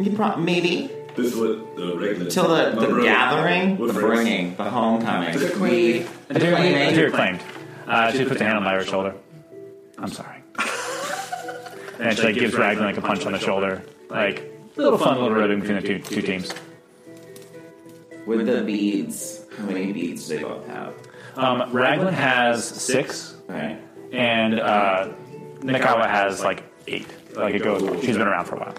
[SPEAKER 4] You pro- maybe.
[SPEAKER 6] This is what the regular.
[SPEAKER 4] Till the,
[SPEAKER 6] my
[SPEAKER 4] the
[SPEAKER 6] brother-
[SPEAKER 4] gathering,
[SPEAKER 6] with
[SPEAKER 4] the
[SPEAKER 6] friends.
[SPEAKER 4] bringing, the homecoming. The queen. The
[SPEAKER 2] Dear,
[SPEAKER 4] queen.
[SPEAKER 2] dear claimed. Uh, she puts a hand on Lyra's shoulder. I'm sorry. [laughs] and she like gives Raglan like a punch on the shoulder. Like little fun little ribbon between the two two teams.
[SPEAKER 4] With the beads. How many beads do they both have?
[SPEAKER 2] Um, Raglan has six,
[SPEAKER 4] Okay.
[SPEAKER 2] and uh, Nakawa has like eight. Like it goes. She's been around for a while.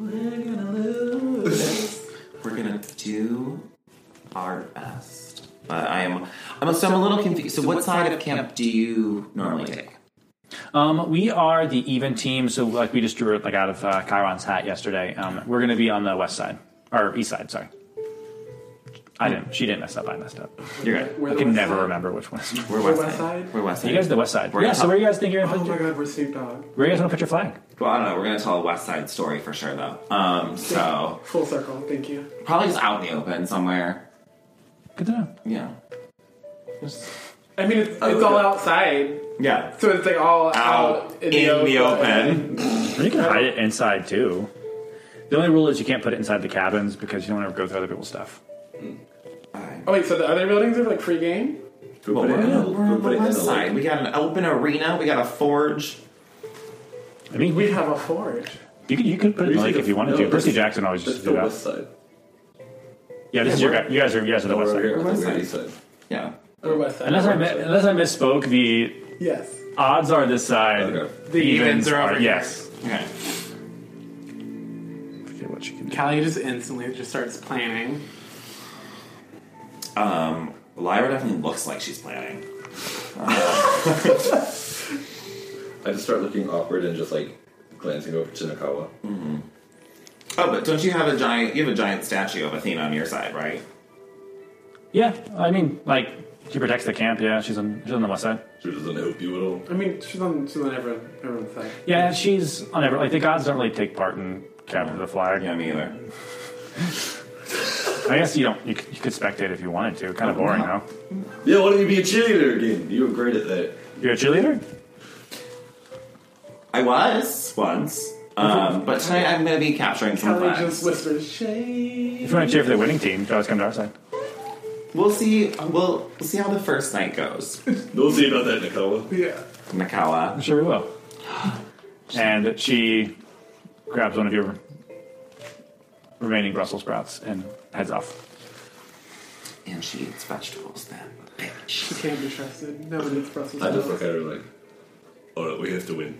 [SPEAKER 4] We're gonna do our best. But I am. I'm, so I'm a little confused. So, what side of camp do you normally take?
[SPEAKER 2] Um, we are the even team, so like we just drew it like out of uh, Chiron's hat yesterday. Um, we're gonna be on the west side or east side. Sorry, I didn't. She didn't mess up. I messed up. You're good. I
[SPEAKER 5] We're the
[SPEAKER 2] can
[SPEAKER 5] west
[SPEAKER 2] never
[SPEAKER 5] side.
[SPEAKER 2] remember which one. is-
[SPEAKER 4] We're west,
[SPEAKER 5] West
[SPEAKER 4] side.
[SPEAKER 5] side?
[SPEAKER 4] We're west side.
[SPEAKER 2] You guys are the west side.
[SPEAKER 4] We're
[SPEAKER 2] yeah,
[SPEAKER 4] gonna
[SPEAKER 2] so where you guys think you're
[SPEAKER 5] Oh
[SPEAKER 2] gonna
[SPEAKER 5] my god, we're Snoop Dogg.
[SPEAKER 2] Where you guys want to put your flag?
[SPEAKER 4] Well, I don't know. We're gonna tell a West Side Story for sure, though. Um, so
[SPEAKER 5] Full circle, thank you.
[SPEAKER 4] probably just out in the open somewhere.
[SPEAKER 2] Good to know.
[SPEAKER 4] Yeah.
[SPEAKER 5] I mean, it's, it's all outside,
[SPEAKER 4] Yeah.
[SPEAKER 5] so it's like all
[SPEAKER 4] Out, in, the, open.
[SPEAKER 2] you can hide it inside too. The only rule is you can't put it inside the cabins because you don't want to go through other people's stuff.
[SPEAKER 5] Oh wait, so the other buildings are like free game?
[SPEAKER 6] We
[SPEAKER 4] Well,
[SPEAKER 6] put it
[SPEAKER 4] we're,
[SPEAKER 6] in
[SPEAKER 4] on
[SPEAKER 6] the-
[SPEAKER 4] the-
[SPEAKER 6] we
[SPEAKER 4] we're on
[SPEAKER 6] put
[SPEAKER 4] the
[SPEAKER 6] it in
[SPEAKER 4] west
[SPEAKER 6] the
[SPEAKER 4] side. We got an open arena. We got a forge.
[SPEAKER 2] I mean,
[SPEAKER 5] We have a forge.
[SPEAKER 2] you could you could put it in the lake if you wanted to. Percy Jackson always
[SPEAKER 6] That's
[SPEAKER 2] just
[SPEAKER 6] the
[SPEAKER 2] do
[SPEAKER 6] west
[SPEAKER 2] that.
[SPEAKER 6] side.
[SPEAKER 2] Yeah, this is your guy. You guys are you guys are the west
[SPEAKER 6] Over
[SPEAKER 2] side.
[SPEAKER 6] here,
[SPEAKER 4] West
[SPEAKER 6] over
[SPEAKER 4] side.
[SPEAKER 6] east side.
[SPEAKER 4] Yeah.
[SPEAKER 5] Or west side.
[SPEAKER 2] Unless I mi- unless I misspoke, the
[SPEAKER 5] yes.
[SPEAKER 2] odds are this side.
[SPEAKER 6] Okay.
[SPEAKER 5] The evens are over here.
[SPEAKER 2] yes.
[SPEAKER 4] Okay.
[SPEAKER 2] Forget what you can do.
[SPEAKER 8] Callie just instantly just starts planning.
[SPEAKER 4] Lyra definitely looks like she's planning.
[SPEAKER 6] I just start looking awkward and just like glancing over to Nakawa.
[SPEAKER 4] Oh, but don't you have a giant? You have a giant statue of Athena on your side, right?
[SPEAKER 2] Yeah, I mean, like she protects the camp. Yeah, she's on she's on the west side.
[SPEAKER 6] She doesn't help you at all.
[SPEAKER 5] I mean, she's on she's on everyone, everyone's side.
[SPEAKER 2] Yeah, she's on every. Like the gods don't really take part in capture the flag.
[SPEAKER 4] Yeah, me either.
[SPEAKER 2] I guess you don't. You, c- you could spectate if you wanted to. Kind of boring, though.
[SPEAKER 6] Yeah, why don't you be a cheerleader again? You were great at that.
[SPEAKER 2] You're a cheerleader.
[SPEAKER 4] I was once, um, but tonight I'm going to be capturing some
[SPEAKER 5] Kelly
[SPEAKER 4] flags.
[SPEAKER 5] just whispers, "Shade."
[SPEAKER 2] If you want to cheer for the winning team, you can always come to our side.
[SPEAKER 4] We'll see. We'll, we'll see how the first night goes. [laughs]
[SPEAKER 6] We'll see about that, Nakawa.
[SPEAKER 5] Yeah.
[SPEAKER 4] Nakawa.
[SPEAKER 2] Sure, we will. And she grabs one of your remaining Brussels sprouts and heads off.
[SPEAKER 4] And she eats vegetables then. Bitch.
[SPEAKER 5] She can't be trusted. No one needs Brussels.
[SPEAKER 6] I just
[SPEAKER 5] sprouts.
[SPEAKER 6] look at her like, alright, we have to win.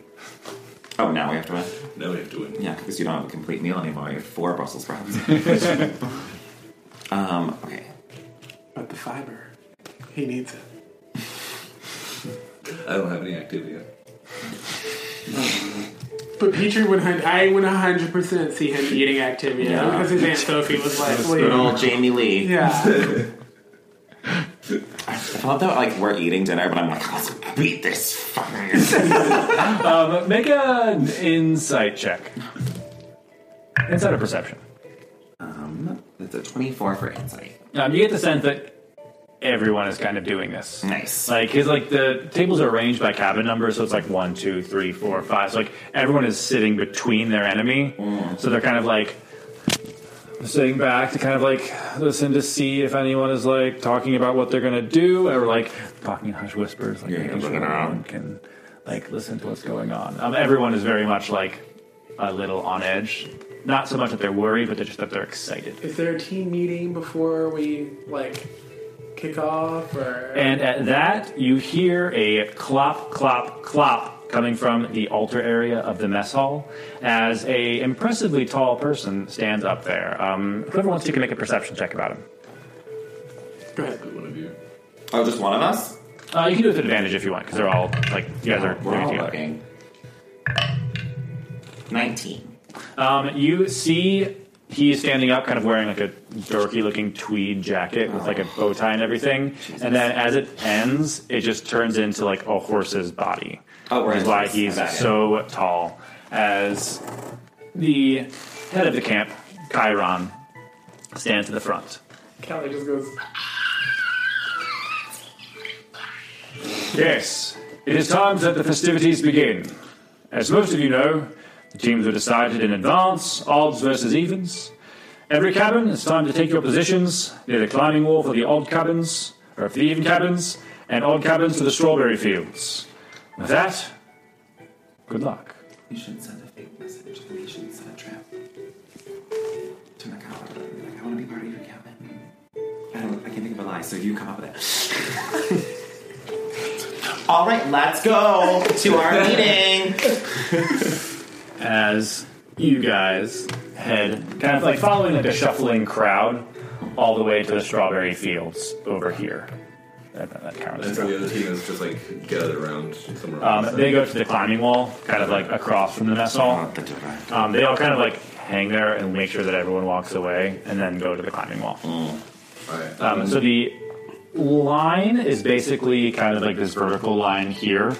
[SPEAKER 4] Oh, now we have to win.
[SPEAKER 6] Now we have to win.
[SPEAKER 4] Yeah, because you don't have a complete meal anymore. You have four Brussels sprouts. um, okay.
[SPEAKER 8] But the fiber, he needs it.
[SPEAKER 6] I don't have any activity yet.
[SPEAKER 5] But Petrie would, hun- I would 100% see him eating Activia
[SPEAKER 4] Yeah.
[SPEAKER 5] because his Aunt Sophie was like, "Wait."
[SPEAKER 4] Good old Jamie Lee. [laughs]
[SPEAKER 5] yeah.
[SPEAKER 4] I felt that like we're eating dinner, but I'm like, beat this fucking.
[SPEAKER 2] Um, make an insight check. Insight or perception.
[SPEAKER 4] um, that's a 24 for insight.
[SPEAKER 2] Um, you get the sense that everyone is kind of doing this.
[SPEAKER 4] Nice.
[SPEAKER 2] Like, cause like the tables are arranged by cabin number, so it's like one, two, three, four, five. So like everyone is sitting between their enemy, so they're kind of like sitting back to kind of like listen to see if anyone is like talking about what they're gonna do, or like talking in hush whispers, like making sure everyone can like listen to what's going on. Um, everyone is very much like a little on edge. Not so much that they're worried, but they're just that they're excited.
[SPEAKER 5] Is there a team meeting before we like kick off or?
[SPEAKER 2] And at that, you hear a clop, clop, clop coming from the altar area of the mess hall as a impressively tall person stands up there. Um, whoever wants to can make a perception check about him.
[SPEAKER 5] Go ahead.
[SPEAKER 6] One of you.
[SPEAKER 4] Oh, just one of us?
[SPEAKER 2] Uh, you can do it with advantage if you want, because they're all like you guys are
[SPEAKER 4] We're
[SPEAKER 2] doing it
[SPEAKER 4] all
[SPEAKER 2] together.
[SPEAKER 4] looking. 19.
[SPEAKER 2] Um, you see, he's standing up, kind of wearing like a dorky-looking tweed jacket with like a bow tie and everything. And then as it ends, it just turns into like a horse's body.
[SPEAKER 4] Oh,
[SPEAKER 2] which is why
[SPEAKER 4] right.
[SPEAKER 2] he's
[SPEAKER 4] Got it.
[SPEAKER 2] so tall. As the head of the camp, Chiron, stands at the front.
[SPEAKER 5] Kelly just goes.
[SPEAKER 2] Yes, it is time that the festivities begin. As most of you know, the teams were decided in advance, odds versus evens. Every cabin, it's time to take your positions near the climbing wall for the odd cabins, or for the even cabins, and odd cabins for the strawberry fields. With that, good luck.
[SPEAKER 4] You should send a fake message. and You should set a trap. To my cabin. Like, I want to be part of your cabin. I don't. I can't think of a lie. So you come up with it. [laughs] All right, let's go to our [laughs] meeting.
[SPEAKER 2] as you guys head kind of like following like a shuffling crowd all the way to the strawberry fields over here. That, that counts.
[SPEAKER 6] And so the other team is just like gathered around somewhere.
[SPEAKER 2] Um,
[SPEAKER 6] else.
[SPEAKER 2] they go to the climbing wall, kind of like across from the mess hall. Um, they all kind of like hang there and make sure that everyone walks away, and then go to the climbing wall.
[SPEAKER 6] All right.
[SPEAKER 2] Um, so the line is basically kind of like this vertical line here.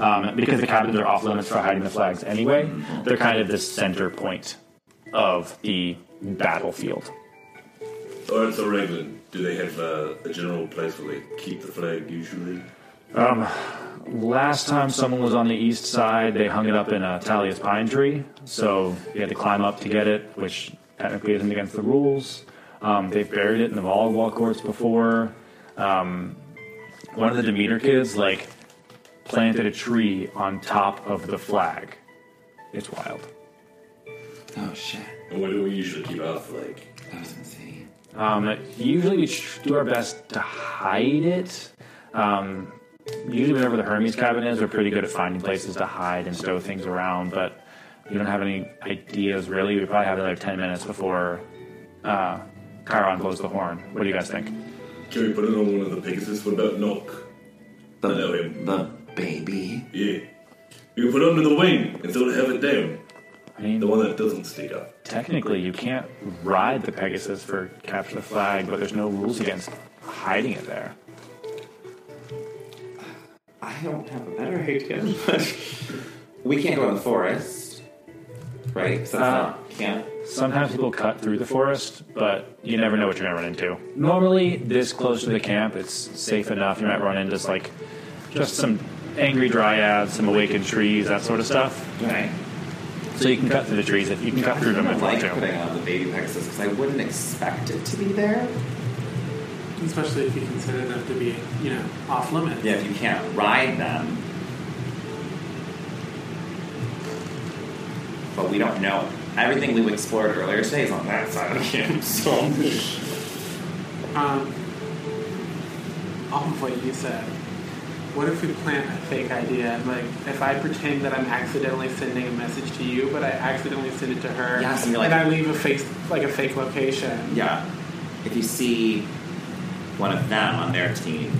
[SPEAKER 2] Um, because the cabins are off limits for hiding the flags anyway, they're kind of the center point of the battlefield.
[SPEAKER 6] All right. So Raglan, do they have uh, a general place where they keep the flag usually?
[SPEAKER 2] Last time someone was on the east side, they hung it up in a Talia's pine tree, so you had to climb up to get it, which technically isn't against the rules. Um, they've buried it in the volleyball courts before. Um, one of the Demeter kids, like, planted a tree on top of the flag. It's wild.
[SPEAKER 4] Oh shit!
[SPEAKER 6] And where do we usually keep our flag?
[SPEAKER 4] That was insane.
[SPEAKER 2] Um, usually we tr- do our best to hide it. Um, usually whenever the Hermes cabin is, we're pretty good at finding places to hide and stow things around, but we don't have any ideas really. We probably have another 10 minutes before uh, Chiron blows the horn. What do you guys think?
[SPEAKER 6] Can we put it on one of the Pegasus? What about Knock?
[SPEAKER 4] The,
[SPEAKER 6] I know him.
[SPEAKER 4] the baby.
[SPEAKER 6] Yeah. You can put it under the wing and sort of have it down.
[SPEAKER 2] I
[SPEAKER 6] The
[SPEAKER 2] mean,
[SPEAKER 6] one that doesn't stick up.
[SPEAKER 2] technically you can't ride the Pegasus for capture the flag, but there's no rules against hiding it there.
[SPEAKER 4] I don't have a better idea. [laughs] we can't go in the forest, right? 'Cause that's not camp.
[SPEAKER 2] Sometimes people cut through the forest, but you never know what you're gonna run into. Normally, this close to the camp, it's safe enough. You might run into just, like just some angry dryads, some awakened trees, that sort of stuff.
[SPEAKER 4] Right.
[SPEAKER 2] So you can cut through the trees. If you can cut through
[SPEAKER 4] I
[SPEAKER 2] them
[SPEAKER 4] don't
[SPEAKER 2] if
[SPEAKER 4] like
[SPEAKER 2] you want
[SPEAKER 4] putting
[SPEAKER 2] to.
[SPEAKER 4] on the baby Pegasus because I wouldn't expect it to be there.
[SPEAKER 5] Especially if you consider them to be, you know, off limits.
[SPEAKER 4] Yeah, if you can't ride them. But we don't know. Everything we explored earlier today is on that side of the camp, [laughs] so.
[SPEAKER 5] Um, off of what you said, what if we plant a fake idea? Like, if I pretend that I'm accidentally sending a message to you, but I accidentally send it to her,
[SPEAKER 4] Yes, and you're like-
[SPEAKER 5] I leave a fake, like a fake location.
[SPEAKER 4] Yeah. If you see one of them on their team,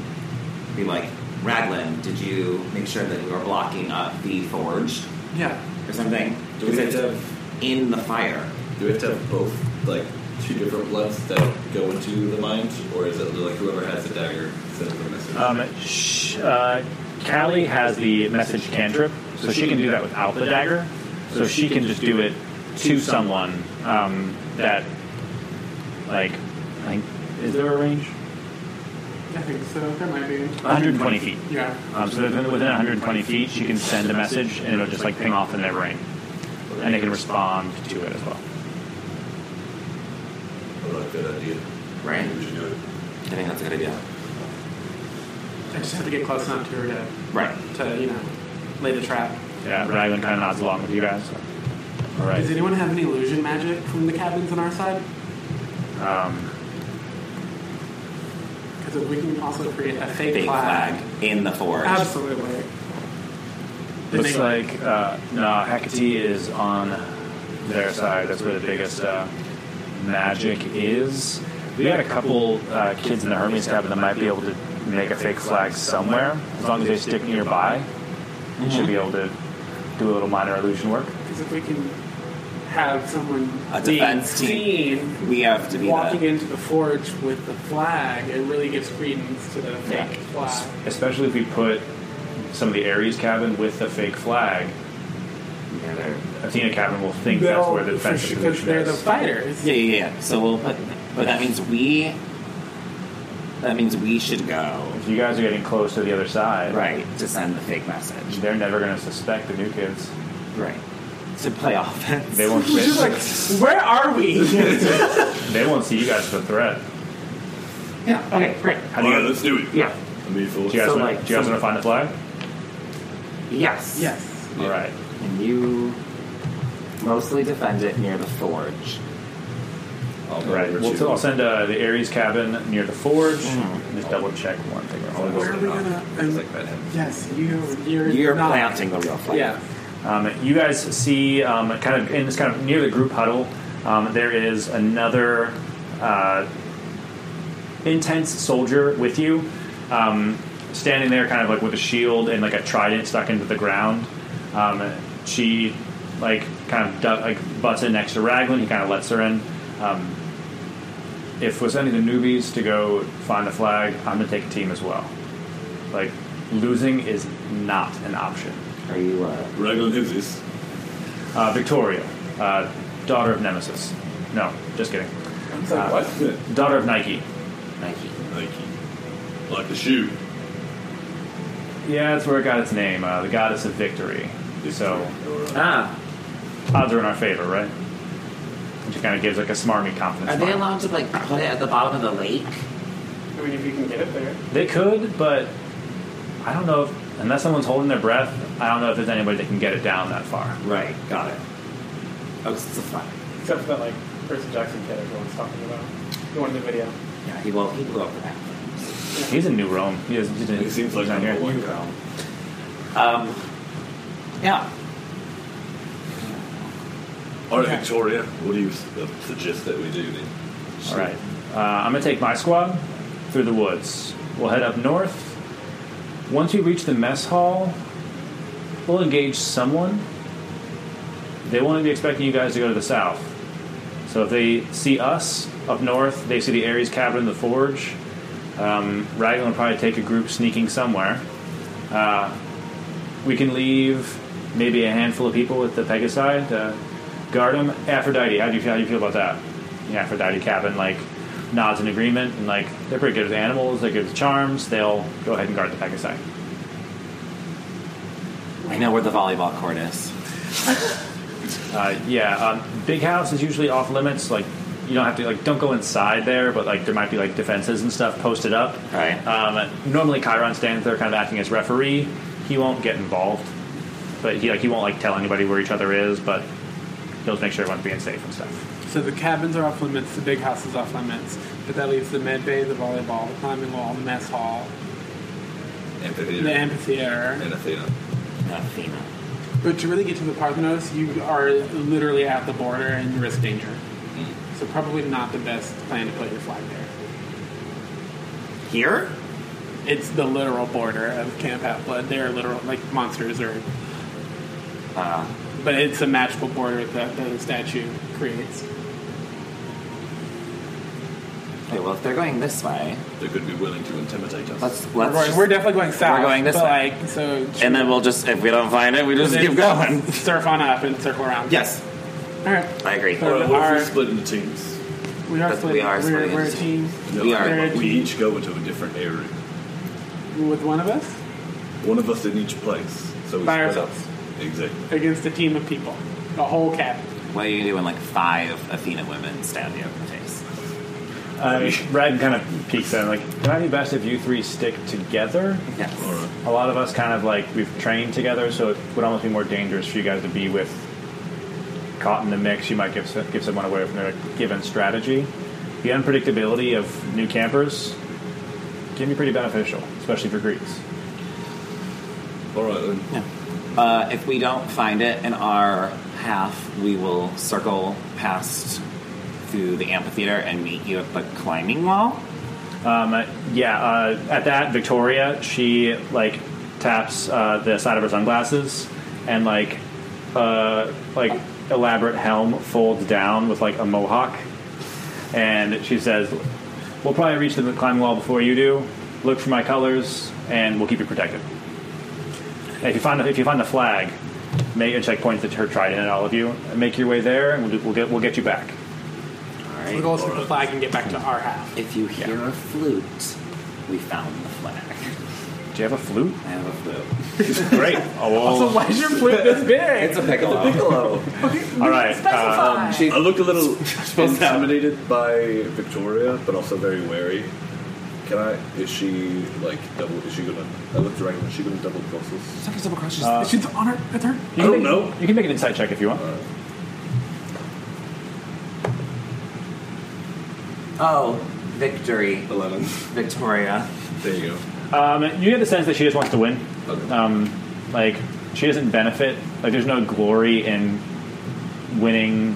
[SPEAKER 4] be like, Raglan, did you make sure that you were blocking up the forge
[SPEAKER 5] Yeah.
[SPEAKER 4] or something?
[SPEAKER 6] Do we
[SPEAKER 4] Because
[SPEAKER 6] have
[SPEAKER 4] it's
[SPEAKER 6] to have,
[SPEAKER 4] in the fire.
[SPEAKER 6] do we have to have both, like, two different bloods that go into the mind? Or is it, like, whoever has the dagger sends the message?
[SPEAKER 2] Um, sh- uh, Callie has the message cantrip, so she can do that without the dagger. So she can just do it to someone um, that, like, I think, is there a range?
[SPEAKER 5] I think so. There might be.
[SPEAKER 2] 120 feet.
[SPEAKER 5] Yeah.
[SPEAKER 2] Um, so within, within 120 feet, she can send a message, and it'll just like ping off in their brain, and they can respond to it as well.
[SPEAKER 6] What "Oh, a good idea.
[SPEAKER 4] Right.
[SPEAKER 6] We should do it.
[SPEAKER 4] I think that's a good idea.
[SPEAKER 5] I just have to get close enough to her
[SPEAKER 4] Right.
[SPEAKER 5] to, to you know, lay the trap.
[SPEAKER 2] Yeah, Raglan kind of nods along with you guys. All
[SPEAKER 5] Does
[SPEAKER 2] right.
[SPEAKER 5] anyone have any illusion magic from the cabins on our side?
[SPEAKER 2] Um,
[SPEAKER 5] Because we can also create a fake,
[SPEAKER 4] Big flag in the forest.
[SPEAKER 5] Absolutely. The
[SPEAKER 2] looks
[SPEAKER 5] big-
[SPEAKER 2] like uh, no, Hecate is on their side. That's where the biggest uh, magic is. We got a couple uh, kids in the Hermes cabin that might be able to make a fake flag somewhere, as long as they stick nearby. They should be able to do a little minor illusion work.
[SPEAKER 5] Because if we can have someone
[SPEAKER 4] A
[SPEAKER 5] being
[SPEAKER 4] defense team.
[SPEAKER 5] seen
[SPEAKER 4] We have to be
[SPEAKER 5] walking
[SPEAKER 4] the
[SPEAKER 5] into the forge with the flag, it really gives credence to the fake flag.
[SPEAKER 2] Especially if we put some of the Ares cabin with the fake flag.
[SPEAKER 4] Yeah, they're-
[SPEAKER 2] Athena cabin will think that's
[SPEAKER 5] Well,
[SPEAKER 2] where the defensive
[SPEAKER 5] for sure, 'cause
[SPEAKER 2] position
[SPEAKER 5] they're the
[SPEAKER 2] is.
[SPEAKER 5] fighters.
[SPEAKER 4] yeah,
[SPEAKER 5] [laughs]
[SPEAKER 4] yeah, yeah. So we'll put, but that means we. That means we should go.
[SPEAKER 2] If you guys are getting close to the other side,
[SPEAKER 4] Right. To send the fake message.
[SPEAKER 2] they're never going to suspect the new kids.
[SPEAKER 4] Right. To play offense.
[SPEAKER 2] They won't.
[SPEAKER 5] She's like, where are we?
[SPEAKER 2] they won't see you guys as a threat.
[SPEAKER 4] Yeah. Okay. Great.
[SPEAKER 2] How do
[SPEAKER 6] All
[SPEAKER 2] you
[SPEAKER 6] right,
[SPEAKER 2] guys?
[SPEAKER 6] let's do it.
[SPEAKER 4] Yeah.
[SPEAKER 6] I mean, if it
[SPEAKER 2] Do you guys,
[SPEAKER 4] So,
[SPEAKER 2] wanna,
[SPEAKER 4] like,
[SPEAKER 2] do you guys want to find the flag?
[SPEAKER 4] [laughs] Yes.
[SPEAKER 5] yes.
[SPEAKER 2] All right.
[SPEAKER 4] And you mostly defend it near the forge.
[SPEAKER 6] I'll go
[SPEAKER 2] All right.
[SPEAKER 6] over
[SPEAKER 2] We'll
[SPEAKER 6] to-
[SPEAKER 2] I'll send uh, the Aries cabin near the forge. Just double check one thing.
[SPEAKER 6] I'll go
[SPEAKER 5] Where are we
[SPEAKER 6] over
[SPEAKER 5] gonna- um,
[SPEAKER 6] to- It's like Benham.
[SPEAKER 5] Yes, you, you're,
[SPEAKER 4] You're
[SPEAKER 5] not.
[SPEAKER 4] planting the real flag.
[SPEAKER 5] Yeah.
[SPEAKER 2] Um, you guys see, um, kind of in this kind of near the group huddle, um, there is another uh, intense soldier with you, um, standing there, kind of like with a shield and like a trident stuck into the ground. Um, she like kind of du- like butts in next to Raglan. He kind of lets her in. Um, if was any of the newbies to go find the flag, I'm gonna take a team as well. Like losing is not an option.
[SPEAKER 4] Are you? Uh,
[SPEAKER 6] Raglan who's this?
[SPEAKER 2] Uh, Victoria, uh, daughter of Nemesis. No, just kidding.
[SPEAKER 5] Ah.
[SPEAKER 6] what? [laughs]
[SPEAKER 2] Daughter of Nike.
[SPEAKER 4] Nike.
[SPEAKER 6] Like, like the shoe.
[SPEAKER 2] Yeah, that's where it got its name. Uh, the goddess of victory. So
[SPEAKER 4] Ah.
[SPEAKER 2] odds are in our favor, right? Which kind of gives like a smarmy confidence.
[SPEAKER 4] Are they
[SPEAKER 2] smile.
[SPEAKER 4] allowed to like put it at the bottom of the lake?
[SPEAKER 12] I mean, if you can get it there.
[SPEAKER 2] They could, but I don't know if unless someone's holding their breath, I don't know if there's anybody that can get it down that far.
[SPEAKER 4] Right. Got it. Oh, 'cause it's a flag.
[SPEAKER 12] Except for that, like, Percy Jackson kid everyone's talking about. The one in the video.
[SPEAKER 4] Yeah. He will. He will go for that.
[SPEAKER 2] He's in New Rome. He is, he's in,
[SPEAKER 6] It seems like
[SPEAKER 2] he's not
[SPEAKER 6] I'm
[SPEAKER 2] here.
[SPEAKER 6] the one.
[SPEAKER 4] Um. Yeah.
[SPEAKER 6] All right, Victoria, what do you s- uh, suggest that we do then?
[SPEAKER 2] All right. Uh, I'm going to take my squad through the woods. We'll head up north. Once we reach the mess hall, we'll engage someone. They won't be expecting you guys to go to the south. So if they see us up north, they see the Ares cabin, the forge. Um, Raglan will probably take a group sneaking somewhere. Uh, we can leave maybe a handful of people with the Pegasi to guard them. Aphrodite, how do you feel, how do you feel about that? The Aphrodite cabin like nods in agreement, and like they're pretty good with animals, they're good with charms. They'll go ahead and guard the Pegasi.
[SPEAKER 4] I know where the volleyball court is.
[SPEAKER 2] Uh, yeah, um, big house is usually off limits. Like you don't have to like don't go inside there, but like there might be like defenses and stuff posted up.
[SPEAKER 4] Right.
[SPEAKER 2] Um, normally, Chiron stands there, kind of acting as referee. He won't get involved, but he like he won't like tell anybody where each other is, but he'll just make sure everyone's being safe and stuff.
[SPEAKER 5] So the cabins are off limits, the big house is off limits, but that leaves the med bay, the volleyball, the climbing wall, the mess hall,
[SPEAKER 6] Amphitheater
[SPEAKER 5] the amphitheater.
[SPEAKER 6] and Athena.
[SPEAKER 4] Athena.
[SPEAKER 5] But to really get to the Parthenos, you are literally at the border and you risk danger. So probably not the best plan to put your flag there.
[SPEAKER 4] Here?
[SPEAKER 5] It's the literal border of Camp Half-Blood. They're literal, like monsters or...
[SPEAKER 4] Ah.
[SPEAKER 5] But it's a magical border that the statue creates.
[SPEAKER 4] Okay, well, if they're going this way,
[SPEAKER 7] They could be willing to intimidate us.
[SPEAKER 4] let's
[SPEAKER 8] We're,
[SPEAKER 4] let's.
[SPEAKER 8] going,
[SPEAKER 4] just-
[SPEAKER 8] we're definitely going south.
[SPEAKER 4] going this
[SPEAKER 8] but
[SPEAKER 4] way.
[SPEAKER 8] Like, so
[SPEAKER 4] and then we'll just if we don't find it, we just keep going.
[SPEAKER 8] Surf on up and circle around.
[SPEAKER 4] Yes,
[SPEAKER 8] All right.
[SPEAKER 4] I agree.
[SPEAKER 8] Or
[SPEAKER 7] Alright, what if
[SPEAKER 8] our-
[SPEAKER 7] we split into teams?
[SPEAKER 8] We are
[SPEAKER 4] That's-
[SPEAKER 8] split.
[SPEAKER 4] we are
[SPEAKER 8] we're,
[SPEAKER 4] split.
[SPEAKER 8] we're a team.
[SPEAKER 7] No,
[SPEAKER 4] We are.
[SPEAKER 7] but we each go into a different area.
[SPEAKER 8] With one of us
[SPEAKER 7] One of us in each place. So we
[SPEAKER 8] by
[SPEAKER 7] split up.
[SPEAKER 8] ourselves
[SPEAKER 7] Exactly.
[SPEAKER 8] against a team of people, a whole cabin.
[SPEAKER 4] What are you doing? Like five Athena women stab you in the face.
[SPEAKER 2] Uh, Brad kind of peeks in, like, it might be best if you three stick together.
[SPEAKER 4] Yes.
[SPEAKER 2] A lot of us kind of like, we've trained together, so it would almost be more dangerous for you guys to be with caught in the mix. You might give, so- give someone away from their given strategy. The unpredictability of new campers can be pretty beneficial, especially for Greeks.
[SPEAKER 7] All right, then.
[SPEAKER 4] Uh, if we don't find it in our half, we will circle past through the amphitheater and meet you at the climbing wall.
[SPEAKER 2] Um, uh, yeah, uh, at that, Victoria, she, like, taps uh, the side of her sunglasses and, like, uh, like elaborate helm folds down with, like, a mohawk. And she says, We'll probably reach the climbing wall before you do. Look for my colors, and we'll keep you protected. And If you find a, if you find a flag, make a checkpoint that her trident and all of you. and Make your way there, and we'll, do, we'll get we'll get you back.
[SPEAKER 4] All
[SPEAKER 8] We'll
[SPEAKER 4] right.
[SPEAKER 8] go circle the flag and get back to our half.
[SPEAKER 4] If you hear a flute, we found the flag.
[SPEAKER 2] Do you have a flute?
[SPEAKER 4] I have a
[SPEAKER 2] [laughs]
[SPEAKER 4] flute.
[SPEAKER 2] Great. Oh, well,
[SPEAKER 8] So why is your flute this big?
[SPEAKER 4] It's a piccolo.
[SPEAKER 2] all right. uh,
[SPEAKER 6] I look
[SPEAKER 2] [laughs]
[SPEAKER 6] a little intimidated by Victoria, but also very wary. Can I? Is she like double? Is she gonna? I look directly. Is she gonna double cross us?
[SPEAKER 8] Suckers double crosses. She's on her. That's her.
[SPEAKER 2] You
[SPEAKER 6] I
[SPEAKER 2] can
[SPEAKER 6] don't
[SPEAKER 2] make-
[SPEAKER 6] know.
[SPEAKER 2] You can make an insight check if you want.
[SPEAKER 4] Oh, victory,
[SPEAKER 6] Eleven.
[SPEAKER 4] Victoria.
[SPEAKER 6] There you go.
[SPEAKER 2] Um, you get the sense that she just wants to win.
[SPEAKER 6] Okay.
[SPEAKER 2] Um, like she doesn't benefit. Like there's no glory in winning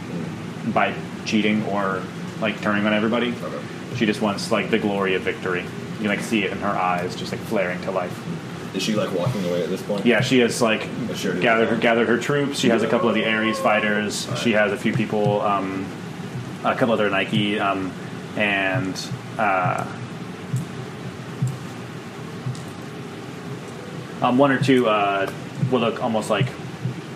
[SPEAKER 2] by cheating or like turning on everybody.
[SPEAKER 6] Okay.
[SPEAKER 2] She just wants like the glory of victory. You can like see it in her eyes, just like flaring to life.
[SPEAKER 6] Is she like walking away at this point?
[SPEAKER 2] Yeah, she has like
[SPEAKER 6] I sure did.
[SPEAKER 2] gathered her, gathered her troops. She has a couple of the Ares fighters. She has a few people, um, a couple other Nike, um, and uh, um, one or two uh, will look almost like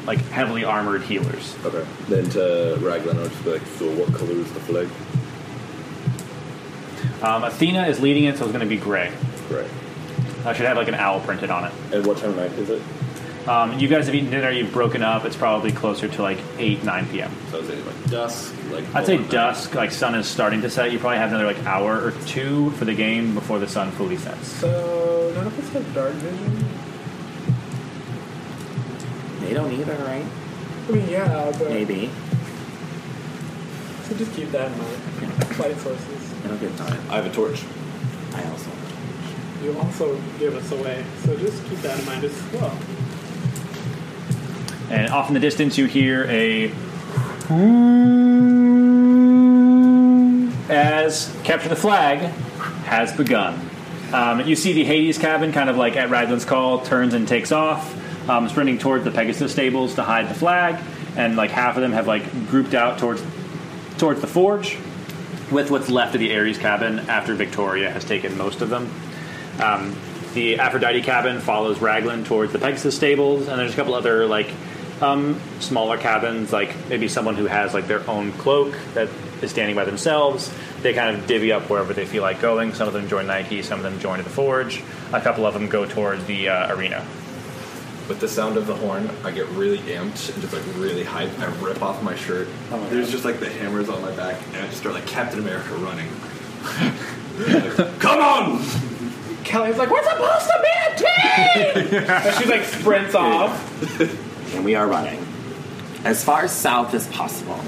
[SPEAKER 2] like heavily armored healers.
[SPEAKER 6] Okay. Then to Raglan, I'll just be like, so what color is the flag?
[SPEAKER 2] Um, Athena is leading it, so it's going to be gray.
[SPEAKER 6] Right.
[SPEAKER 2] I should have like an owl printed on it.
[SPEAKER 6] And what time of night is it?
[SPEAKER 2] Um, you guys have eaten dinner. You've broken up. It's probably closer to like eight nine p.m.
[SPEAKER 6] So is it like dusk? Like
[SPEAKER 2] I'd say
[SPEAKER 6] dawn?
[SPEAKER 2] dusk, like sun is starting to set. You probably have another like hour or two for the game before the sun fully sets.
[SPEAKER 6] So Uh, none of us have dark vision.
[SPEAKER 4] They don't either, right?
[SPEAKER 5] I mean, yeah, but
[SPEAKER 4] Maybe.
[SPEAKER 5] so just keep that in mind. Light sources.
[SPEAKER 4] It'll get dark.
[SPEAKER 6] I have a torch.
[SPEAKER 4] I also.
[SPEAKER 5] You also give us away, so just keep that in mind as well.
[SPEAKER 2] And off in the distance, you hear a as capture the flag has begun. Um, you see the Hades cabin, kind of like at Raglan's call, turns and takes off, um, sprinting toward the Pegasus stables to hide the flag. And like half of them have like grouped out towards towards the forge, with what's left of the Ares cabin after Victoria has taken most of them. Um, the Aphrodite cabin follows Raglan towards the Pegasus stables, and there's a couple other like um, smaller cabins, like maybe someone who has like their own cloak that is standing by themselves. They kind of divvy up wherever they feel like going. Some of them join Nike, some of them join the Forge. A couple of them go towards the uh, arena.
[SPEAKER 3] With the sound of the horn, I get really amped and just like really hyped. I rip off my shirt.
[SPEAKER 4] Oh
[SPEAKER 3] There's just like the hammers on my back, and I just start like Captain
[SPEAKER 4] [laughs]
[SPEAKER 3] America running. Like, Come on!
[SPEAKER 8] Kelly's like, we're supposed to be a team. and she like sprints off.
[SPEAKER 4] And we are running as far south as possible.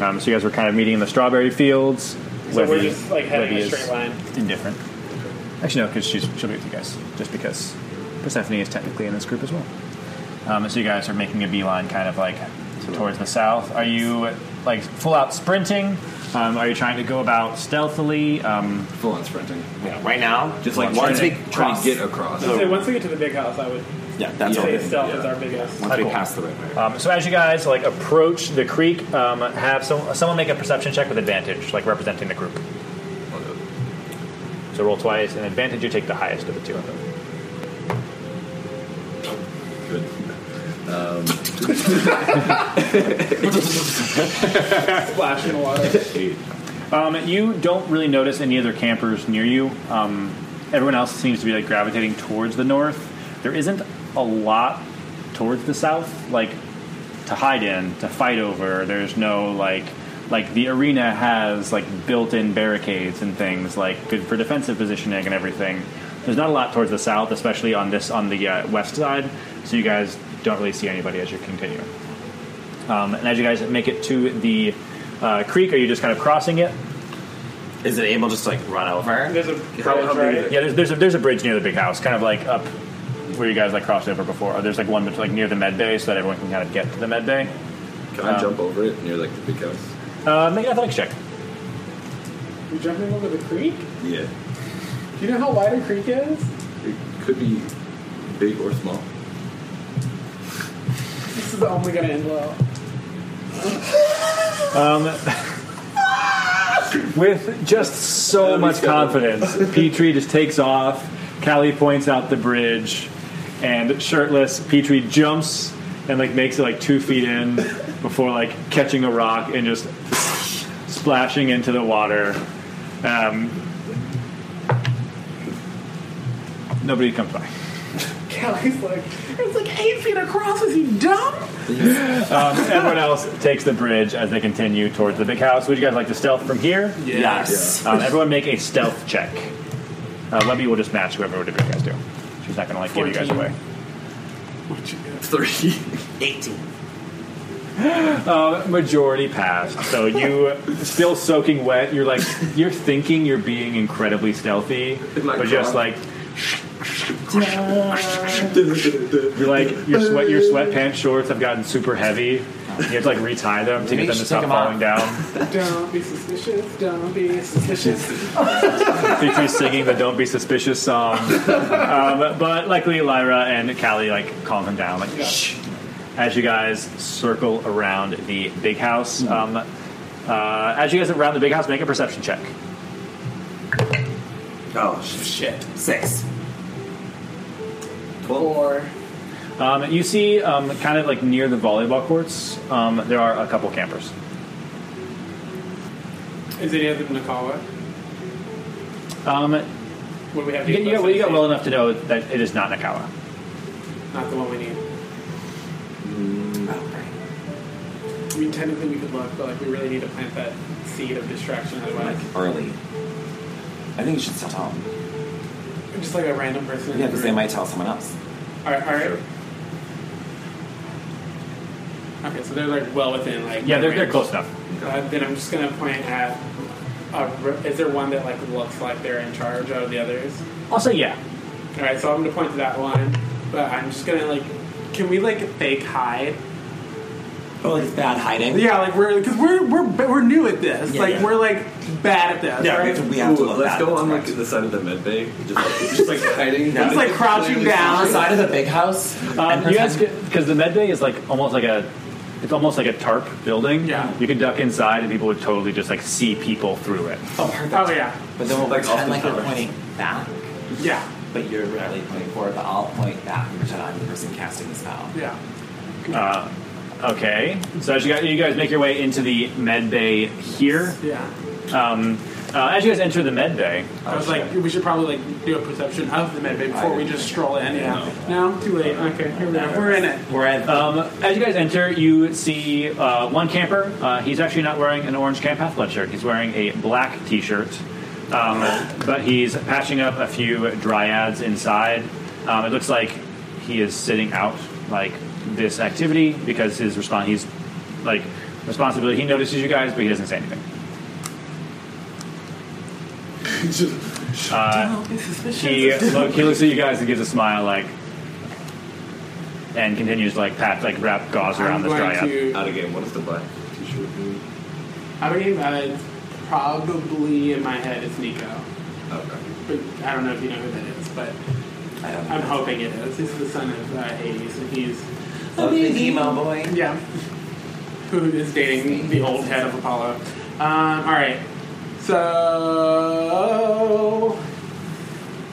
[SPEAKER 2] Um, so you guys were kind of meeting in the strawberry fields.
[SPEAKER 5] So we're
[SPEAKER 2] Libby-
[SPEAKER 5] just like heading
[SPEAKER 2] Libby
[SPEAKER 5] a
[SPEAKER 2] is-
[SPEAKER 5] straight line.
[SPEAKER 2] indifferent. Actually, no, because she's she'll be with you guys, just because Persephone is technically in this group as well. Um, so you guys are making a beeline, kind of like towards the south. Are you like full out sprinting? Um, are you trying to go about stealthily? Um,
[SPEAKER 3] Full on sprinting.
[SPEAKER 4] Yeah, right now.
[SPEAKER 3] Just like
[SPEAKER 4] once we
[SPEAKER 3] trying to, trying
[SPEAKER 4] cross.
[SPEAKER 3] to get across.
[SPEAKER 5] So once we get to the big house, I would
[SPEAKER 4] Oh. yeah, that's
[SPEAKER 5] say
[SPEAKER 4] open.
[SPEAKER 5] stealth is
[SPEAKER 3] yeah.
[SPEAKER 5] our biggest.
[SPEAKER 4] Once we pass the river.
[SPEAKER 2] um, so as you guys like approach the creek, um, have some, someone make a perception check with advantage, like representing the group.
[SPEAKER 3] I'll do it.
[SPEAKER 2] So roll twice, and advantage you take the highest of the two of them.
[SPEAKER 6] Good.
[SPEAKER 2] [laughs]
[SPEAKER 8] Splash in the water.
[SPEAKER 2] Um, you don't really notice any other campers near you. Um, everyone else seems to be like gravitating towards the north. There isn't a lot towards the south, like to hide in, to fight over. There's no like, like the arena has like built-in barricades and things, like good for defensive positioning and everything. There's not a lot towards the south, especially on this on the uh, west side. So you guys don't really see anybody as you're continuing. Um, and as you guys make it to the uh, creek, are you just kind of crossing it?
[SPEAKER 4] Is it able just to, like run over?
[SPEAKER 5] There's a
[SPEAKER 6] How, how big is it?
[SPEAKER 2] Yeah, there's there's a, there's a bridge near the big house, kind of like up where you guys like crossed over before. Or there's like one bet- like near the med bay, so that everyone can kind of get to the med bay.
[SPEAKER 6] Can I jump over it near like the big house?
[SPEAKER 2] Uh, make an athletics check.
[SPEAKER 5] You're jumping over the creek?
[SPEAKER 6] Yeah.
[SPEAKER 5] Do you know how wide a creek is?
[SPEAKER 6] It could be big or small.
[SPEAKER 5] This is only gonna end well.
[SPEAKER 2] With just so much confidence, Petrie just takes off. Callie points out the bridge, and shirtless Petrie jumps and like makes it like two feet in before like catching a rock and just splashing into the water. Um, nobody comes by.
[SPEAKER 5] Callie's like, it's like eight feet across. Is he dumb?
[SPEAKER 2] Um, Everyone else takes the bridge as they continue towards the big house. Would you guys like to stealth from here?
[SPEAKER 4] Yes.
[SPEAKER 2] Um, everyone make a stealth check. Uh, Levy will just match whoever the big guys do. She's not going to like give you guys away.
[SPEAKER 6] Three.
[SPEAKER 4] Eighteen.
[SPEAKER 2] Uh, majority passed. So you still soaking wet. You're like you're thinking you're being incredibly stealthy,
[SPEAKER 6] my
[SPEAKER 2] but just
[SPEAKER 6] God.
[SPEAKER 2] like you're like your sweat your sweatpants shorts have gotten super heavy. You have to like retie them to
[SPEAKER 4] Maybe
[SPEAKER 2] get them to
[SPEAKER 4] you should
[SPEAKER 2] stop
[SPEAKER 4] take 'em off.
[SPEAKER 2] falling down.
[SPEAKER 5] Don't be suspicious. Don't be suspicious.
[SPEAKER 2] Petrie's singing the "Don't Be Suspicious" song. um, but luckily, Lyra and Callie like calm him down, like shh. As you guys circle around the big house, um, uh, as you guys around the big house, make a perception check.
[SPEAKER 4] Oh shit. Six.
[SPEAKER 5] Four.
[SPEAKER 2] Um, you see, um, kind of like near the volleyball courts, um, there are a couple campers.
[SPEAKER 5] Is any other than Nakawa?
[SPEAKER 2] Um,
[SPEAKER 5] What do we have?
[SPEAKER 2] you,
[SPEAKER 5] to
[SPEAKER 2] get, you,
[SPEAKER 5] close
[SPEAKER 2] got, you got
[SPEAKER 5] to
[SPEAKER 2] well enough to know that it is not Nakawa.
[SPEAKER 5] say? Not the one we need.
[SPEAKER 4] Oh, right.
[SPEAKER 5] I mean, technically we could look, but like we really need to plant that seed of distraction. Otherwise,
[SPEAKER 4] Like early. I think you should still tell them.
[SPEAKER 5] just like a random person. in
[SPEAKER 4] Yeah,
[SPEAKER 5] the
[SPEAKER 4] because they
[SPEAKER 5] room.
[SPEAKER 4] might tell someone else.
[SPEAKER 5] All right. All right. Okay, so they're like well within like
[SPEAKER 2] Yeah, they're,
[SPEAKER 5] my
[SPEAKER 2] they're
[SPEAKER 5] range.
[SPEAKER 2] close enough.
[SPEAKER 5] Uh, then I'm just gonna point at. Uh, is there one that like looks like they're in charge out of the others?
[SPEAKER 2] I'll say yeah.
[SPEAKER 5] All right, so I'm gonna point to that one, but I'm just gonna like, can we like fake hide?
[SPEAKER 4] Oh, like it's bad hiding.
[SPEAKER 5] Yeah, like we're because we're we're we're new at this.
[SPEAKER 4] Yeah,
[SPEAKER 5] like
[SPEAKER 4] yeah.
[SPEAKER 5] we're like bad at this.
[SPEAKER 4] Yeah, we
[SPEAKER 5] right?
[SPEAKER 4] have to, we have to
[SPEAKER 6] Ooh,
[SPEAKER 4] look
[SPEAKER 6] let's
[SPEAKER 4] bad.
[SPEAKER 6] go
[SPEAKER 4] That's
[SPEAKER 6] on like
[SPEAKER 4] correct.
[SPEAKER 6] the side of the med bay, just like, just
[SPEAKER 4] [laughs]
[SPEAKER 6] like hiding.
[SPEAKER 4] No.
[SPEAKER 5] Just like crouching
[SPEAKER 4] on the
[SPEAKER 5] down.
[SPEAKER 4] side of the big house.
[SPEAKER 2] Um,
[SPEAKER 4] and
[SPEAKER 2] you guys,
[SPEAKER 4] pretend-
[SPEAKER 2] because the med bay is like almost like a, it's almost like a tarp building.
[SPEAKER 5] Yeah.
[SPEAKER 2] You could duck inside, and people would totally just like see people through it.
[SPEAKER 4] Oh, perfect.
[SPEAKER 5] Oh yeah,
[SPEAKER 4] But then we'll
[SPEAKER 6] Like Austin
[SPEAKER 4] pretend like we're
[SPEAKER 6] Powers.
[SPEAKER 4] pointing back,
[SPEAKER 5] yeah,
[SPEAKER 4] but you're really pointing forward. But I'll point back and pretend I'm the person casting the spell.
[SPEAKER 5] yeah.
[SPEAKER 2] Okay. So as you guys, you guys make your way into the med bay here.
[SPEAKER 5] Yeah,
[SPEAKER 2] Uh, as you guys enter the med bay,
[SPEAKER 5] I was like, we should probably like do a perception of the medbay before we just stroll in. Yeah, no, too late. Okay, here we go. We're in it.
[SPEAKER 4] We're at
[SPEAKER 2] um, as you guys enter, you see uh, one camper. Uh, he's actually not wearing an orange Camp Half-Blood shirt. He's wearing a black T-shirt, um, but he's patching up a few dryads inside. Um, it looks like he is sitting out like this activity because his response, he's like responsibility. He notices you guys, but he doesn't say anything. Uh, He, look, he looks at you guys and gives a smile, like, and continues like pat, like wrap gauze around
[SPEAKER 5] I'm
[SPEAKER 2] this
[SPEAKER 5] going
[SPEAKER 2] dry up.
[SPEAKER 5] to.
[SPEAKER 6] Out of game. What is the black t-shirt? mean?
[SPEAKER 5] I mean, uh, probably in my head it's Nico.
[SPEAKER 6] Okay.
[SPEAKER 5] But I don't know if you know who that is, but
[SPEAKER 4] I don't know.
[SPEAKER 5] I'm hoping it is. He's the son of uh, Hades, and he's
[SPEAKER 4] Oh, the emo boy.
[SPEAKER 5] yeah, who is dating the old head of Apollo. Um, all right, so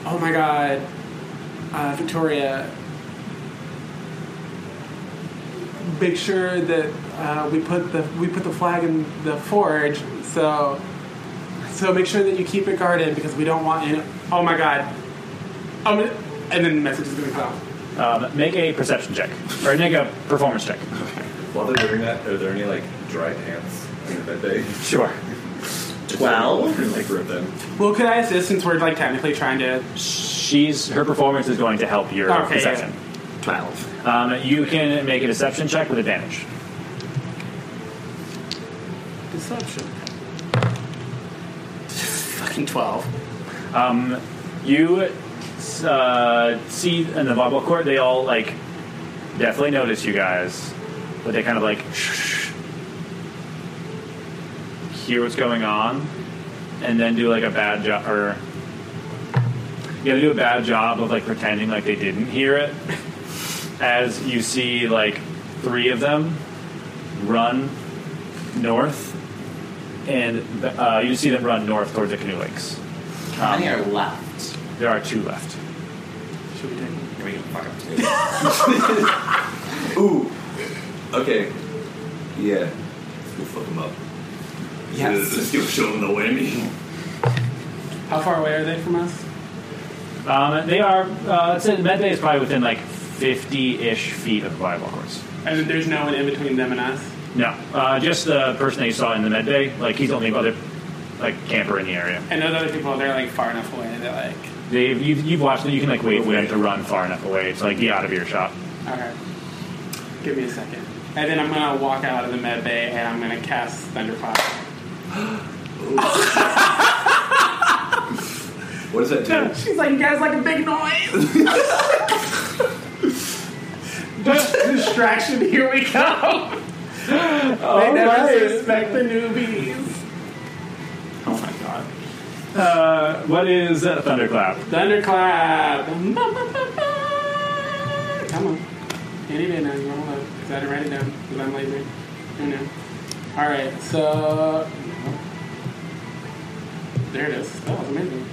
[SPEAKER 5] Oh my god. Uh, Victoria. Make sure that uh, we put the we put the flag in the forge. So, so make sure that you keep it guarded because we don't want any. Oh my god! Um, and then the message is going to come.
[SPEAKER 2] Um, make a perception check or make a performance check.
[SPEAKER 6] While they're doing that, are there any like dry pants in that day?
[SPEAKER 2] Sure.
[SPEAKER 4] Twelve.
[SPEAKER 6] like rip them.
[SPEAKER 5] Well, could I assist since we're like technically trying to?
[SPEAKER 2] She's her performance is going to help your
[SPEAKER 5] Okay,
[SPEAKER 2] perception.
[SPEAKER 4] Twelve.
[SPEAKER 2] Um, you can make a deception check with advantage.
[SPEAKER 5] Deception. Fucking twelve.
[SPEAKER 2] You uh, see in the volleyball court, they all like definitely notice you guys, but they kind of like [laughs] shh, hear what's going on, and then do like a bad job or you gotta do a bad job of like pretending like they didn't hear it. As you see, like three of them run north, and uh, you see them run north towards the canoe lakes.
[SPEAKER 4] How many are left?
[SPEAKER 2] There are two left.
[SPEAKER 5] Should we take?
[SPEAKER 4] Here we go. Fuck up two.
[SPEAKER 6] Ooh. Okay. Yeah. Let's go fuck them up.
[SPEAKER 4] Yes.
[SPEAKER 6] Let's go show them the whammy.
[SPEAKER 5] How far away are they from us?
[SPEAKER 2] Um, they are. Uh, it's in Medbay is probably within like fifty-ish feet of the volleyball course.
[SPEAKER 5] And there's no one in between them and us.
[SPEAKER 2] No, uh, just the person that you saw in the Medbay. Like he's the only other like camper in the area.
[SPEAKER 5] And those other people, they're like far enough away. They're like,
[SPEAKER 2] They, you've, you've watched it. You can like wait for them to run far enough away. It's like get out of your shot.
[SPEAKER 5] okay, give me a second. And then I'm gonna walk out of the med bay and I'm gonna cast Thunderclap.
[SPEAKER 6] What does that do?
[SPEAKER 5] [laughs] She's like, you guys like a big noise. [laughs] Distraction, here we go. they never suspect the newbies.
[SPEAKER 4] Oh my god.
[SPEAKER 2] Uh, what is uh, thunderclap?
[SPEAKER 5] Thunderclap. Come on. Any day now, you want to Because I didn't write it down. Because I'm lazy. I know. Alright, so. There it is. That was amazing.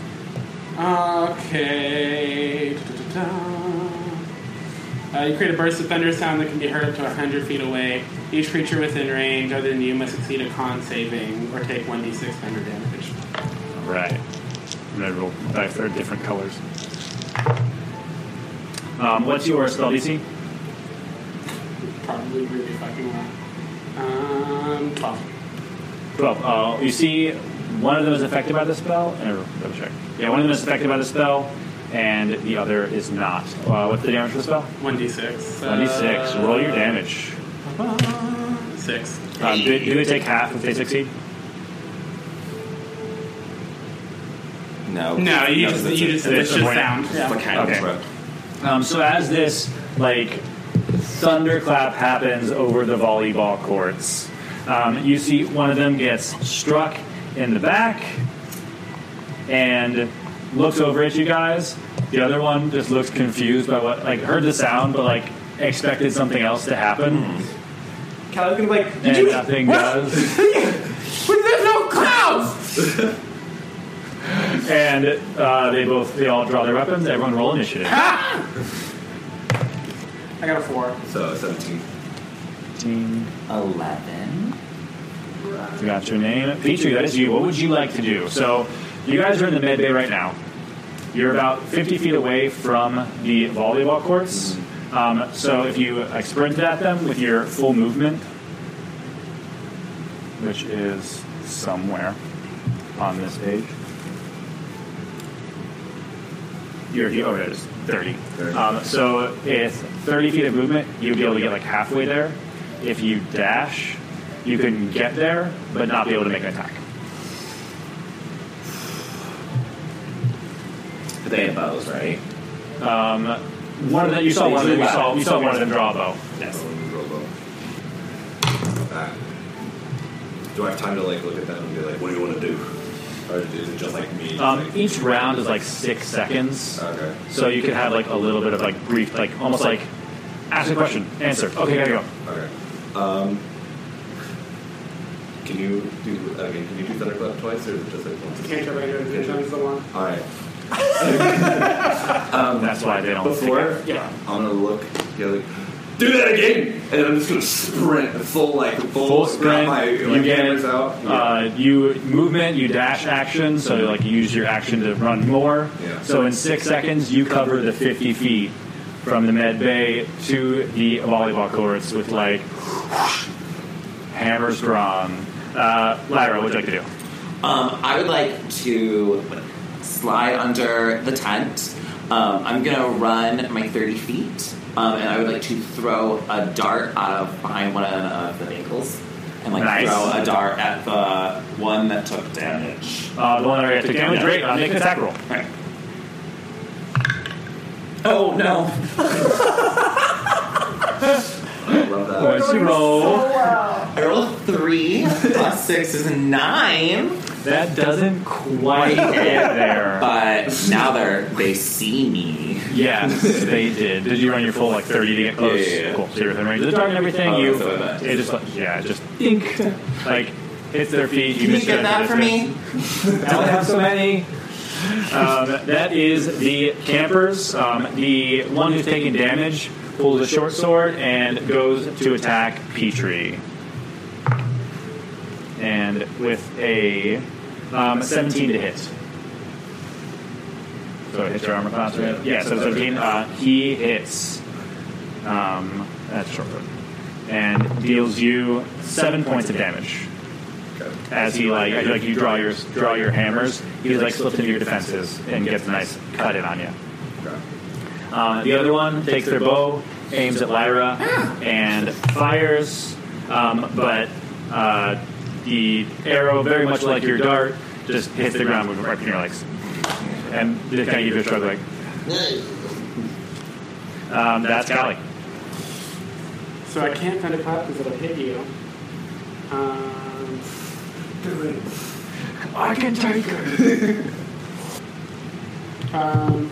[SPEAKER 5] Okay. Da-da-da-da. Uh, you create a burst of thunder sound that can be heard up to 100 feet away. Each creature within range, other than you, must succeed a con saving or take 1d6 thunder damage.
[SPEAKER 2] Right. I'm gonna roll dice. They're different colors. Um, what's your spell DC?
[SPEAKER 5] probably really fucking well. Um, 12.
[SPEAKER 2] Twelve. Uh, you see, one of them is affected by the spell. Or, let me check. Yeah, one of them is affected by the spell, and the other is not. Uh, what's the damage of the spell?
[SPEAKER 5] 1d6. uh,
[SPEAKER 2] Twenty-six. Roll your damage.
[SPEAKER 5] uh, 6.
[SPEAKER 2] Um, do, do they take half if they succeed?
[SPEAKER 4] No.
[SPEAKER 5] No, you
[SPEAKER 4] that's
[SPEAKER 5] just,
[SPEAKER 4] it.
[SPEAKER 5] you
[SPEAKER 2] it's
[SPEAKER 5] just, it's just
[SPEAKER 2] a point.
[SPEAKER 5] sound.
[SPEAKER 4] It's like kind
[SPEAKER 2] Okay.
[SPEAKER 4] of rough.
[SPEAKER 2] Um, so as this like thunderclap happens over the volleyball courts, um, you see one of them gets struck in the back and looks over at you guys. The other one just looks confused by what like heard the sound but like expected something else to happen
[SPEAKER 5] Kyle's gonna be like,
[SPEAKER 2] and nothing does.
[SPEAKER 5] [laughs] but there's no clouds!
[SPEAKER 2] [laughs] And uh, they both they all draw their weapons. Everyone roll initiative.
[SPEAKER 5] I got a 4.
[SPEAKER 6] So seventeen.
[SPEAKER 2] Fifteen.
[SPEAKER 4] Eleven.
[SPEAKER 2] You got your name. Petrie, that is you. What would you like to do? So, you guys are in the med bay right now. You're about 50 feet away from the volleyball courts. Um, so, if you like, sprinted at them with your full movement, which is somewhere on this page. You're, you, oh, it is 30. Um, so, if 30 feet of movement, you'd be able to get like halfway there. If you dash, you can get there, but not be able to make an attack.
[SPEAKER 4] But they have bows, right?
[SPEAKER 2] One of them, you saw one of them. You saw, you saw one of them draw a bow.
[SPEAKER 4] Yes.
[SPEAKER 6] Oh, Robo. Ah. Do I have time to like look at that and be like, what do you want to do? Or is it just like me?
[SPEAKER 2] Um,
[SPEAKER 6] like,
[SPEAKER 2] each round is like six seconds,
[SPEAKER 6] okay.
[SPEAKER 2] so you could have like a little bit of like brief, like almost like ask a question, answer. Okay, gotta go.
[SPEAKER 6] Okay. Um, can you do? I mean, can you do thunderclap twice, or is it just like once?
[SPEAKER 5] Can't tell by doing
[SPEAKER 6] Can't
[SPEAKER 5] the one.
[SPEAKER 6] All right.
[SPEAKER 3] Um,
[SPEAKER 2] That's why they don't
[SPEAKER 3] Before,
[SPEAKER 2] pick
[SPEAKER 5] Yeah.
[SPEAKER 3] I'm gonna look. Go like, do that again, and I'm just gonna sprint full like
[SPEAKER 2] Full
[SPEAKER 3] full, grab
[SPEAKER 2] sprint.
[SPEAKER 3] My,
[SPEAKER 2] you
[SPEAKER 3] like,
[SPEAKER 2] get
[SPEAKER 3] hammers out.
[SPEAKER 2] Uh, you movement. You dash action. So like you use your action to run more.
[SPEAKER 3] Yeah.
[SPEAKER 2] So in six seconds, you cover the 50 feet from the med bay to the volleyball courts with like hammers drawn. Uh, Lyra, what'd you like to do?
[SPEAKER 4] Um, I would like to slide under the tent. Um, I'm gonna run my 30 feet, um, and I would like to throw a dart out of behind one of the vehicles, and like
[SPEAKER 2] Nice.
[SPEAKER 4] throw a dart at the one that took damage.
[SPEAKER 2] Uh, the one that took damage. Great. Uh, make an attack roll.
[SPEAKER 4] Oh no!
[SPEAKER 3] I love that.
[SPEAKER 2] Once you roll,
[SPEAKER 4] I rolled a three plus six is a nine,
[SPEAKER 2] that doesn't quite get there.
[SPEAKER 4] but now they're they see me.
[SPEAKER 2] Yes, they did. Did you run your full like 30 to get close?
[SPEAKER 4] Yeah, yeah, yeah.
[SPEAKER 2] Cool. So you're within range of the dart and everything.
[SPEAKER 4] Oh,
[SPEAKER 2] you,
[SPEAKER 4] that's what I meant.
[SPEAKER 2] it just like yeah, it just ink like hits their feet. You
[SPEAKER 4] Can you
[SPEAKER 2] miss
[SPEAKER 4] get
[SPEAKER 2] it
[SPEAKER 4] that
[SPEAKER 2] into
[SPEAKER 4] for me?
[SPEAKER 2] distance. I don't have so many. Um, that is the campers. Um, the one who's taking damage pulls a short sword and goes to attack Petrie. And with a um, 17 to hit. So it hits your armor class, right? Yeah, so 17. Uh, he hits. Um, that's short sword. And deals you seven points of damage. As he like, like you draw your draw your hammers, he like slips into your defenses and gets a nice cut in on you. Uh, the other one takes their bow, aims at Lyra, and fires. Um, but uh, the arrow, very much like your dart, just hits the ground with right between your legs, and they kind of give you a shrug like. Um, that's Callie.
[SPEAKER 5] So I can't find a pot because it'll hit you. Um,
[SPEAKER 2] I can take her.
[SPEAKER 8] Um,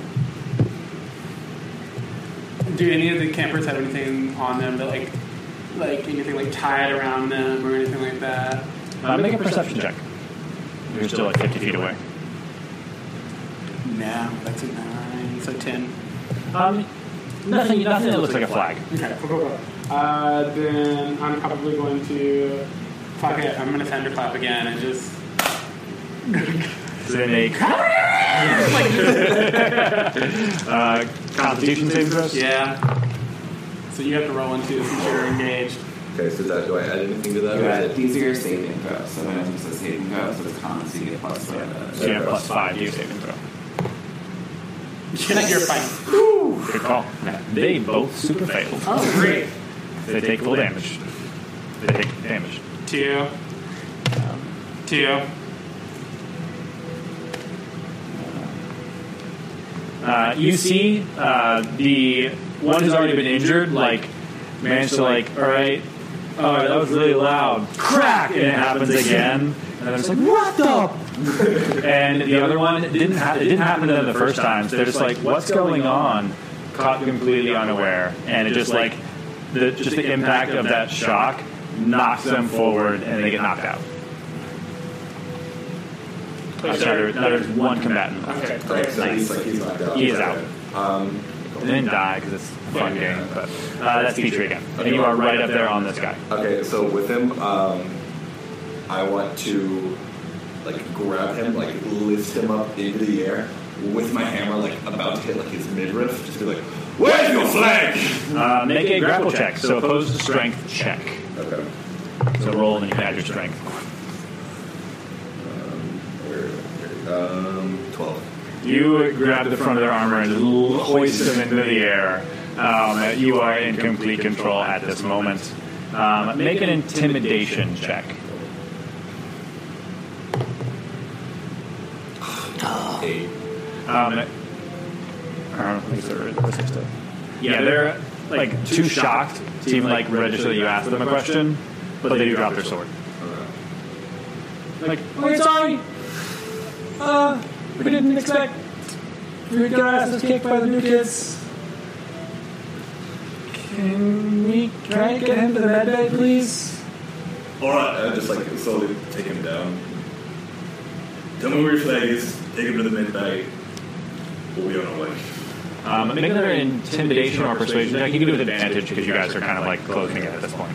[SPEAKER 8] do any of the campers have anything on them that like, like anything like tied around them or anything like that?
[SPEAKER 2] Uh, make a perception check. You're still like 50 feet away.
[SPEAKER 8] No, that's a nine. So ten.
[SPEAKER 2] Um, nothing. Nothing that looks like a flag.
[SPEAKER 8] Okay, cool, cool, cool. Uh, then I'm probably going to. Fuck it, I'm gonna thunderclap again and just.
[SPEAKER 2] So then they uh, Constitution saving throws.
[SPEAKER 8] Yeah. So you have to roll into since you're
[SPEAKER 5] [laughs]
[SPEAKER 8] engaged.
[SPEAKER 3] Okay, so that, do I add anything to that? or is it-
[SPEAKER 4] These are your saving throws. So when it says saving throws, it's common, so you get plus whatever.
[SPEAKER 2] So you have plus five to your saving throw.
[SPEAKER 8] you're fine.
[SPEAKER 2] Good call. They both super failed.
[SPEAKER 8] Oh, great.
[SPEAKER 2] They take full damage. They take damage.
[SPEAKER 8] Two. Two.
[SPEAKER 2] Uh, you see uh, the one who's already been injured, like, managed to, like, all right, all right, that was really loud. Crack! And it happens again. And they're just like, what the? [laughs] and the other one didn't, ha- it didn't happen to them the first time. So they're just like, what's going on? Caught completely unaware. And it just, like, the, just the impact of that shock knocks them forward and they get knocked out. Uh, so there- now there's one combatant left.
[SPEAKER 5] okay.
[SPEAKER 3] Like, so he's, like, uh, he's knocked out.
[SPEAKER 2] He is
[SPEAKER 3] Okay.
[SPEAKER 2] out.
[SPEAKER 3] Um,
[SPEAKER 2] They didn't die because it's a fun game, but uh, that's Petrie again. And you are right up there on this guy.
[SPEAKER 3] Okay, so with him, um, I want to like grab him, like lift him up into the air with my hammer, like about to hit like his midriff, just be like, "Where's your flag?"
[SPEAKER 2] Uh, make a grapple check, so opposed to strength check.
[SPEAKER 3] Okay.
[SPEAKER 2] So roll and you can add your strength.
[SPEAKER 3] Where- where- Um, twelve.
[SPEAKER 2] You grab the front of their armor and l- hoist them into the air. Um, you are in complete control at this moment. Um, make an intimidation check.
[SPEAKER 3] Eight.
[SPEAKER 2] Um, I don't know if they're resistant. Yeah, they're like too shocked to even like register that you asked them a question, but they do drop their sword. Like,
[SPEAKER 10] We're sorry. Uh, we didn't expect. We got our asses kicked by the new kids. Can we? Can I get him to the med bay, please?
[SPEAKER 6] All right, uh, just like slowly take him down. Tell me where your flag is. Take him to the mid bay. But we don't know, like,
[SPEAKER 2] Um, make another intimidation or persuasion check. You can do it with advantage because you guys are kind of like closing it at this point.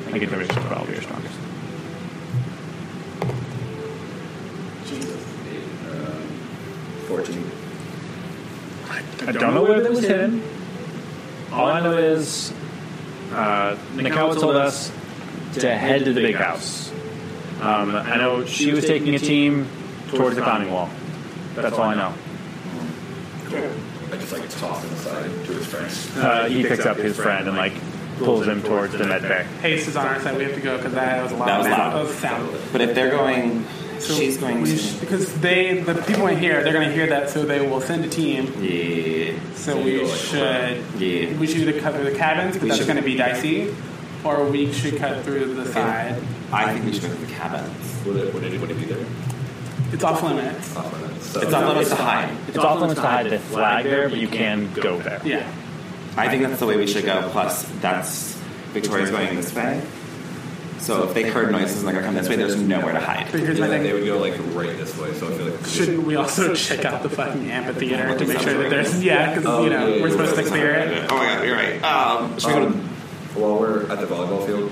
[SPEAKER 2] I think intimidation is probably your strongest.
[SPEAKER 6] Um,
[SPEAKER 13] fourteen.
[SPEAKER 2] I don't know where that was hidden. All I know is uh, Nakawa told us to head to the big house. Um, I know she was taking a team towards the climbing wall. That's all I know.
[SPEAKER 6] I just like toss him aside to his friends.
[SPEAKER 2] Uh, he picks up his friend and like pulls him towards the med bay.
[SPEAKER 5] Haste is on our side. We have to go because that was a lot
[SPEAKER 4] That was
[SPEAKER 5] of
[SPEAKER 4] loud.
[SPEAKER 5] of sound.
[SPEAKER 4] But if they're going,
[SPEAKER 5] So
[SPEAKER 4] she's going
[SPEAKER 5] we
[SPEAKER 4] to.
[SPEAKER 5] sh- because they the people in here they're going to hear that, so they will send a team.
[SPEAKER 4] yeah.
[SPEAKER 5] So we should
[SPEAKER 4] Yeah.
[SPEAKER 5] we should either cut through the cabins because
[SPEAKER 4] We
[SPEAKER 5] that's
[SPEAKER 4] should-
[SPEAKER 5] going to be dicey, or we should cut through the side.
[SPEAKER 4] I think we should go to the cabins.
[SPEAKER 6] Would, it, would anybody be there?
[SPEAKER 5] It's off limits.
[SPEAKER 6] Um, and then- so,
[SPEAKER 4] It's on limits to hide.
[SPEAKER 2] It's off limits to hide the flag there, but you can go there.
[SPEAKER 5] Yeah.
[SPEAKER 4] I think that's the way we should go. Plus, that's Victoria's going this way. So if they heard noises and they're going to come this way, there's nowhere to hide.
[SPEAKER 5] But here's
[SPEAKER 6] yeah,
[SPEAKER 5] my
[SPEAKER 6] then they
[SPEAKER 5] thing.
[SPEAKER 6] would go like right this way. So I feel like
[SPEAKER 5] Shouldn't we also check out the fucking amphitheater to make sure that there's
[SPEAKER 4] Sounds
[SPEAKER 5] yeah because you know
[SPEAKER 6] Oh, yeah, yeah,
[SPEAKER 5] we're supposed to
[SPEAKER 6] yeah.
[SPEAKER 5] clear it.
[SPEAKER 4] Oh my god, you're right. Um, should we go to
[SPEAKER 6] Um, while we're at the volleyball field,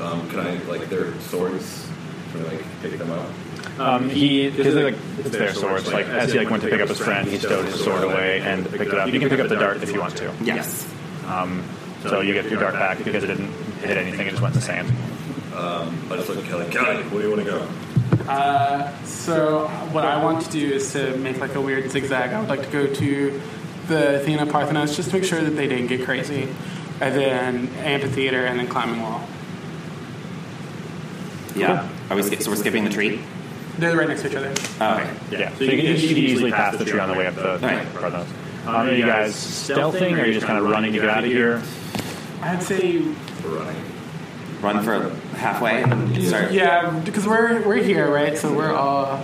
[SPEAKER 6] um, can I like their swords? Can I like pick them up?
[SPEAKER 2] Um, he because like it's their swords. Like as he like went to pick up his friend, he stowed his sword away and picked it up. You can pick up the dart if you want to.
[SPEAKER 4] Yes.
[SPEAKER 2] So you get your dart back because it didn't hit anything. It just went in the sand.
[SPEAKER 6] I just look at Kelly. Kelly, where do you want to go?
[SPEAKER 5] Uh, so what I want to do is to make like a weird zigzag. I would like to go to the Athena Parthenos just to make sure that they didn't get crazy, and then amphitheater and then climbing wall.
[SPEAKER 4] Yeah. Are we sk- so we're skipping the tree? Oh,
[SPEAKER 5] They're right next to each other.
[SPEAKER 4] Okay.
[SPEAKER 2] Yeah. So you can, you can easily pass the tree on the way up the.
[SPEAKER 4] Right.
[SPEAKER 2] Right. Um, are you guys stealthing or are you just kind of running to get out of here?
[SPEAKER 5] I'd say
[SPEAKER 6] We're running.
[SPEAKER 4] Run for halfway and start.
[SPEAKER 5] yeah because we're we're here right, so we're all.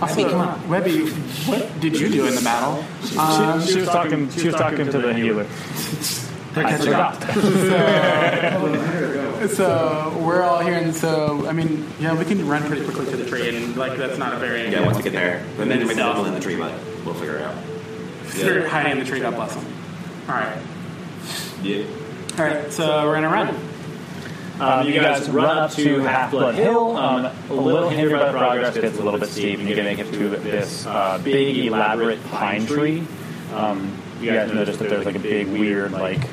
[SPEAKER 5] Also,
[SPEAKER 4] come on.
[SPEAKER 5] Webby, what did you do in the battle?
[SPEAKER 2] She, she was talking. She was talking to the healer. I forgot.
[SPEAKER 5] So we're all here, and so I mean, yeah, we can run pretty quickly to the tree, and like that's not a very
[SPEAKER 4] Yeah, once we get there. But then we double in the tree, but we'll figure it out.
[SPEAKER 5] If They're hiding in the tree. God bless them. All right,
[SPEAKER 6] Yeah.
[SPEAKER 5] all right. So we're gonna run.
[SPEAKER 2] Um, you guys run up to Half Blood Hill. Um, a little hindered by the progress because it's a little bit steep, and you can make it to this uh, big, elaborate pine tree. Um, you guys notice that there's like a big, weird, like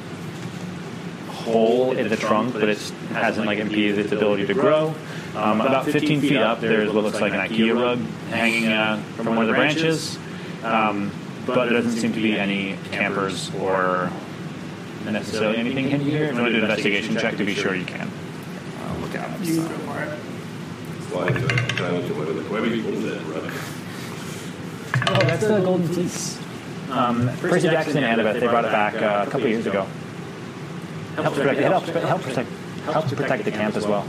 [SPEAKER 2] hole in the trunk, but it hasn't like impeded its ability to grow. Um, about 15 feet up, there's what looks like an IKEA rug hanging uh, from one of the branches, um, but there doesn't seem to be any campers or necessarily anything hidden here. If you want to do an investigation check to be sure you can.
[SPEAKER 4] I'll look out.
[SPEAKER 5] You go for it.
[SPEAKER 6] Well, I do it. Can I look at what it- what it- what is it? Running.
[SPEAKER 2] Oh, that's the Golden Fleece. Um, Percy Jackson and Annabeth, they brought it back uh, a couple years ago. Helps protect, it helps, it helps protect, helps protect the camp as well.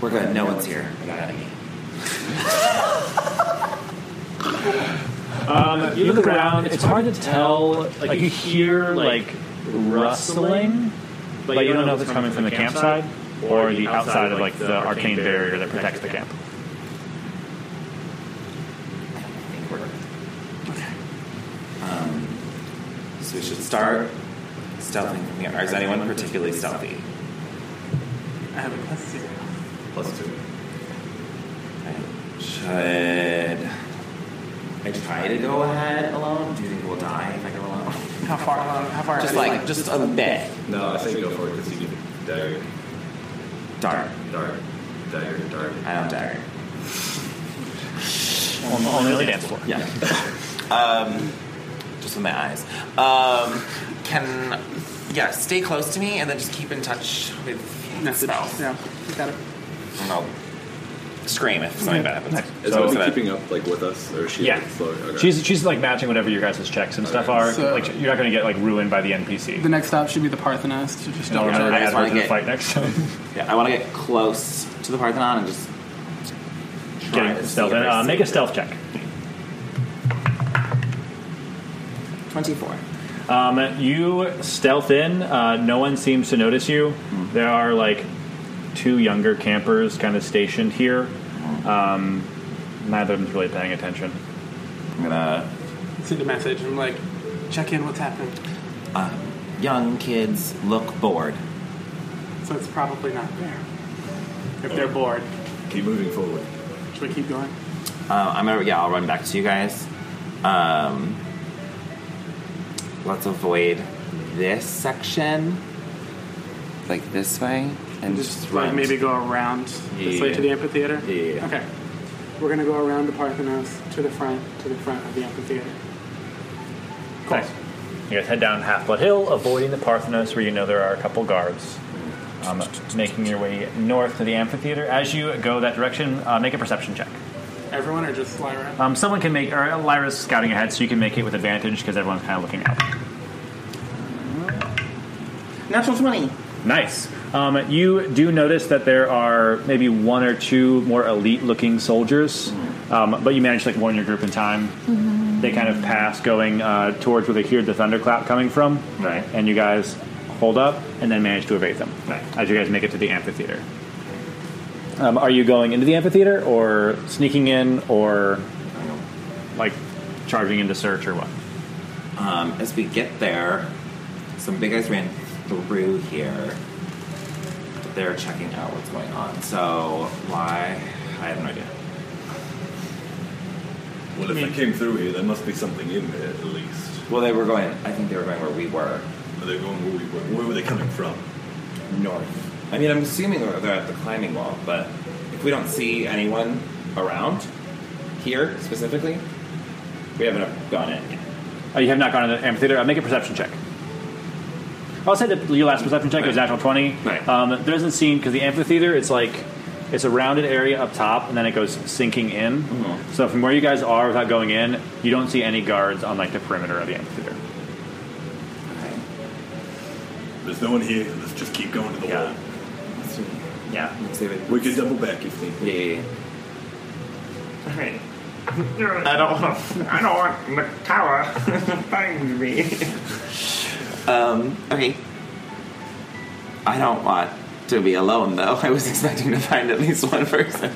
[SPEAKER 4] We're good. No one's here. I got out of here.
[SPEAKER 2] You look around, it's hard to tell. Like, you hear, like, rustling, but you don't know if it's coming from the campsite or the outside of, like, the arcane barrier that protects the camp.
[SPEAKER 4] I think we're Um, so we should start stealthing from here. Or is anyone particularly stealthy?
[SPEAKER 5] I have a plus zero.
[SPEAKER 6] Plus two.
[SPEAKER 4] Right. Should I try to go ahead alone? Do you think we'll die if I go alone?
[SPEAKER 5] How far? uh, How far?
[SPEAKER 4] Just like just a bit
[SPEAKER 6] No, I say go for it because you get dagger,
[SPEAKER 4] dark.
[SPEAKER 6] dart, dagger, dart.
[SPEAKER 4] I don't dare.
[SPEAKER 2] On, on the only dance floor.
[SPEAKER 4] Yeah. [laughs] um, just with my eyes. Um, can yeah, stay close to me and then just keep in touch with spells.
[SPEAKER 5] Yeah, you got it.
[SPEAKER 4] And I'll scream if something bad happens.
[SPEAKER 6] Is
[SPEAKER 4] So-
[SPEAKER 6] so,
[SPEAKER 4] so that-
[SPEAKER 6] keeping up like with us, or is she
[SPEAKER 2] Yeah.
[SPEAKER 6] like, slow? Okay.
[SPEAKER 2] She's, she's like matching whatever your guys' checks and stuff are.
[SPEAKER 5] So-
[SPEAKER 2] Like you're not going to get like ruined by the NPC.
[SPEAKER 5] The next stop should be the Parthenos. So just double
[SPEAKER 2] Don't
[SPEAKER 5] check.
[SPEAKER 2] remember to
[SPEAKER 4] I just
[SPEAKER 2] add her
[SPEAKER 4] wanna
[SPEAKER 2] to the
[SPEAKER 4] get-
[SPEAKER 2] fight next time.
[SPEAKER 4] Yeah, I want to get close to the Parthenon and just try
[SPEAKER 2] Getting
[SPEAKER 4] to see
[SPEAKER 2] stealth.
[SPEAKER 4] if I
[SPEAKER 2] Uh,
[SPEAKER 4] see
[SPEAKER 2] make a stealth check.
[SPEAKER 4] 24.
[SPEAKER 2] Um, you stealth in. Uh, no one seems to notice you. There are like two younger campers kind of stationed here. Um, Neither of them's really paying attention.
[SPEAKER 4] I'm gonna
[SPEAKER 8] Send a message. I'm like, check in. What's happening?
[SPEAKER 4] young kids look bored.
[SPEAKER 8] So it's probably not there. If they're bored,
[SPEAKER 6] Keep moving forward.
[SPEAKER 8] should we keep going?
[SPEAKER 4] Uh, I'm gonna yeah, I'll run back to you guys. Um, let's avoid this section, like this way, and just,
[SPEAKER 8] like
[SPEAKER 4] run.
[SPEAKER 8] maybe go around this way to the amphitheater.
[SPEAKER 4] Yeah.
[SPEAKER 8] Okay. We're gonna go around the Parthenos to the front, to the front of the amphitheater.
[SPEAKER 2] Cool. You guys head down Half Blood Hill, avoiding the Parthenos, where you know there are a couple guards. Um, making your way north to the amphitheater. As you go that direction, uh, make a perception check.
[SPEAKER 8] Everyone or just Lyra?
[SPEAKER 2] Um, someone can make, or Lyra's scouting ahead, so you can make it with advantage because everyone's kind of looking out.
[SPEAKER 4] natural twenty.
[SPEAKER 2] Nice. Um, you do notice that there are maybe one or two more elite-looking soldiers, um, but you manage to like warn your group in time. They kind of pass, going uh, towards where they hear the thunderclap coming from,
[SPEAKER 4] Right.
[SPEAKER 2] and you guys hold up and then manage to evade them.
[SPEAKER 4] Right.
[SPEAKER 2] As you guys make it to the amphitheater. Um, are you going into the amphitheater, or sneaking in, or like charging into search, or what?
[SPEAKER 4] Um, as we get there, some big guys ran through here. They're checking out what's going on. So why? I have no idea.
[SPEAKER 6] Well, if they
[SPEAKER 4] Mm.
[SPEAKER 6] came through here, there must be something in there at least.
[SPEAKER 4] Well, they were going. I think they were going where we were,
[SPEAKER 6] Are they going where we were? Where were they coming from?
[SPEAKER 4] north. I mean, I'm assuming they're they're at the climbing wall, but if we don't see anyone around here specifically, we haven't gone in. yet.
[SPEAKER 2] Oh, you have not gone to the amphitheater. Uh, make a perception check. I'll say that your last perception check was
[SPEAKER 4] Right.
[SPEAKER 2] natural twenty.
[SPEAKER 4] Right.
[SPEAKER 2] Um, there doesn't seem because the amphitheater it's like it's a rounded area up top and then it goes sinking in.
[SPEAKER 4] Mm-hmm.
[SPEAKER 2] So from where you guys are without going in, you don't see any guards on like the perimeter of the amphitheater.
[SPEAKER 4] Okay.
[SPEAKER 6] There's no one here. Let's just keep going to the
[SPEAKER 2] Yeah.
[SPEAKER 6] wall.
[SPEAKER 4] Let's see.
[SPEAKER 2] Yeah.
[SPEAKER 4] Let's see what-
[SPEAKER 6] We could double back if need.
[SPEAKER 4] Yeah. yeah,
[SPEAKER 14] Hey. I don't want. I don't want the tower [laughs] to find me.
[SPEAKER 4] yeah. Um, okay. I don't want to be alone though. [laughs] I was expecting to find at least one person.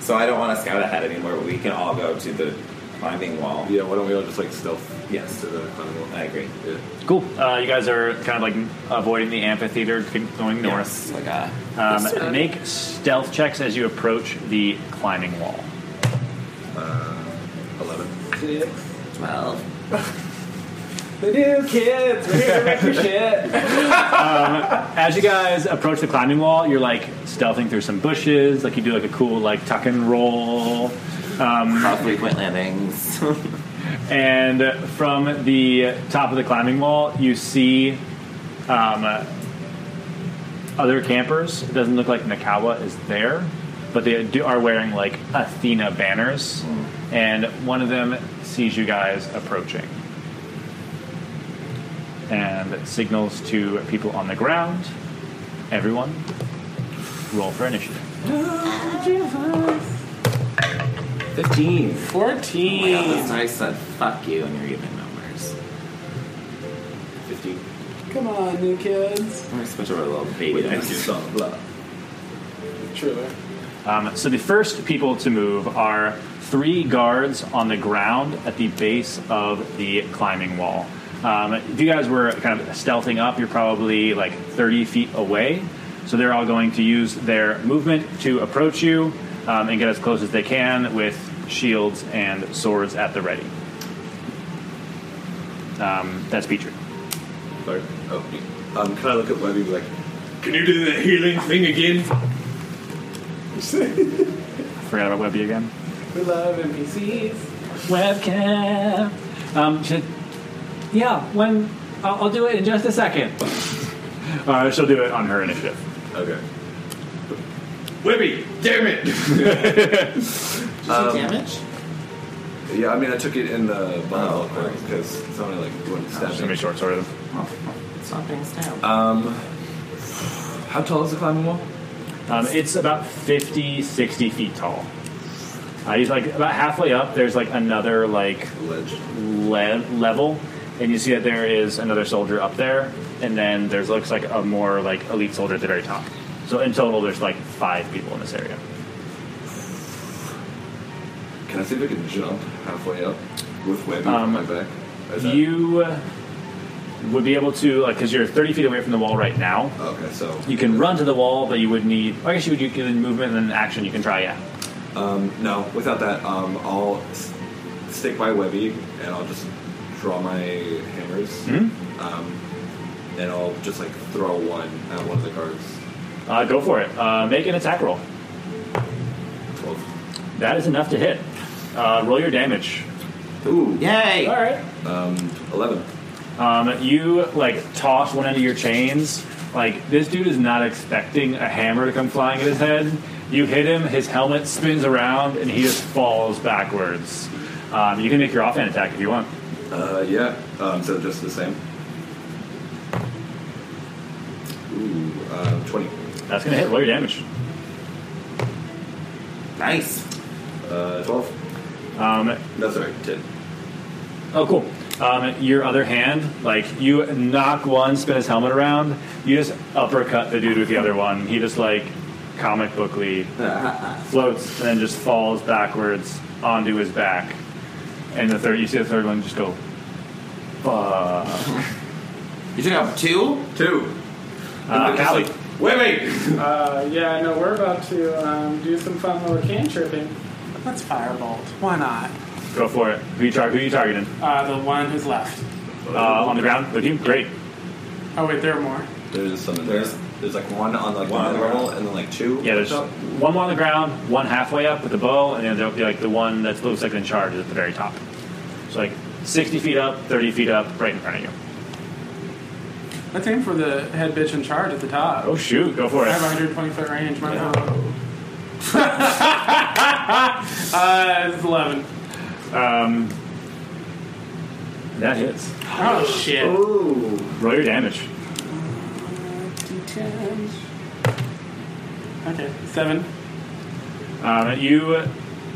[SPEAKER 4] So I don't want to scout ahead anymore. but We can all go to the climbing wall.
[SPEAKER 6] Yeah, why don't we all just like stealth
[SPEAKER 4] Yes.
[SPEAKER 6] to the climbing wall?
[SPEAKER 4] I agree.
[SPEAKER 6] Yeah.
[SPEAKER 2] Cool. Uh, you guys are kind of like avoiding the amphitheater, going north.
[SPEAKER 4] Yes, like uh, a
[SPEAKER 2] Um, make stealth checks as you approach the climbing wall.
[SPEAKER 6] 11.
[SPEAKER 4] twelve.
[SPEAKER 2] As you guys approach the climbing wall, you're like stealthing through some bushes, like you do like a cool like tuck and roll.
[SPEAKER 4] About three point landings. [laughs]
[SPEAKER 2] And from the top of the climbing wall, you see um, uh, other campers. It doesn't look like Nakawa is there, but they do, are wearing like Athena banners. And one of them sees you guys approaching and signals to people on the ground. Everyone, roll for initiative.
[SPEAKER 4] Fifteen.
[SPEAKER 8] Fourteen.
[SPEAKER 4] Yeah, Oh that's I said fuck you and your even numbers. Fifteen.
[SPEAKER 8] Come on, new kids.
[SPEAKER 4] I'm gonna switch over to little baby. dice.
[SPEAKER 8] Truly.
[SPEAKER 2] Um, so the first people to move are three guards on the ground at the base of the climbing wall. Um, if you guys were kind of stealthing up, you're probably like 30 feet away. So they're all going to use their movement to approach you um, and get as close as they can with shields and swords at the ready. Um, that's Petrie.
[SPEAKER 6] Sorry. Oh. Um, can I look at Webby and be like, can you do that healing thing again?
[SPEAKER 2] Forgot about Webby again.
[SPEAKER 8] We love NPCs.
[SPEAKER 10] Webcam.
[SPEAKER 2] Um,
[SPEAKER 10] Yeah, when I'll, I'll do it in just a second.
[SPEAKER 2] [laughs] uh, she'll do it on her initiative.
[SPEAKER 6] Okay.
[SPEAKER 14] Webby, damn it!
[SPEAKER 4] Um, damage?
[SPEAKER 6] Yeah, I mean, I took it in the bottle because it's only like one
[SPEAKER 2] Just gonna be short
[SPEAKER 6] step.
[SPEAKER 2] sworded.
[SPEAKER 4] It's not being stabbed.
[SPEAKER 6] How tall is the climbing wall?
[SPEAKER 2] Um, it's about 50, 60 feet tall. Uh, he's like about halfway up. There's like another like
[SPEAKER 6] Ledge.
[SPEAKER 2] le- level, and you see that there is another soldier up there, and then there's looks like a more like elite soldier at the very top. So in total, there's like five people in this area.
[SPEAKER 6] Can I see if I can jump halfway up with Webby
[SPEAKER 2] Um,
[SPEAKER 6] on my back? Is that-
[SPEAKER 2] You uh, would be able to, like, because you're 30 feet away from the wall right now.
[SPEAKER 6] okay, so
[SPEAKER 2] You can run to the wall, but you would need. I guess you would you can movement and then action. You can try, yeah.
[SPEAKER 6] um, no, without that, um, I'll s- stick by Webby and I'll just draw my hammers.
[SPEAKER 2] Mhm.
[SPEAKER 6] Um, and I'll just like throw one at one of the guards.
[SPEAKER 2] Uh, go for it. Uh, make an attack roll.
[SPEAKER 6] Twelve.
[SPEAKER 2] That is enough to hit. Uh, roll your damage.
[SPEAKER 6] Ooh.
[SPEAKER 4] Yay!
[SPEAKER 2] All right.
[SPEAKER 6] Um, eleven.
[SPEAKER 2] Um, you like toss one end of your chains. Like this dude is not expecting a hammer to come flying at his head. You hit him. His helmet spins around, and he just falls backwards. Um, you can make your offhand attack if you want.
[SPEAKER 6] Uh, yeah. Um, so just the same. Ooh, uh, twenty.
[SPEAKER 2] That's gonna hit. Roll your damage.
[SPEAKER 4] Nice.
[SPEAKER 6] Uh, twelve.
[SPEAKER 2] Um,
[SPEAKER 6] No, sorry, ten.
[SPEAKER 2] Oh, cool. Um, your other hand, like you knock one, spin his helmet around. You just uppercut the dude with the other one. He just like comic [laughs] bookly floats and then just falls backwards onto his back. And the third, you see the third one just go. Fuck.
[SPEAKER 4] You took out two?
[SPEAKER 6] Two.
[SPEAKER 2] Uh, Callie.
[SPEAKER 6] Webby.
[SPEAKER 5] Uh, yeah, no, we're about to um, do some fun little cantripping.
[SPEAKER 8] Let's firebolt. Why not?
[SPEAKER 2] go for it. Who you tar- Who you targeting?
[SPEAKER 8] Uh, the one who's left.
[SPEAKER 2] Uh, on the ground with you. Great.
[SPEAKER 8] Oh wait, there are more.
[SPEAKER 6] There's some. There's there's like one on like
[SPEAKER 7] One on
[SPEAKER 6] one
[SPEAKER 7] the
[SPEAKER 6] level, and then like two.
[SPEAKER 2] Yeah, there's
[SPEAKER 6] Oh,
[SPEAKER 2] one on the ground, one halfway up with the bow, and then there'll be like the one that looks like in charge is at the very top. So like 60 feet up, 30 feet up, right in front of you.
[SPEAKER 8] Let's aim for the head bitch in charge at the top.
[SPEAKER 2] Oh shoot, go for
[SPEAKER 8] I
[SPEAKER 2] it.
[SPEAKER 8] have 120 foot range. My [laughs] uh, it's 11.
[SPEAKER 2] Um, that hits.
[SPEAKER 8] Oh shit.
[SPEAKER 2] Roll your damage.
[SPEAKER 8] D10. Okay, seven.
[SPEAKER 2] Um, you,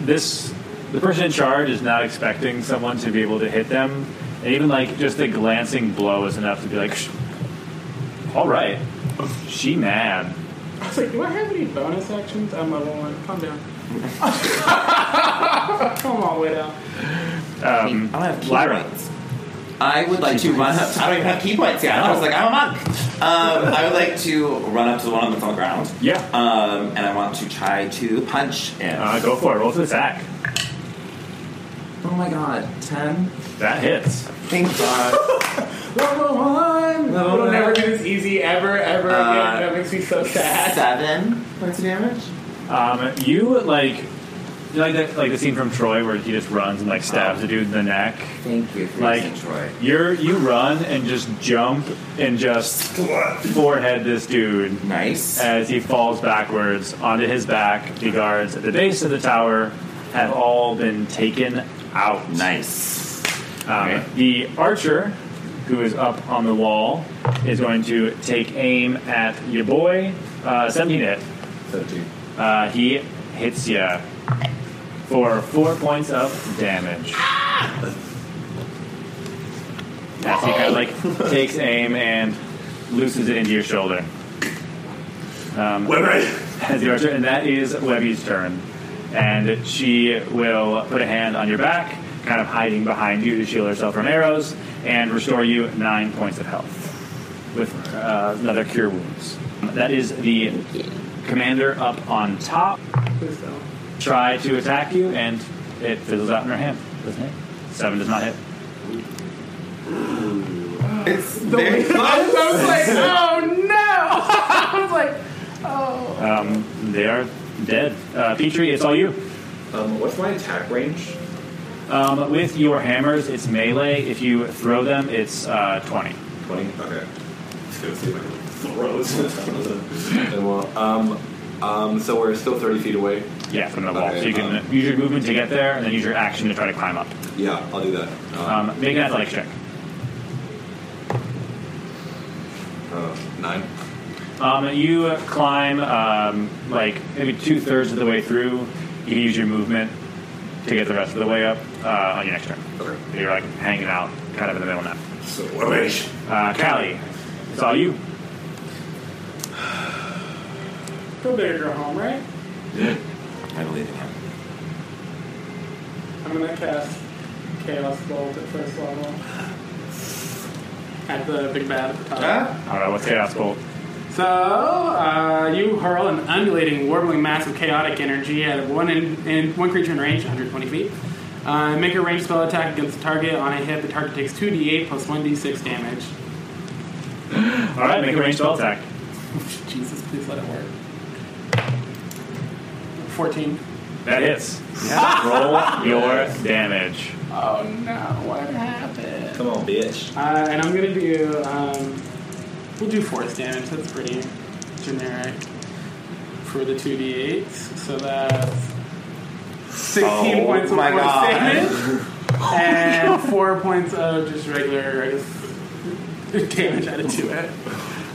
[SPEAKER 2] this, the person in charge is not expecting someone to be able to hit them, and even like just a glancing blow is enough to be like, "Shh. all right, she mad.
[SPEAKER 5] I was like, do I have any bonus actions? I'm level one. Calm
[SPEAKER 8] [laughs]
[SPEAKER 5] down. Come on, widow.
[SPEAKER 2] Um,
[SPEAKER 4] I don't have key
[SPEAKER 2] Lyra.
[SPEAKER 4] points. I would like to run up. I don't even have key points yet. I was like, I'm a monk. Um, I would like to run up to the one that's on the ground.
[SPEAKER 2] Yeah.
[SPEAKER 4] Um, and I want to try to punch it.
[SPEAKER 2] Uh, go for it. Roll to attack.
[SPEAKER 4] oh my god, ten.
[SPEAKER 2] That hits.
[SPEAKER 4] Thank God.
[SPEAKER 5] Level one.
[SPEAKER 4] Level
[SPEAKER 5] It'll never
[SPEAKER 4] one.
[SPEAKER 5] be this easy ever, ever
[SPEAKER 4] Uh,
[SPEAKER 5] again. That makes me so sad.
[SPEAKER 4] [laughs] Seven points of damage.
[SPEAKER 2] Um, you like, you like that, like the scene from Troy where he just runs and like stabs the dude in the neck.
[SPEAKER 4] Thank you for
[SPEAKER 2] Like-
[SPEAKER 4] using Troy.
[SPEAKER 2] You're you run and just jump and just forehead this dude.
[SPEAKER 4] Nice.
[SPEAKER 2] as he falls backwards onto his back. The guards at the base of the tower have all been taken out.
[SPEAKER 4] nice.
[SPEAKER 2] Um, the archer, who is up on the wall, is going to take aim at your boy. Uh, 17 to hit.
[SPEAKER 6] Seventeen.
[SPEAKER 2] Uh, he hits you for four points of damage. As he kind of like takes aim and looses it into your shoulder. Um,
[SPEAKER 6] Webby.
[SPEAKER 2] as the archer, and that is Webby's turn. And she will put a hand on your back, kind of hiding behind you to shield herself from arrows, and restore you nine points of health with uh, another cure wounds. That is the commander up on top.
[SPEAKER 5] Please don't.
[SPEAKER 2] Try to attack you, and it fizzles out in her hand. Doesn't hit. Seven does not hit.
[SPEAKER 4] It's very
[SPEAKER 5] I was like, oh no!
[SPEAKER 2] Um, they are dead. Uh, Petrie, it's all you.
[SPEAKER 6] [laughs] Um, what's my attack range?
[SPEAKER 2] Um, with your hammers, it's melee. If you throw them, it's uh, 20.
[SPEAKER 6] Twenty. Okay. Let's go see if I
[SPEAKER 2] [laughs]
[SPEAKER 6] can throw. well, um, um, so we're still thirty feet away.
[SPEAKER 2] Yeah, from the wall.
[SPEAKER 6] Okay,
[SPEAKER 2] so you can
[SPEAKER 6] um,
[SPEAKER 2] use your movement to get there, and then use your action to try to climb up.
[SPEAKER 6] Yeah, I'll do that.
[SPEAKER 2] Um, make an athletics check.
[SPEAKER 6] Uh, nine.
[SPEAKER 2] Um, you climb um, like maybe two thirds of the way through. You can use your movement to get the rest of the way up uh, on your next turn.
[SPEAKER 6] Okay.
[SPEAKER 2] You're like hanging out, kind of in the middle now.
[SPEAKER 6] So Webby.
[SPEAKER 2] Uh, Callie, it's all you.
[SPEAKER 5] Feel better to go home, right?
[SPEAKER 4] I believe in him.
[SPEAKER 8] I'm gonna cast Chaos Bolt at first level. At the big bad at the top.
[SPEAKER 2] All right, what's Chaos Bolt?
[SPEAKER 8] So, uh, you hurl an undulating, warbling mass of chaotic energy at one in, in one creature in range, 120 feet. Uh, make a ranged spell attack against the target. On a hit, the target takes 2d8 plus 1d6 damage. [laughs]
[SPEAKER 2] All right, make a ranged spell attack.
[SPEAKER 8] Jesus, please let it work. 14.
[SPEAKER 2] That hits. Roll your damage.
[SPEAKER 8] Oh no, what happened?
[SPEAKER 4] Come on, bitch.
[SPEAKER 8] Uh, and I'm gonna do. Um, we'll do force damage. That's pretty generic for the two d8s. So that's sixteen
[SPEAKER 4] Oh,
[SPEAKER 8] points of
[SPEAKER 4] my
[SPEAKER 8] force
[SPEAKER 4] God. [laughs]
[SPEAKER 8] damage and four points of just regular, I guess, damage added to it.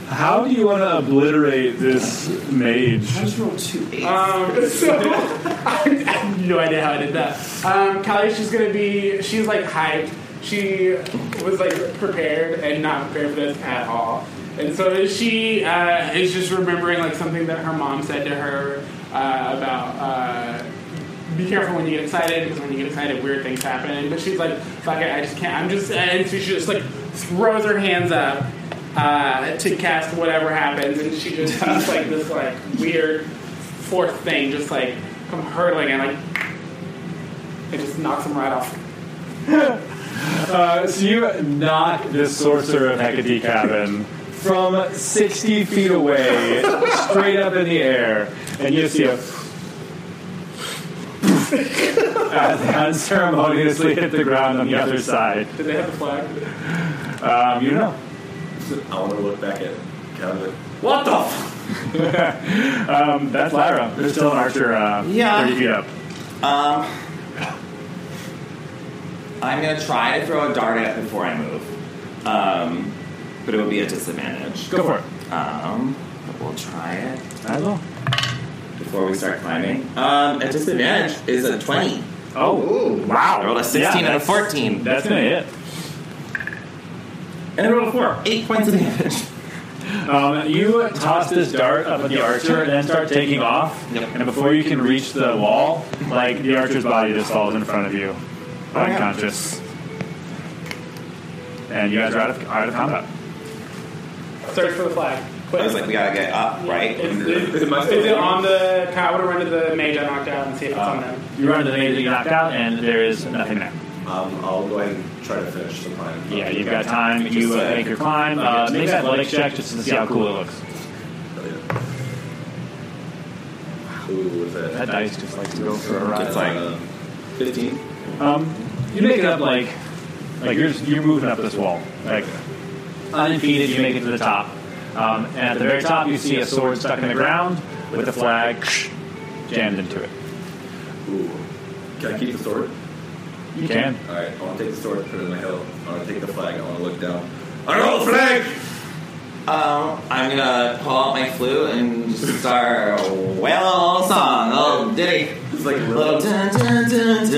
[SPEAKER 2] How do you want to obliterate this mage?
[SPEAKER 8] Um, [laughs] so I have no idea how I did that. Um, Callie, she's gonna be. She's like hyped. She was like prepared and not prepared for this at all. And so she uh, is just remembering like something that her mom said to her uh, about. Uh, be careful when you get excited because when you get excited, weird things happen. But she's like, "Fuck it, I just can't. I'm just." And so she just like throws her hands up uh, to cast whatever happens, and she just sees like this like weird fourth thing just like come hurtling and like it just knocks him right off.
[SPEAKER 2] Uh, so you knock this sorcerer of Hecate Cabin from 60 feet away, straight up in the air, and you see a. as unceremoniously hit the ground on the other side.
[SPEAKER 8] Did they have the flag?
[SPEAKER 2] Um, you know.
[SPEAKER 6] I want to look back at Kevin.
[SPEAKER 8] What the? F-
[SPEAKER 2] Um, that's Lyra. There's still an archer uh,
[SPEAKER 4] Yeah.
[SPEAKER 2] 30 feet up.
[SPEAKER 4] Um, I'm gonna try to throw a dart at it before I move, um, but it would be a disadvantage.
[SPEAKER 2] Go for it.
[SPEAKER 4] Um, but we'll try it
[SPEAKER 2] I will.
[SPEAKER 4] before we start climbing. Um, a disadvantage is a twenty.
[SPEAKER 2] Oh,
[SPEAKER 4] Wow! I rolled a sixteen
[SPEAKER 2] Yeah,
[SPEAKER 4] and a fourteen,
[SPEAKER 2] that's going to hit.
[SPEAKER 4] and I rolled a four. Eight points of damage.
[SPEAKER 2] Um, you toss this dart up at the archer and then start taking off.
[SPEAKER 4] Yep.
[SPEAKER 2] And before you can reach the wall, like the archer's body just falls in front of you, unconscious. And you guys are out of, out of combat.
[SPEAKER 8] Search for the flag. Quick.
[SPEAKER 4] I was like, we gotta get up, right?
[SPEAKER 8] Is, is it on the? I would have run to the mage I knocked out and see if it's on them.
[SPEAKER 2] You run into the mage that you knocked out, and there is nothing there.
[SPEAKER 6] Um, I'll go ahead and try to finish the climb.
[SPEAKER 2] Yeah, you've got time. You uh, make your climb. Uh, make an athletics check just to see how cool it looks.
[SPEAKER 6] Ooh, was that?
[SPEAKER 2] That dice just likes to go for a ride.
[SPEAKER 4] It's like
[SPEAKER 6] Uh, 15.
[SPEAKER 2] Um, you make it up like, like you're you're moving up this wall, like unimpeded. You make it to the top, um, and at the very top you see a sword stuck in the ground with a flag [laughs] jammed into it.
[SPEAKER 6] Ooh. Can I keep the sword?
[SPEAKER 2] You can.
[SPEAKER 6] Alright, I want to take the sword, put it in my hilt. I want to take the flag, I want to look down. I roll the flag!
[SPEAKER 4] Um, I'm gonna pull out my flute and just start a well song, Oh, a little ditty. It's like a little dun dun dun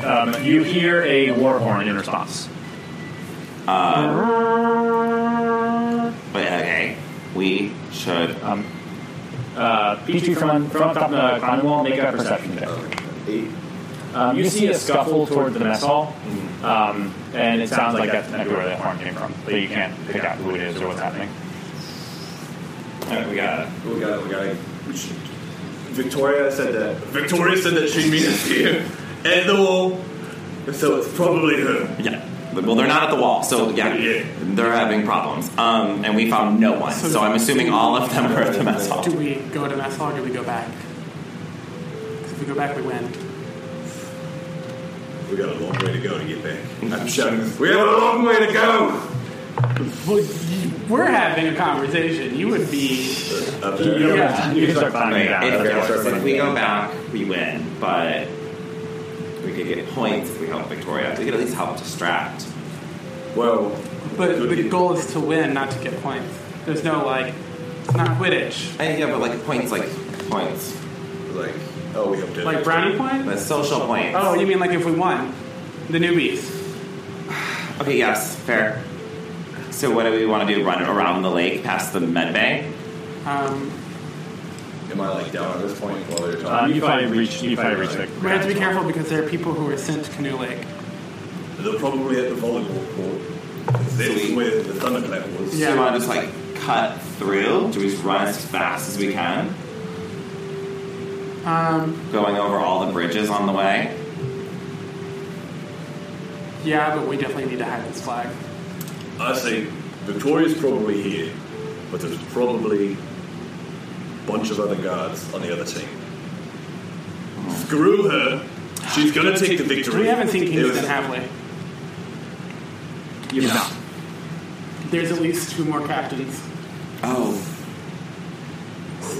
[SPEAKER 4] [laughs] dun.
[SPEAKER 2] Um, you hear a war horn in response.
[SPEAKER 4] But okay, we should.
[SPEAKER 2] Um, uh, Petrie from from up top of the climbing wall, make a perception check.
[SPEAKER 6] Eight.
[SPEAKER 2] Um, you see a scuffle toward the mess hall, um, and it sounds like that's maybe where that horn came from, but you can't pick out who it is or what's happening.
[SPEAKER 4] Alright, we got it.
[SPEAKER 6] We got it, we got it. We should- Victoria said that. Victoria said that she'd meet us here at the wall. So it's probably her.
[SPEAKER 4] Yeah. Well, they're not at the wall, so yeah,
[SPEAKER 6] Yeah.
[SPEAKER 4] they're having problems. Um, and we found no one, so I'm assuming all of them are at the mess hall.
[SPEAKER 8] Do we go to mess hall or do we go back? 'Cause If we go back, we win.
[SPEAKER 6] We got a long way to go to get back. I'm shouting this. We have a long way to go!
[SPEAKER 2] [laughs]
[SPEAKER 8] Well, y- we're having a conversation. You would be.
[SPEAKER 6] Up there.
[SPEAKER 2] Yeah, you can start climbing
[SPEAKER 4] Right,
[SPEAKER 2] down.
[SPEAKER 4] if,
[SPEAKER 2] That's
[SPEAKER 6] fair.
[SPEAKER 2] what-
[SPEAKER 6] what I
[SPEAKER 4] if we go back, we win, but we could get points if we help Victoria. We could at least help distract.
[SPEAKER 6] Well,
[SPEAKER 8] But
[SPEAKER 6] Could
[SPEAKER 8] the
[SPEAKER 6] be.
[SPEAKER 8] goal is to win, not to get points. There's no like. It's not Quidditch.
[SPEAKER 4] And yeah, but like points, like points,
[SPEAKER 6] like, oh, we have to.
[SPEAKER 8] Like brownie point.
[SPEAKER 4] the social points.
[SPEAKER 8] Oh, you mean like if we won? The newbies.
[SPEAKER 4] Okay, yes, fair. So what do we want to do? Run around the lake past the med bay?
[SPEAKER 8] Um,
[SPEAKER 3] Am I like down at this point while they're talking?
[SPEAKER 2] Um, you probably reached. You probably reached the.
[SPEAKER 8] We have to be careful because there are people who are sent to Canoe Lake.
[SPEAKER 3] They're probably at the volleyball court. This is
[SPEAKER 4] Sweet.
[SPEAKER 3] where the thunderclap was.
[SPEAKER 4] Do you want to just like cut through? Do we just run as fast as we can?
[SPEAKER 8] Um,
[SPEAKER 4] Going over all the bridges on the way?
[SPEAKER 8] yeah, but we definitely need to hide this flag.
[SPEAKER 3] I say Victoria's probably here, but there's probably a bunch of other guards on the other team.
[SPEAKER 8] Hmm.
[SPEAKER 3] Screw her. She's gonna take the victory.
[SPEAKER 8] We haven't seen
[SPEAKER 3] It was-
[SPEAKER 8] Kingston, have we?
[SPEAKER 2] You've not.
[SPEAKER 8] There's at least two more captains
[SPEAKER 4] Oh,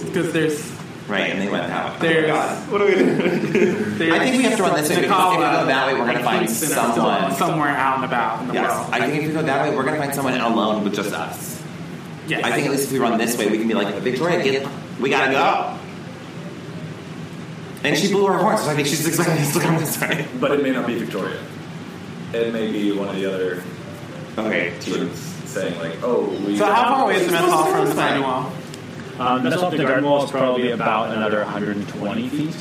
[SPEAKER 8] because there's
[SPEAKER 4] right, and they went Oh out.
[SPEAKER 8] there's.
[SPEAKER 4] What are we
[SPEAKER 8] [laughs] there's
[SPEAKER 4] I think we have to run this way because if we go that way, we're going to find
[SPEAKER 8] Kingston are still
[SPEAKER 4] someone.
[SPEAKER 8] somewhere out and about in the
[SPEAKER 4] Yes,
[SPEAKER 8] world.
[SPEAKER 4] I think if we go that way, we're going to find someone alone with just us.
[SPEAKER 8] Yes.
[SPEAKER 4] I think at least if we run this way, we can be like, Victoria, get, we gotta go. And she blew her horn, so I think she's [laughs] expecting us to come this way.
[SPEAKER 3] But it may not be Victoria. It may be one of the other
[SPEAKER 4] Okay,
[SPEAKER 3] teams saying like, "Oh, we."
[SPEAKER 8] So how far away is the mess hall from the
[SPEAKER 4] Supposed to
[SPEAKER 8] garden
[SPEAKER 4] be
[SPEAKER 8] wall?
[SPEAKER 2] Um, that's off the garden wall is probably about another 120 feet.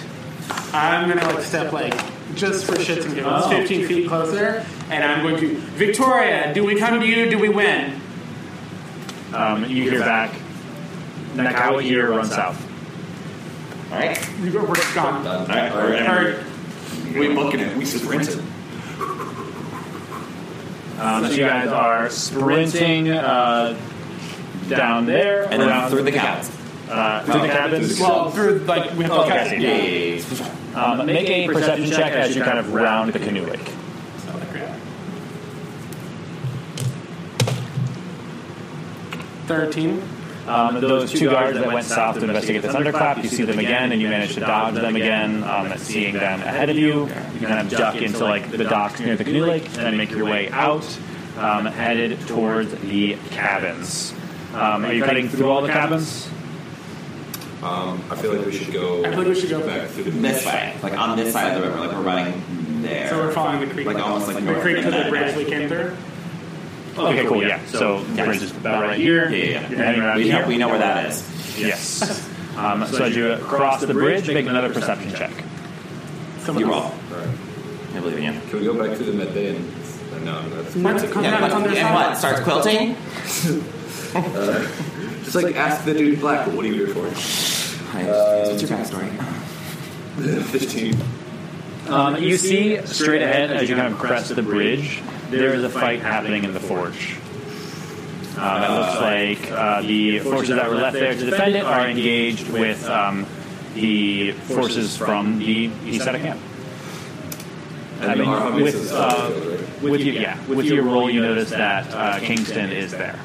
[SPEAKER 8] I'm gonna like step like just for shits and giggles,
[SPEAKER 2] Oh.
[SPEAKER 8] 15 feet closer, and I'm going to Victoria. Do we come to you? Do we win?
[SPEAKER 2] Um, you hear back. Nakawa here runs south.
[SPEAKER 4] Alright.
[SPEAKER 8] You go. We're gone.
[SPEAKER 4] Alright, we're gonna-
[SPEAKER 8] Or
[SPEAKER 3] We booking it. We just rented.
[SPEAKER 2] Um, so you guys are sprinting uh, down there
[SPEAKER 4] And then
[SPEAKER 2] around-
[SPEAKER 4] through the cabins.
[SPEAKER 2] uh, through the cabins.
[SPEAKER 8] well, through like we have to
[SPEAKER 4] Oh,
[SPEAKER 2] Okay.
[SPEAKER 8] catch
[SPEAKER 2] Yeah,
[SPEAKER 8] it.
[SPEAKER 2] Um, make a perception check as you kind of round the canoe lake.
[SPEAKER 8] Thirteen.
[SPEAKER 2] Um, those two guards that went south to investigate the thunderclap, you see them again, and you manage to dodge them again. Um, and seeing them ahead of you, you kind of duck into like the docks near the canoe lake, and then make your way out, um, headed towards the cabins. Um, are you cutting through all the cabins?
[SPEAKER 6] Um, I feel like we should go.
[SPEAKER 8] I feel like we should go
[SPEAKER 6] back through the
[SPEAKER 4] This way. Like on this side of the river, like we're running there.
[SPEAKER 8] So we're following the creek.
[SPEAKER 4] Like almost like
[SPEAKER 8] the
[SPEAKER 4] north
[SPEAKER 8] creek
[SPEAKER 4] and
[SPEAKER 8] to the
[SPEAKER 4] then-
[SPEAKER 8] bridge we came through.
[SPEAKER 2] Okay, cool. Yeah. So the bridge is about right here.
[SPEAKER 4] Yeah, yeah,
[SPEAKER 2] You're heading
[SPEAKER 4] yeah.
[SPEAKER 2] around
[SPEAKER 4] We know,
[SPEAKER 2] here.
[SPEAKER 4] we know where that is.
[SPEAKER 2] Yes. [laughs] Um, so as you cross the bridge, make another perception check.
[SPEAKER 4] You roll.
[SPEAKER 6] Alright.
[SPEAKER 4] I believe in you.
[SPEAKER 6] Can we go back through the med bay and? uh, No, that's
[SPEAKER 8] Once it comes
[SPEAKER 4] Yeah,
[SPEAKER 8] down on
[SPEAKER 4] but,
[SPEAKER 8] their
[SPEAKER 4] and what?
[SPEAKER 8] side,
[SPEAKER 4] Starts quilting?
[SPEAKER 6] just like ask the dude black. What are you here for? [laughs]
[SPEAKER 4] Hi. What's your backstory?
[SPEAKER 6] Fifteen.
[SPEAKER 2] Um, you see straight ahead as you kind of crest the bridge, there is a fight happening in the forge. Um, it looks like uh, the forces that were left there to defend it are engaged with um, the forces from the east side of camp. I mean, with, uh, with your, yeah, with your roll, you notice that uh, Kingston is there.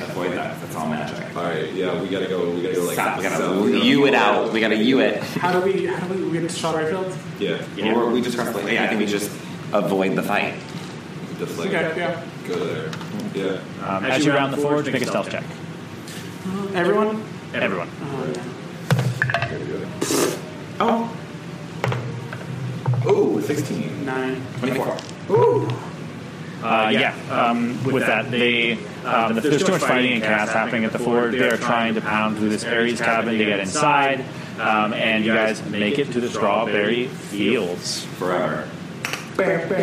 [SPEAKER 4] Avoid that. That's all magic.
[SPEAKER 6] All right. Yeah, we gotta go. We gotta go like
[SPEAKER 4] Stop. We gotta
[SPEAKER 6] south.
[SPEAKER 4] U it out. We gotta U it.
[SPEAKER 8] How do we? How do we? We get to Strawberry Fields.
[SPEAKER 6] Yeah.
[SPEAKER 2] Yeah.
[SPEAKER 4] Or we just cross the lake. Yeah, I think we just avoid the fight.
[SPEAKER 6] Just like
[SPEAKER 8] Okay. Yeah.
[SPEAKER 6] go there. Yeah.
[SPEAKER 2] Um, as you round the forge, make a stealth check.
[SPEAKER 8] Everyone.
[SPEAKER 2] Everyone.
[SPEAKER 8] Oh, yeah.
[SPEAKER 6] Oh, 16.
[SPEAKER 8] Nine.
[SPEAKER 4] 24.
[SPEAKER 2] Uh, yeah. Um, with that, they um, the, there's too much fighting and chaos happening at the fort. They are trying to pound through this Ares cabin to get inside, um, and you guys make it to the strawberry fields.
[SPEAKER 4] Forever.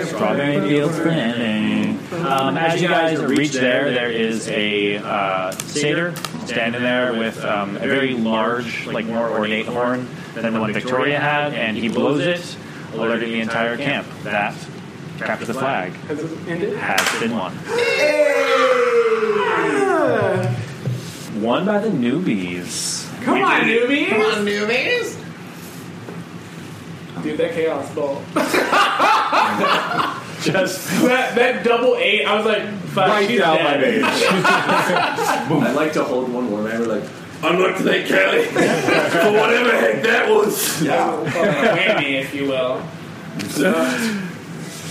[SPEAKER 2] Strawberry fields. Um, as you guys reach there, there is a uh, satyr standing there with um, a very large, like more ornate horn than the one Victoria had, and he blows it, alerting the entire camp that capture the flag
[SPEAKER 8] Has it ended?
[SPEAKER 2] has been won. Won by the newbies. [laughs]
[SPEAKER 8] Come on, newbies.
[SPEAKER 4] newbies!
[SPEAKER 8] Dude, that chaos ball.
[SPEAKER 2] Just
[SPEAKER 8] [laughs] that, that double eight, I was like, fuck, she's
[SPEAKER 6] down my
[SPEAKER 8] dead.
[SPEAKER 6] name.
[SPEAKER 3] I'd like to hold one more member like. I'd like to thank Kelly for whatever heck that was.
[SPEAKER 8] Uh, whammy, if you will. Uh,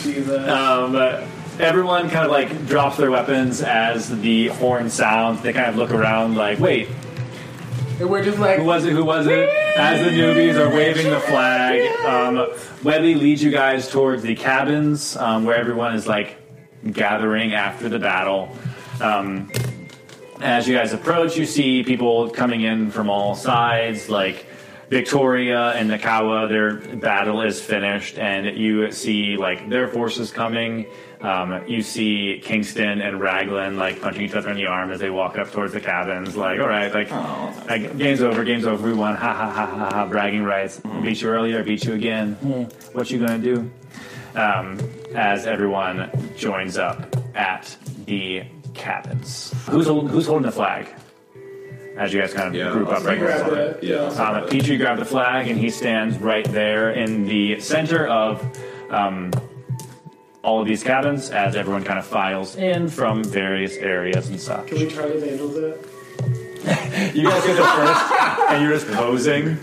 [SPEAKER 8] she's uh,
[SPEAKER 2] um, everyone kind of like drops their weapons as the horn sounds. They kind of look around like, wait,
[SPEAKER 8] and we're just like,
[SPEAKER 2] who was it? Who was it? As the newbies are waving the flag, um, Webby leads you guys towards the cabins um, where everyone is like gathering after the battle. Um, As you guys approach, you see people coming in from all sides, like Victoria and Nakawa. Their battle is finished, and you see like their forces coming. Um, you see Kingston and Raglan like punching each other in the arm as they walk up towards the cabins. Like, all right, like, like game's over, game's over. We won. Ha ha ha ha ha. Bragging rights. Beat you earlier. Beat you again. Hmm, What you gonna do? Um, as everyone joins up at the cabins. Who's hol- who's holding the flag? As you guys kind of
[SPEAKER 3] Yeah,
[SPEAKER 2] group
[SPEAKER 3] I'll
[SPEAKER 2] up right
[SPEAKER 5] grab
[SPEAKER 2] here.
[SPEAKER 5] it. Yeah.
[SPEAKER 2] Um, Petrie grabbed the flag, and he stands right there in the center of um, all of these cabins as everyone kind of files in from various areas and such.
[SPEAKER 5] Can we Charlie Vandals it?
[SPEAKER 2] You guys get the first, and you're just posing,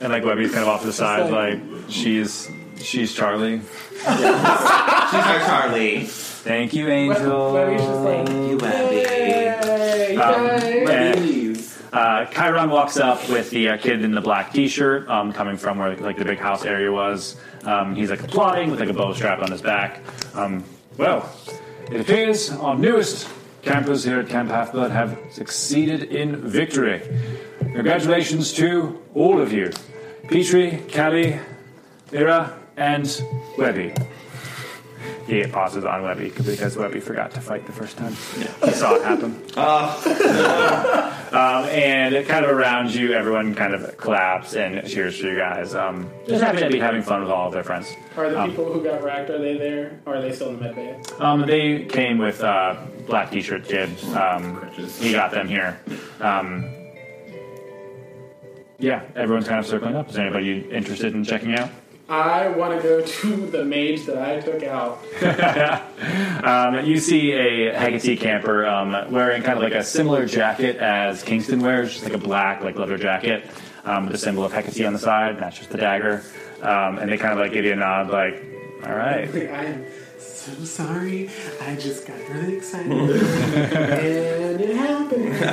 [SPEAKER 2] and like Webby's kind of off to the side, like she's she's Charlie.
[SPEAKER 4] She's our Charlie.
[SPEAKER 2] Thank you, Angel.
[SPEAKER 5] Webby's just like,
[SPEAKER 4] Thank you, Webby.
[SPEAKER 5] Yay!
[SPEAKER 2] Um,
[SPEAKER 5] yay.
[SPEAKER 2] and, uh, Chiron walks up with the uh, kid in the black T-shirt, um, coming from where like the big house area was. Um, he's like applauding with like a bow strap on his back. Um, well, it appears our newest campers here at Camp Halfblood have succeeded in victory. Congratulations to all of you, Petrie, Callie, Ira, and Webby. He passes on Webby because Webby forgot to fight the first time. He saw it happen. Um, and kind of around you, everyone kind of claps and cheers for you guys. Um, just happy to be having fun with all of their friends.
[SPEAKER 5] Are the
[SPEAKER 2] Um,
[SPEAKER 5] people who got racked, are they there? Or are they still in the med bay?
[SPEAKER 2] Um, they came with uh, black t-shirt kid. Um, he got them here. Um, yeah, everyone's kind of circling up. Is anybody interested in checking out?
[SPEAKER 5] I want to go to the mage that I took out.
[SPEAKER 2] Um, you see a Haggerty camper um, wearing kind of like a similar jacket as Kingston wears, just like a black like leather jacket um, with the symbol of Hecate on the side, matches the dagger, um, and they kind of like give you a nod, like, "All right,
[SPEAKER 8] Like, I am so sorry. I just got really excited. and it happened.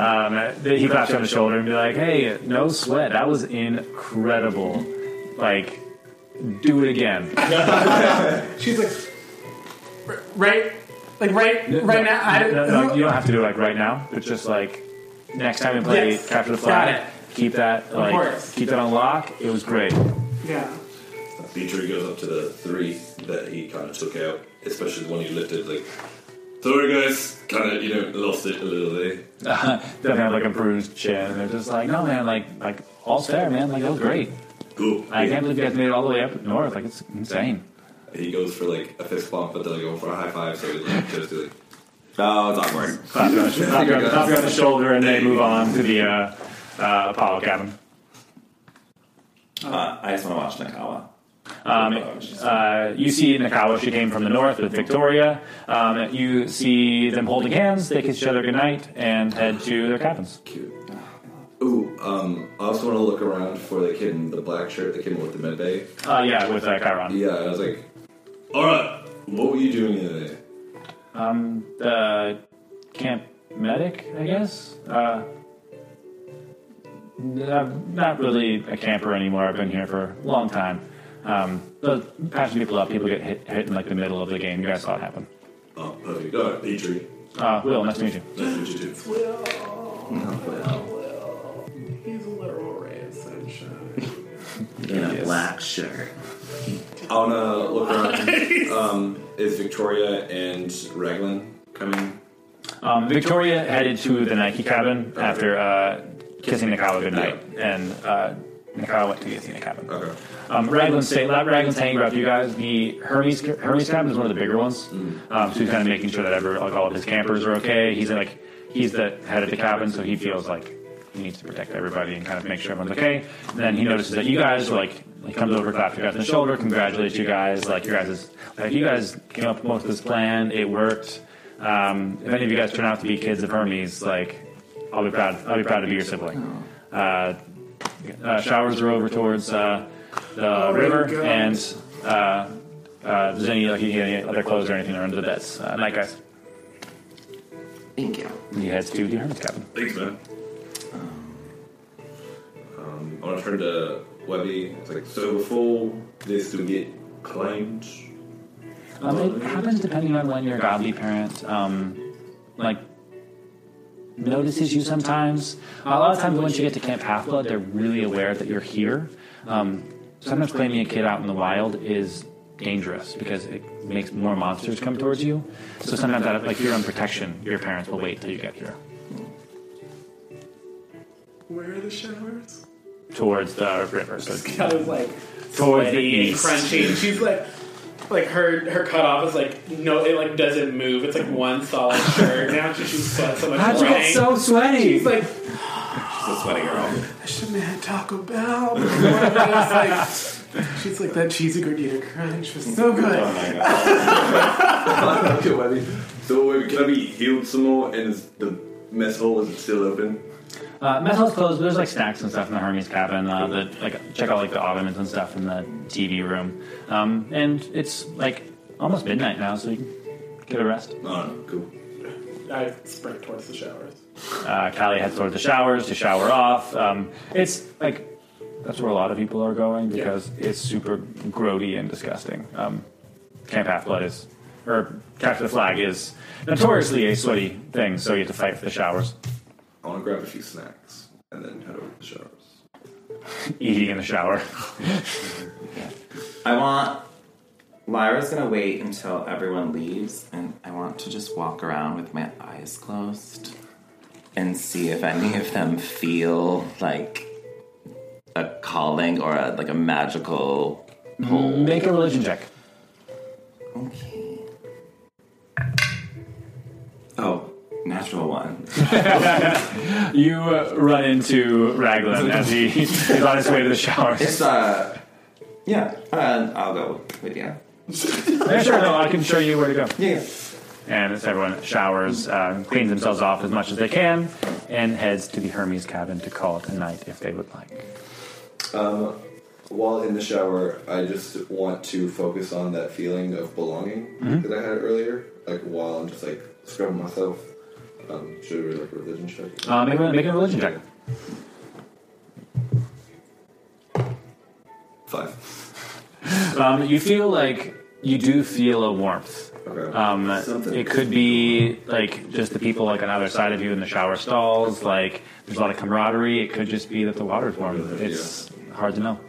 [SPEAKER 2] Um, uh, he claps you on the shoulder and be like, "Hey, no sweat. That was incredible. Like, do it again."
[SPEAKER 8] She's like, "R- right, like right, right now. I,
[SPEAKER 2] No, no, you don't have to do it like right now. It's just like next time you play
[SPEAKER 8] Yes.
[SPEAKER 2] capture the
[SPEAKER 8] Got
[SPEAKER 2] flag,
[SPEAKER 8] it.
[SPEAKER 2] keep that like
[SPEAKER 8] course.
[SPEAKER 2] keep that on lock. It was great.
[SPEAKER 8] [laughs] yeah.
[SPEAKER 3] Beecher goes up to the three that he kind of took out, especially the one he lifted. Like, sorry guys, kind of you know lost it a little bit.
[SPEAKER 2] They have like a bruised chin, and they're just like, "No, man. Like, like all's fair, man. Like, it was great.
[SPEAKER 3] Cool.
[SPEAKER 2] I can't believe you guys made it all the way up north. Like, it's
[SPEAKER 8] [laughs]
[SPEAKER 2] insane."
[SPEAKER 3] He goes for like a fist bump, but then I go for a high five. So he's like, just like,
[SPEAKER 4] Oh, it's awkward.
[SPEAKER 2] Clap you on the sh- clap you on the- clap you on the shoulder, and they move on to the uh, uh, Apollo cabin.
[SPEAKER 4] Uh, I just want to watch Nakawa.
[SPEAKER 2] Um, uh, you see Nakawa, she came from the north with Victoria. Um, you see them holding hands, they kiss each other goodnight, and head to their cabins.
[SPEAKER 3] Ooh, um, I also want to look around for the kid in the black shirt that came with the med bay.
[SPEAKER 2] Uh, yeah, with uh, Chiron.
[SPEAKER 3] Yeah, I was like, all right, what were you doing today?
[SPEAKER 2] The camp medic, I guess? Uh, I'm not really a camper anymore. I've been here for a long time. Um, but patching people up, people get hit, hit in like the middle of the game. You guys saw it happen.
[SPEAKER 3] Oh, perfect. All right, Petrie.
[SPEAKER 2] Uh, Will, nice to meet you.
[SPEAKER 3] That's what you do.
[SPEAKER 5] He's a literal ray of sunshine.
[SPEAKER 3] [laughs]
[SPEAKER 4] In a black shirt.
[SPEAKER 3] I want to
[SPEAKER 5] [laughs]
[SPEAKER 3] look around. um, is Victoria and Raglan coming?
[SPEAKER 2] Um, Victoria headed to the Nike cabin after uh, kissing Nakawa goodnight, and uh, Nakawa went to the Athena cabin.
[SPEAKER 3] Okay.
[SPEAKER 2] Um, Raglan stayed. Raglan's hanging around with you guys. The Hermes Hermes cabin is one of the bigger ones, um, so he's kind of making sure that ever like all of his campers are okay. He's like he's the head of the cabin, so he feels like he needs to protect everybody and kind of make sure everyone's okay. And then he notices that you guys are like he comes over, claps you guys on the shoulder, congratulates you guys. Like you guys is like you guys came up with most of this plan. It worked. Um, if any of you guys turn out to be kids of Hermes, like I'll be proud. I'll be proud to be your sibling. Uh, uh, showers are over towards uh, the river,
[SPEAKER 5] God.
[SPEAKER 2] and uh, uh, if there's any, like, any other clothes or anything are under the beds. Uh, night, guys.
[SPEAKER 4] Thank you.
[SPEAKER 2] He heads to the hermit's cabin.
[SPEAKER 3] Thanks, man. Um, I want to turn to Webby. It's like, so before this to get claimed,
[SPEAKER 2] Um, it happens depending on when your godly parent, um, like, notices you sometimes. A lot of times, once you get to Camp Half Blood, they're really aware that you're here. Um, sometimes claiming a kid out in the wild is dangerous because it makes more monsters come towards you. So sometimes, out of, like your own protection, your parents will wait till you get here
[SPEAKER 15] Where are the showers?
[SPEAKER 2] towards the river. So
[SPEAKER 8] I was like
[SPEAKER 2] towards the
[SPEAKER 8] sweaty and
[SPEAKER 2] east.
[SPEAKER 8] crunchy. And she's like, like her her cutoff is like no, it like doesn't move. It's like one solid shirt now. She she's sweat so much.
[SPEAKER 16] How'd you
[SPEAKER 8] rain.
[SPEAKER 16] get so sweaty?
[SPEAKER 8] She's like,
[SPEAKER 4] She's a sweaty girl.
[SPEAKER 15] I shouldn't have had Taco Bell. before this, like, she's like that cheesy gordita crunch was so
[SPEAKER 4] Oh
[SPEAKER 15] good.
[SPEAKER 6] okay, Webby. So, Webby, can I be healed some more? And is the mess hall is it still open?
[SPEAKER 2] Uh, mess hall's closed, but there's like snacks and stuff in the Hermes cabin. Uh, the, like check out like the ottomans and stuff in the TV room. Um, and it's like almost midnight now, so you can get a rest.
[SPEAKER 6] Alright, cool.
[SPEAKER 8] I sprint towards the showers.
[SPEAKER 2] Uh, Callie heads toward the showers to shower off. Um, it's like that's where a lot of people are going because it's super grody and disgusting. Um, Camp Half Blood is, or Capture the Flag is notoriously a sweaty thing, so you have to fight for the showers.
[SPEAKER 6] I want to grab a few snacks and then head over to the showers.
[SPEAKER 2] Eating in the shower.
[SPEAKER 4] I want. Lyra's gonna wait until everyone leaves, and I want to just walk around with my eyes closed and see if any of them feel like a calling or a, like a magical pull.
[SPEAKER 2] Make a religion check.
[SPEAKER 4] Okay. Oh, natural one.
[SPEAKER 2] You uh, run into Raglan as he is on his way to the showers.
[SPEAKER 4] It's uh, yeah. Uh, I'll go with you.
[SPEAKER 2] Yeah, [laughs] sure, no, I can show you where to go.
[SPEAKER 4] Yeah.
[SPEAKER 2] And it's everyone showers, uh, cleans themselves off as much as they can, and heads to the Hermes cabin to call it a night if they would like.
[SPEAKER 6] While in the shower, I just want to focus on that feeling of belonging that I had earlier. Like, while I'm just like scrubbing myself. Um, should we like a religion check?
[SPEAKER 2] Uh, make, a, make a religion check.
[SPEAKER 6] Five.
[SPEAKER 2] Um, you feel like you do feel a warmth.
[SPEAKER 6] Okay.
[SPEAKER 2] Um,
[SPEAKER 6] Something.
[SPEAKER 2] it could be like just the people like on either side of you in the shower stalls. Like there's a lot of camaraderie. It could just be that the water's warm. It's hard to know.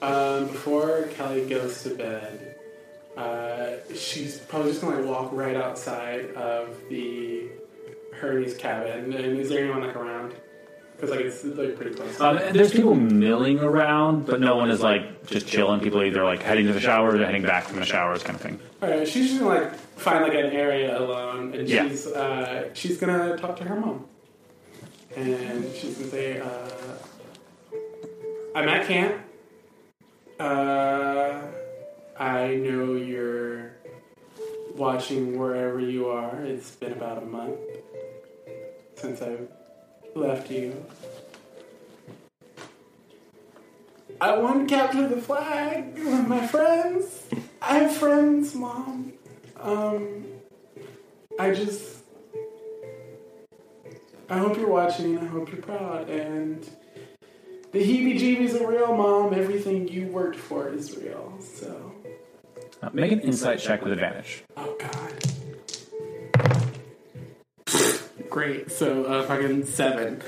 [SPEAKER 8] Um, before Kelly goes to bed, uh, she's probably just gonna like walk right outside of the Hermes cabin. And is there anyone like around? Because like it's like pretty close.
[SPEAKER 2] Um, and there's people milling around, but no one is like just chilling. People are either like heading to the shower or they're heading back from the showers, kind of thing.
[SPEAKER 8] All right, she's Uh, just gonna like find like an area alone, and
[SPEAKER 2] Yeah.
[SPEAKER 8] she's uh, she's gonna talk to her mom, and she's gonna say, uh, "I'm at camp. Uh, I know you're watching wherever you are. It's been about a month since I left you. I want to capture the flag with my friends." I have friends, Mom. Um, I just. I hope you're watching and I hope you're proud. And the heebie jeebies are real, Mom. Everything you worked for is real. So.
[SPEAKER 2] Uh, make an insight check with advantage.
[SPEAKER 8] Oh, God. Great. So, uh, fucking seven.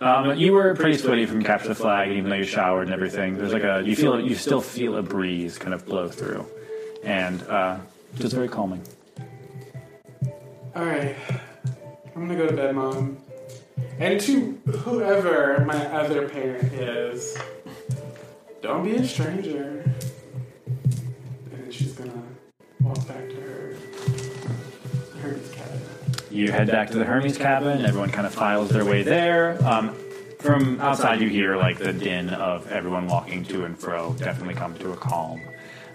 [SPEAKER 2] Um, you were pretty sweaty from capture the flag, even though you showered and everything. There's like a you feel you still feel a breeze kind of blow through, and uh, just very calming.
[SPEAKER 8] Alright. I'm gonna go to bed, Mom. And to whoever my other parent is, don't be a stranger. And then she's gonna walk back to her Herbie's cabin.
[SPEAKER 2] You head back to the Hermes cabin. Everyone kind of files their way there. Um, from outside, you hear like the din of everyone walking to and fro. Definitely come to a calm.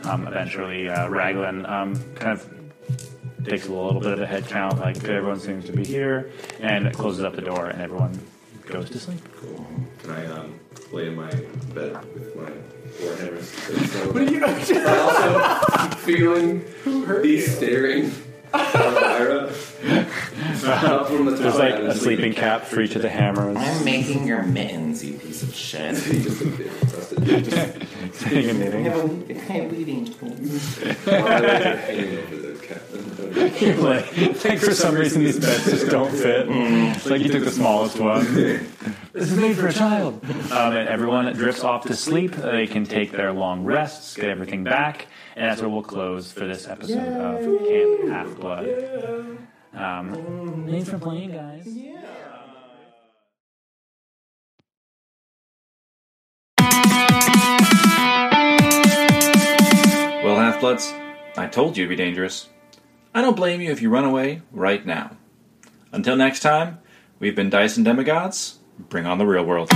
[SPEAKER 2] Um, eventually, uh, Raglan um, kind of takes a little bit of a head count, like everyone seems to be here, and closes up the door, and everyone goes to sleep.
[SPEAKER 6] Cool. Can I um, lay in my bed with my warhammers?
[SPEAKER 8] What are you up to?
[SPEAKER 6] feeling the staring of Lyra up from the top.
[SPEAKER 2] There's like a sleeping cap for each of the hammers. [laughs]
[SPEAKER 4] I'm making your mittens, you piece of shit.
[SPEAKER 6] [laughs] He just like, didn't trust it.
[SPEAKER 4] I have a weaving tool.
[SPEAKER 6] Why would you hang over the cat?
[SPEAKER 2] [laughs]
[SPEAKER 10] You're like, like for some reason these beds just don't fit. It's like you took the smallest [laughs] one.
[SPEAKER 2] This is made for a child. Um, and everyone drifts off to sleep. They can take their long rests, get everything back, and that's where we'll close for this episode of Camp Half Blood. Um, thanks for playing, guys.
[SPEAKER 1] Well, Half Bloods, I told you to be dangerous. I don't blame you if you run away right now. Until next time, we've been Dyson Demigods. Bring on the real world.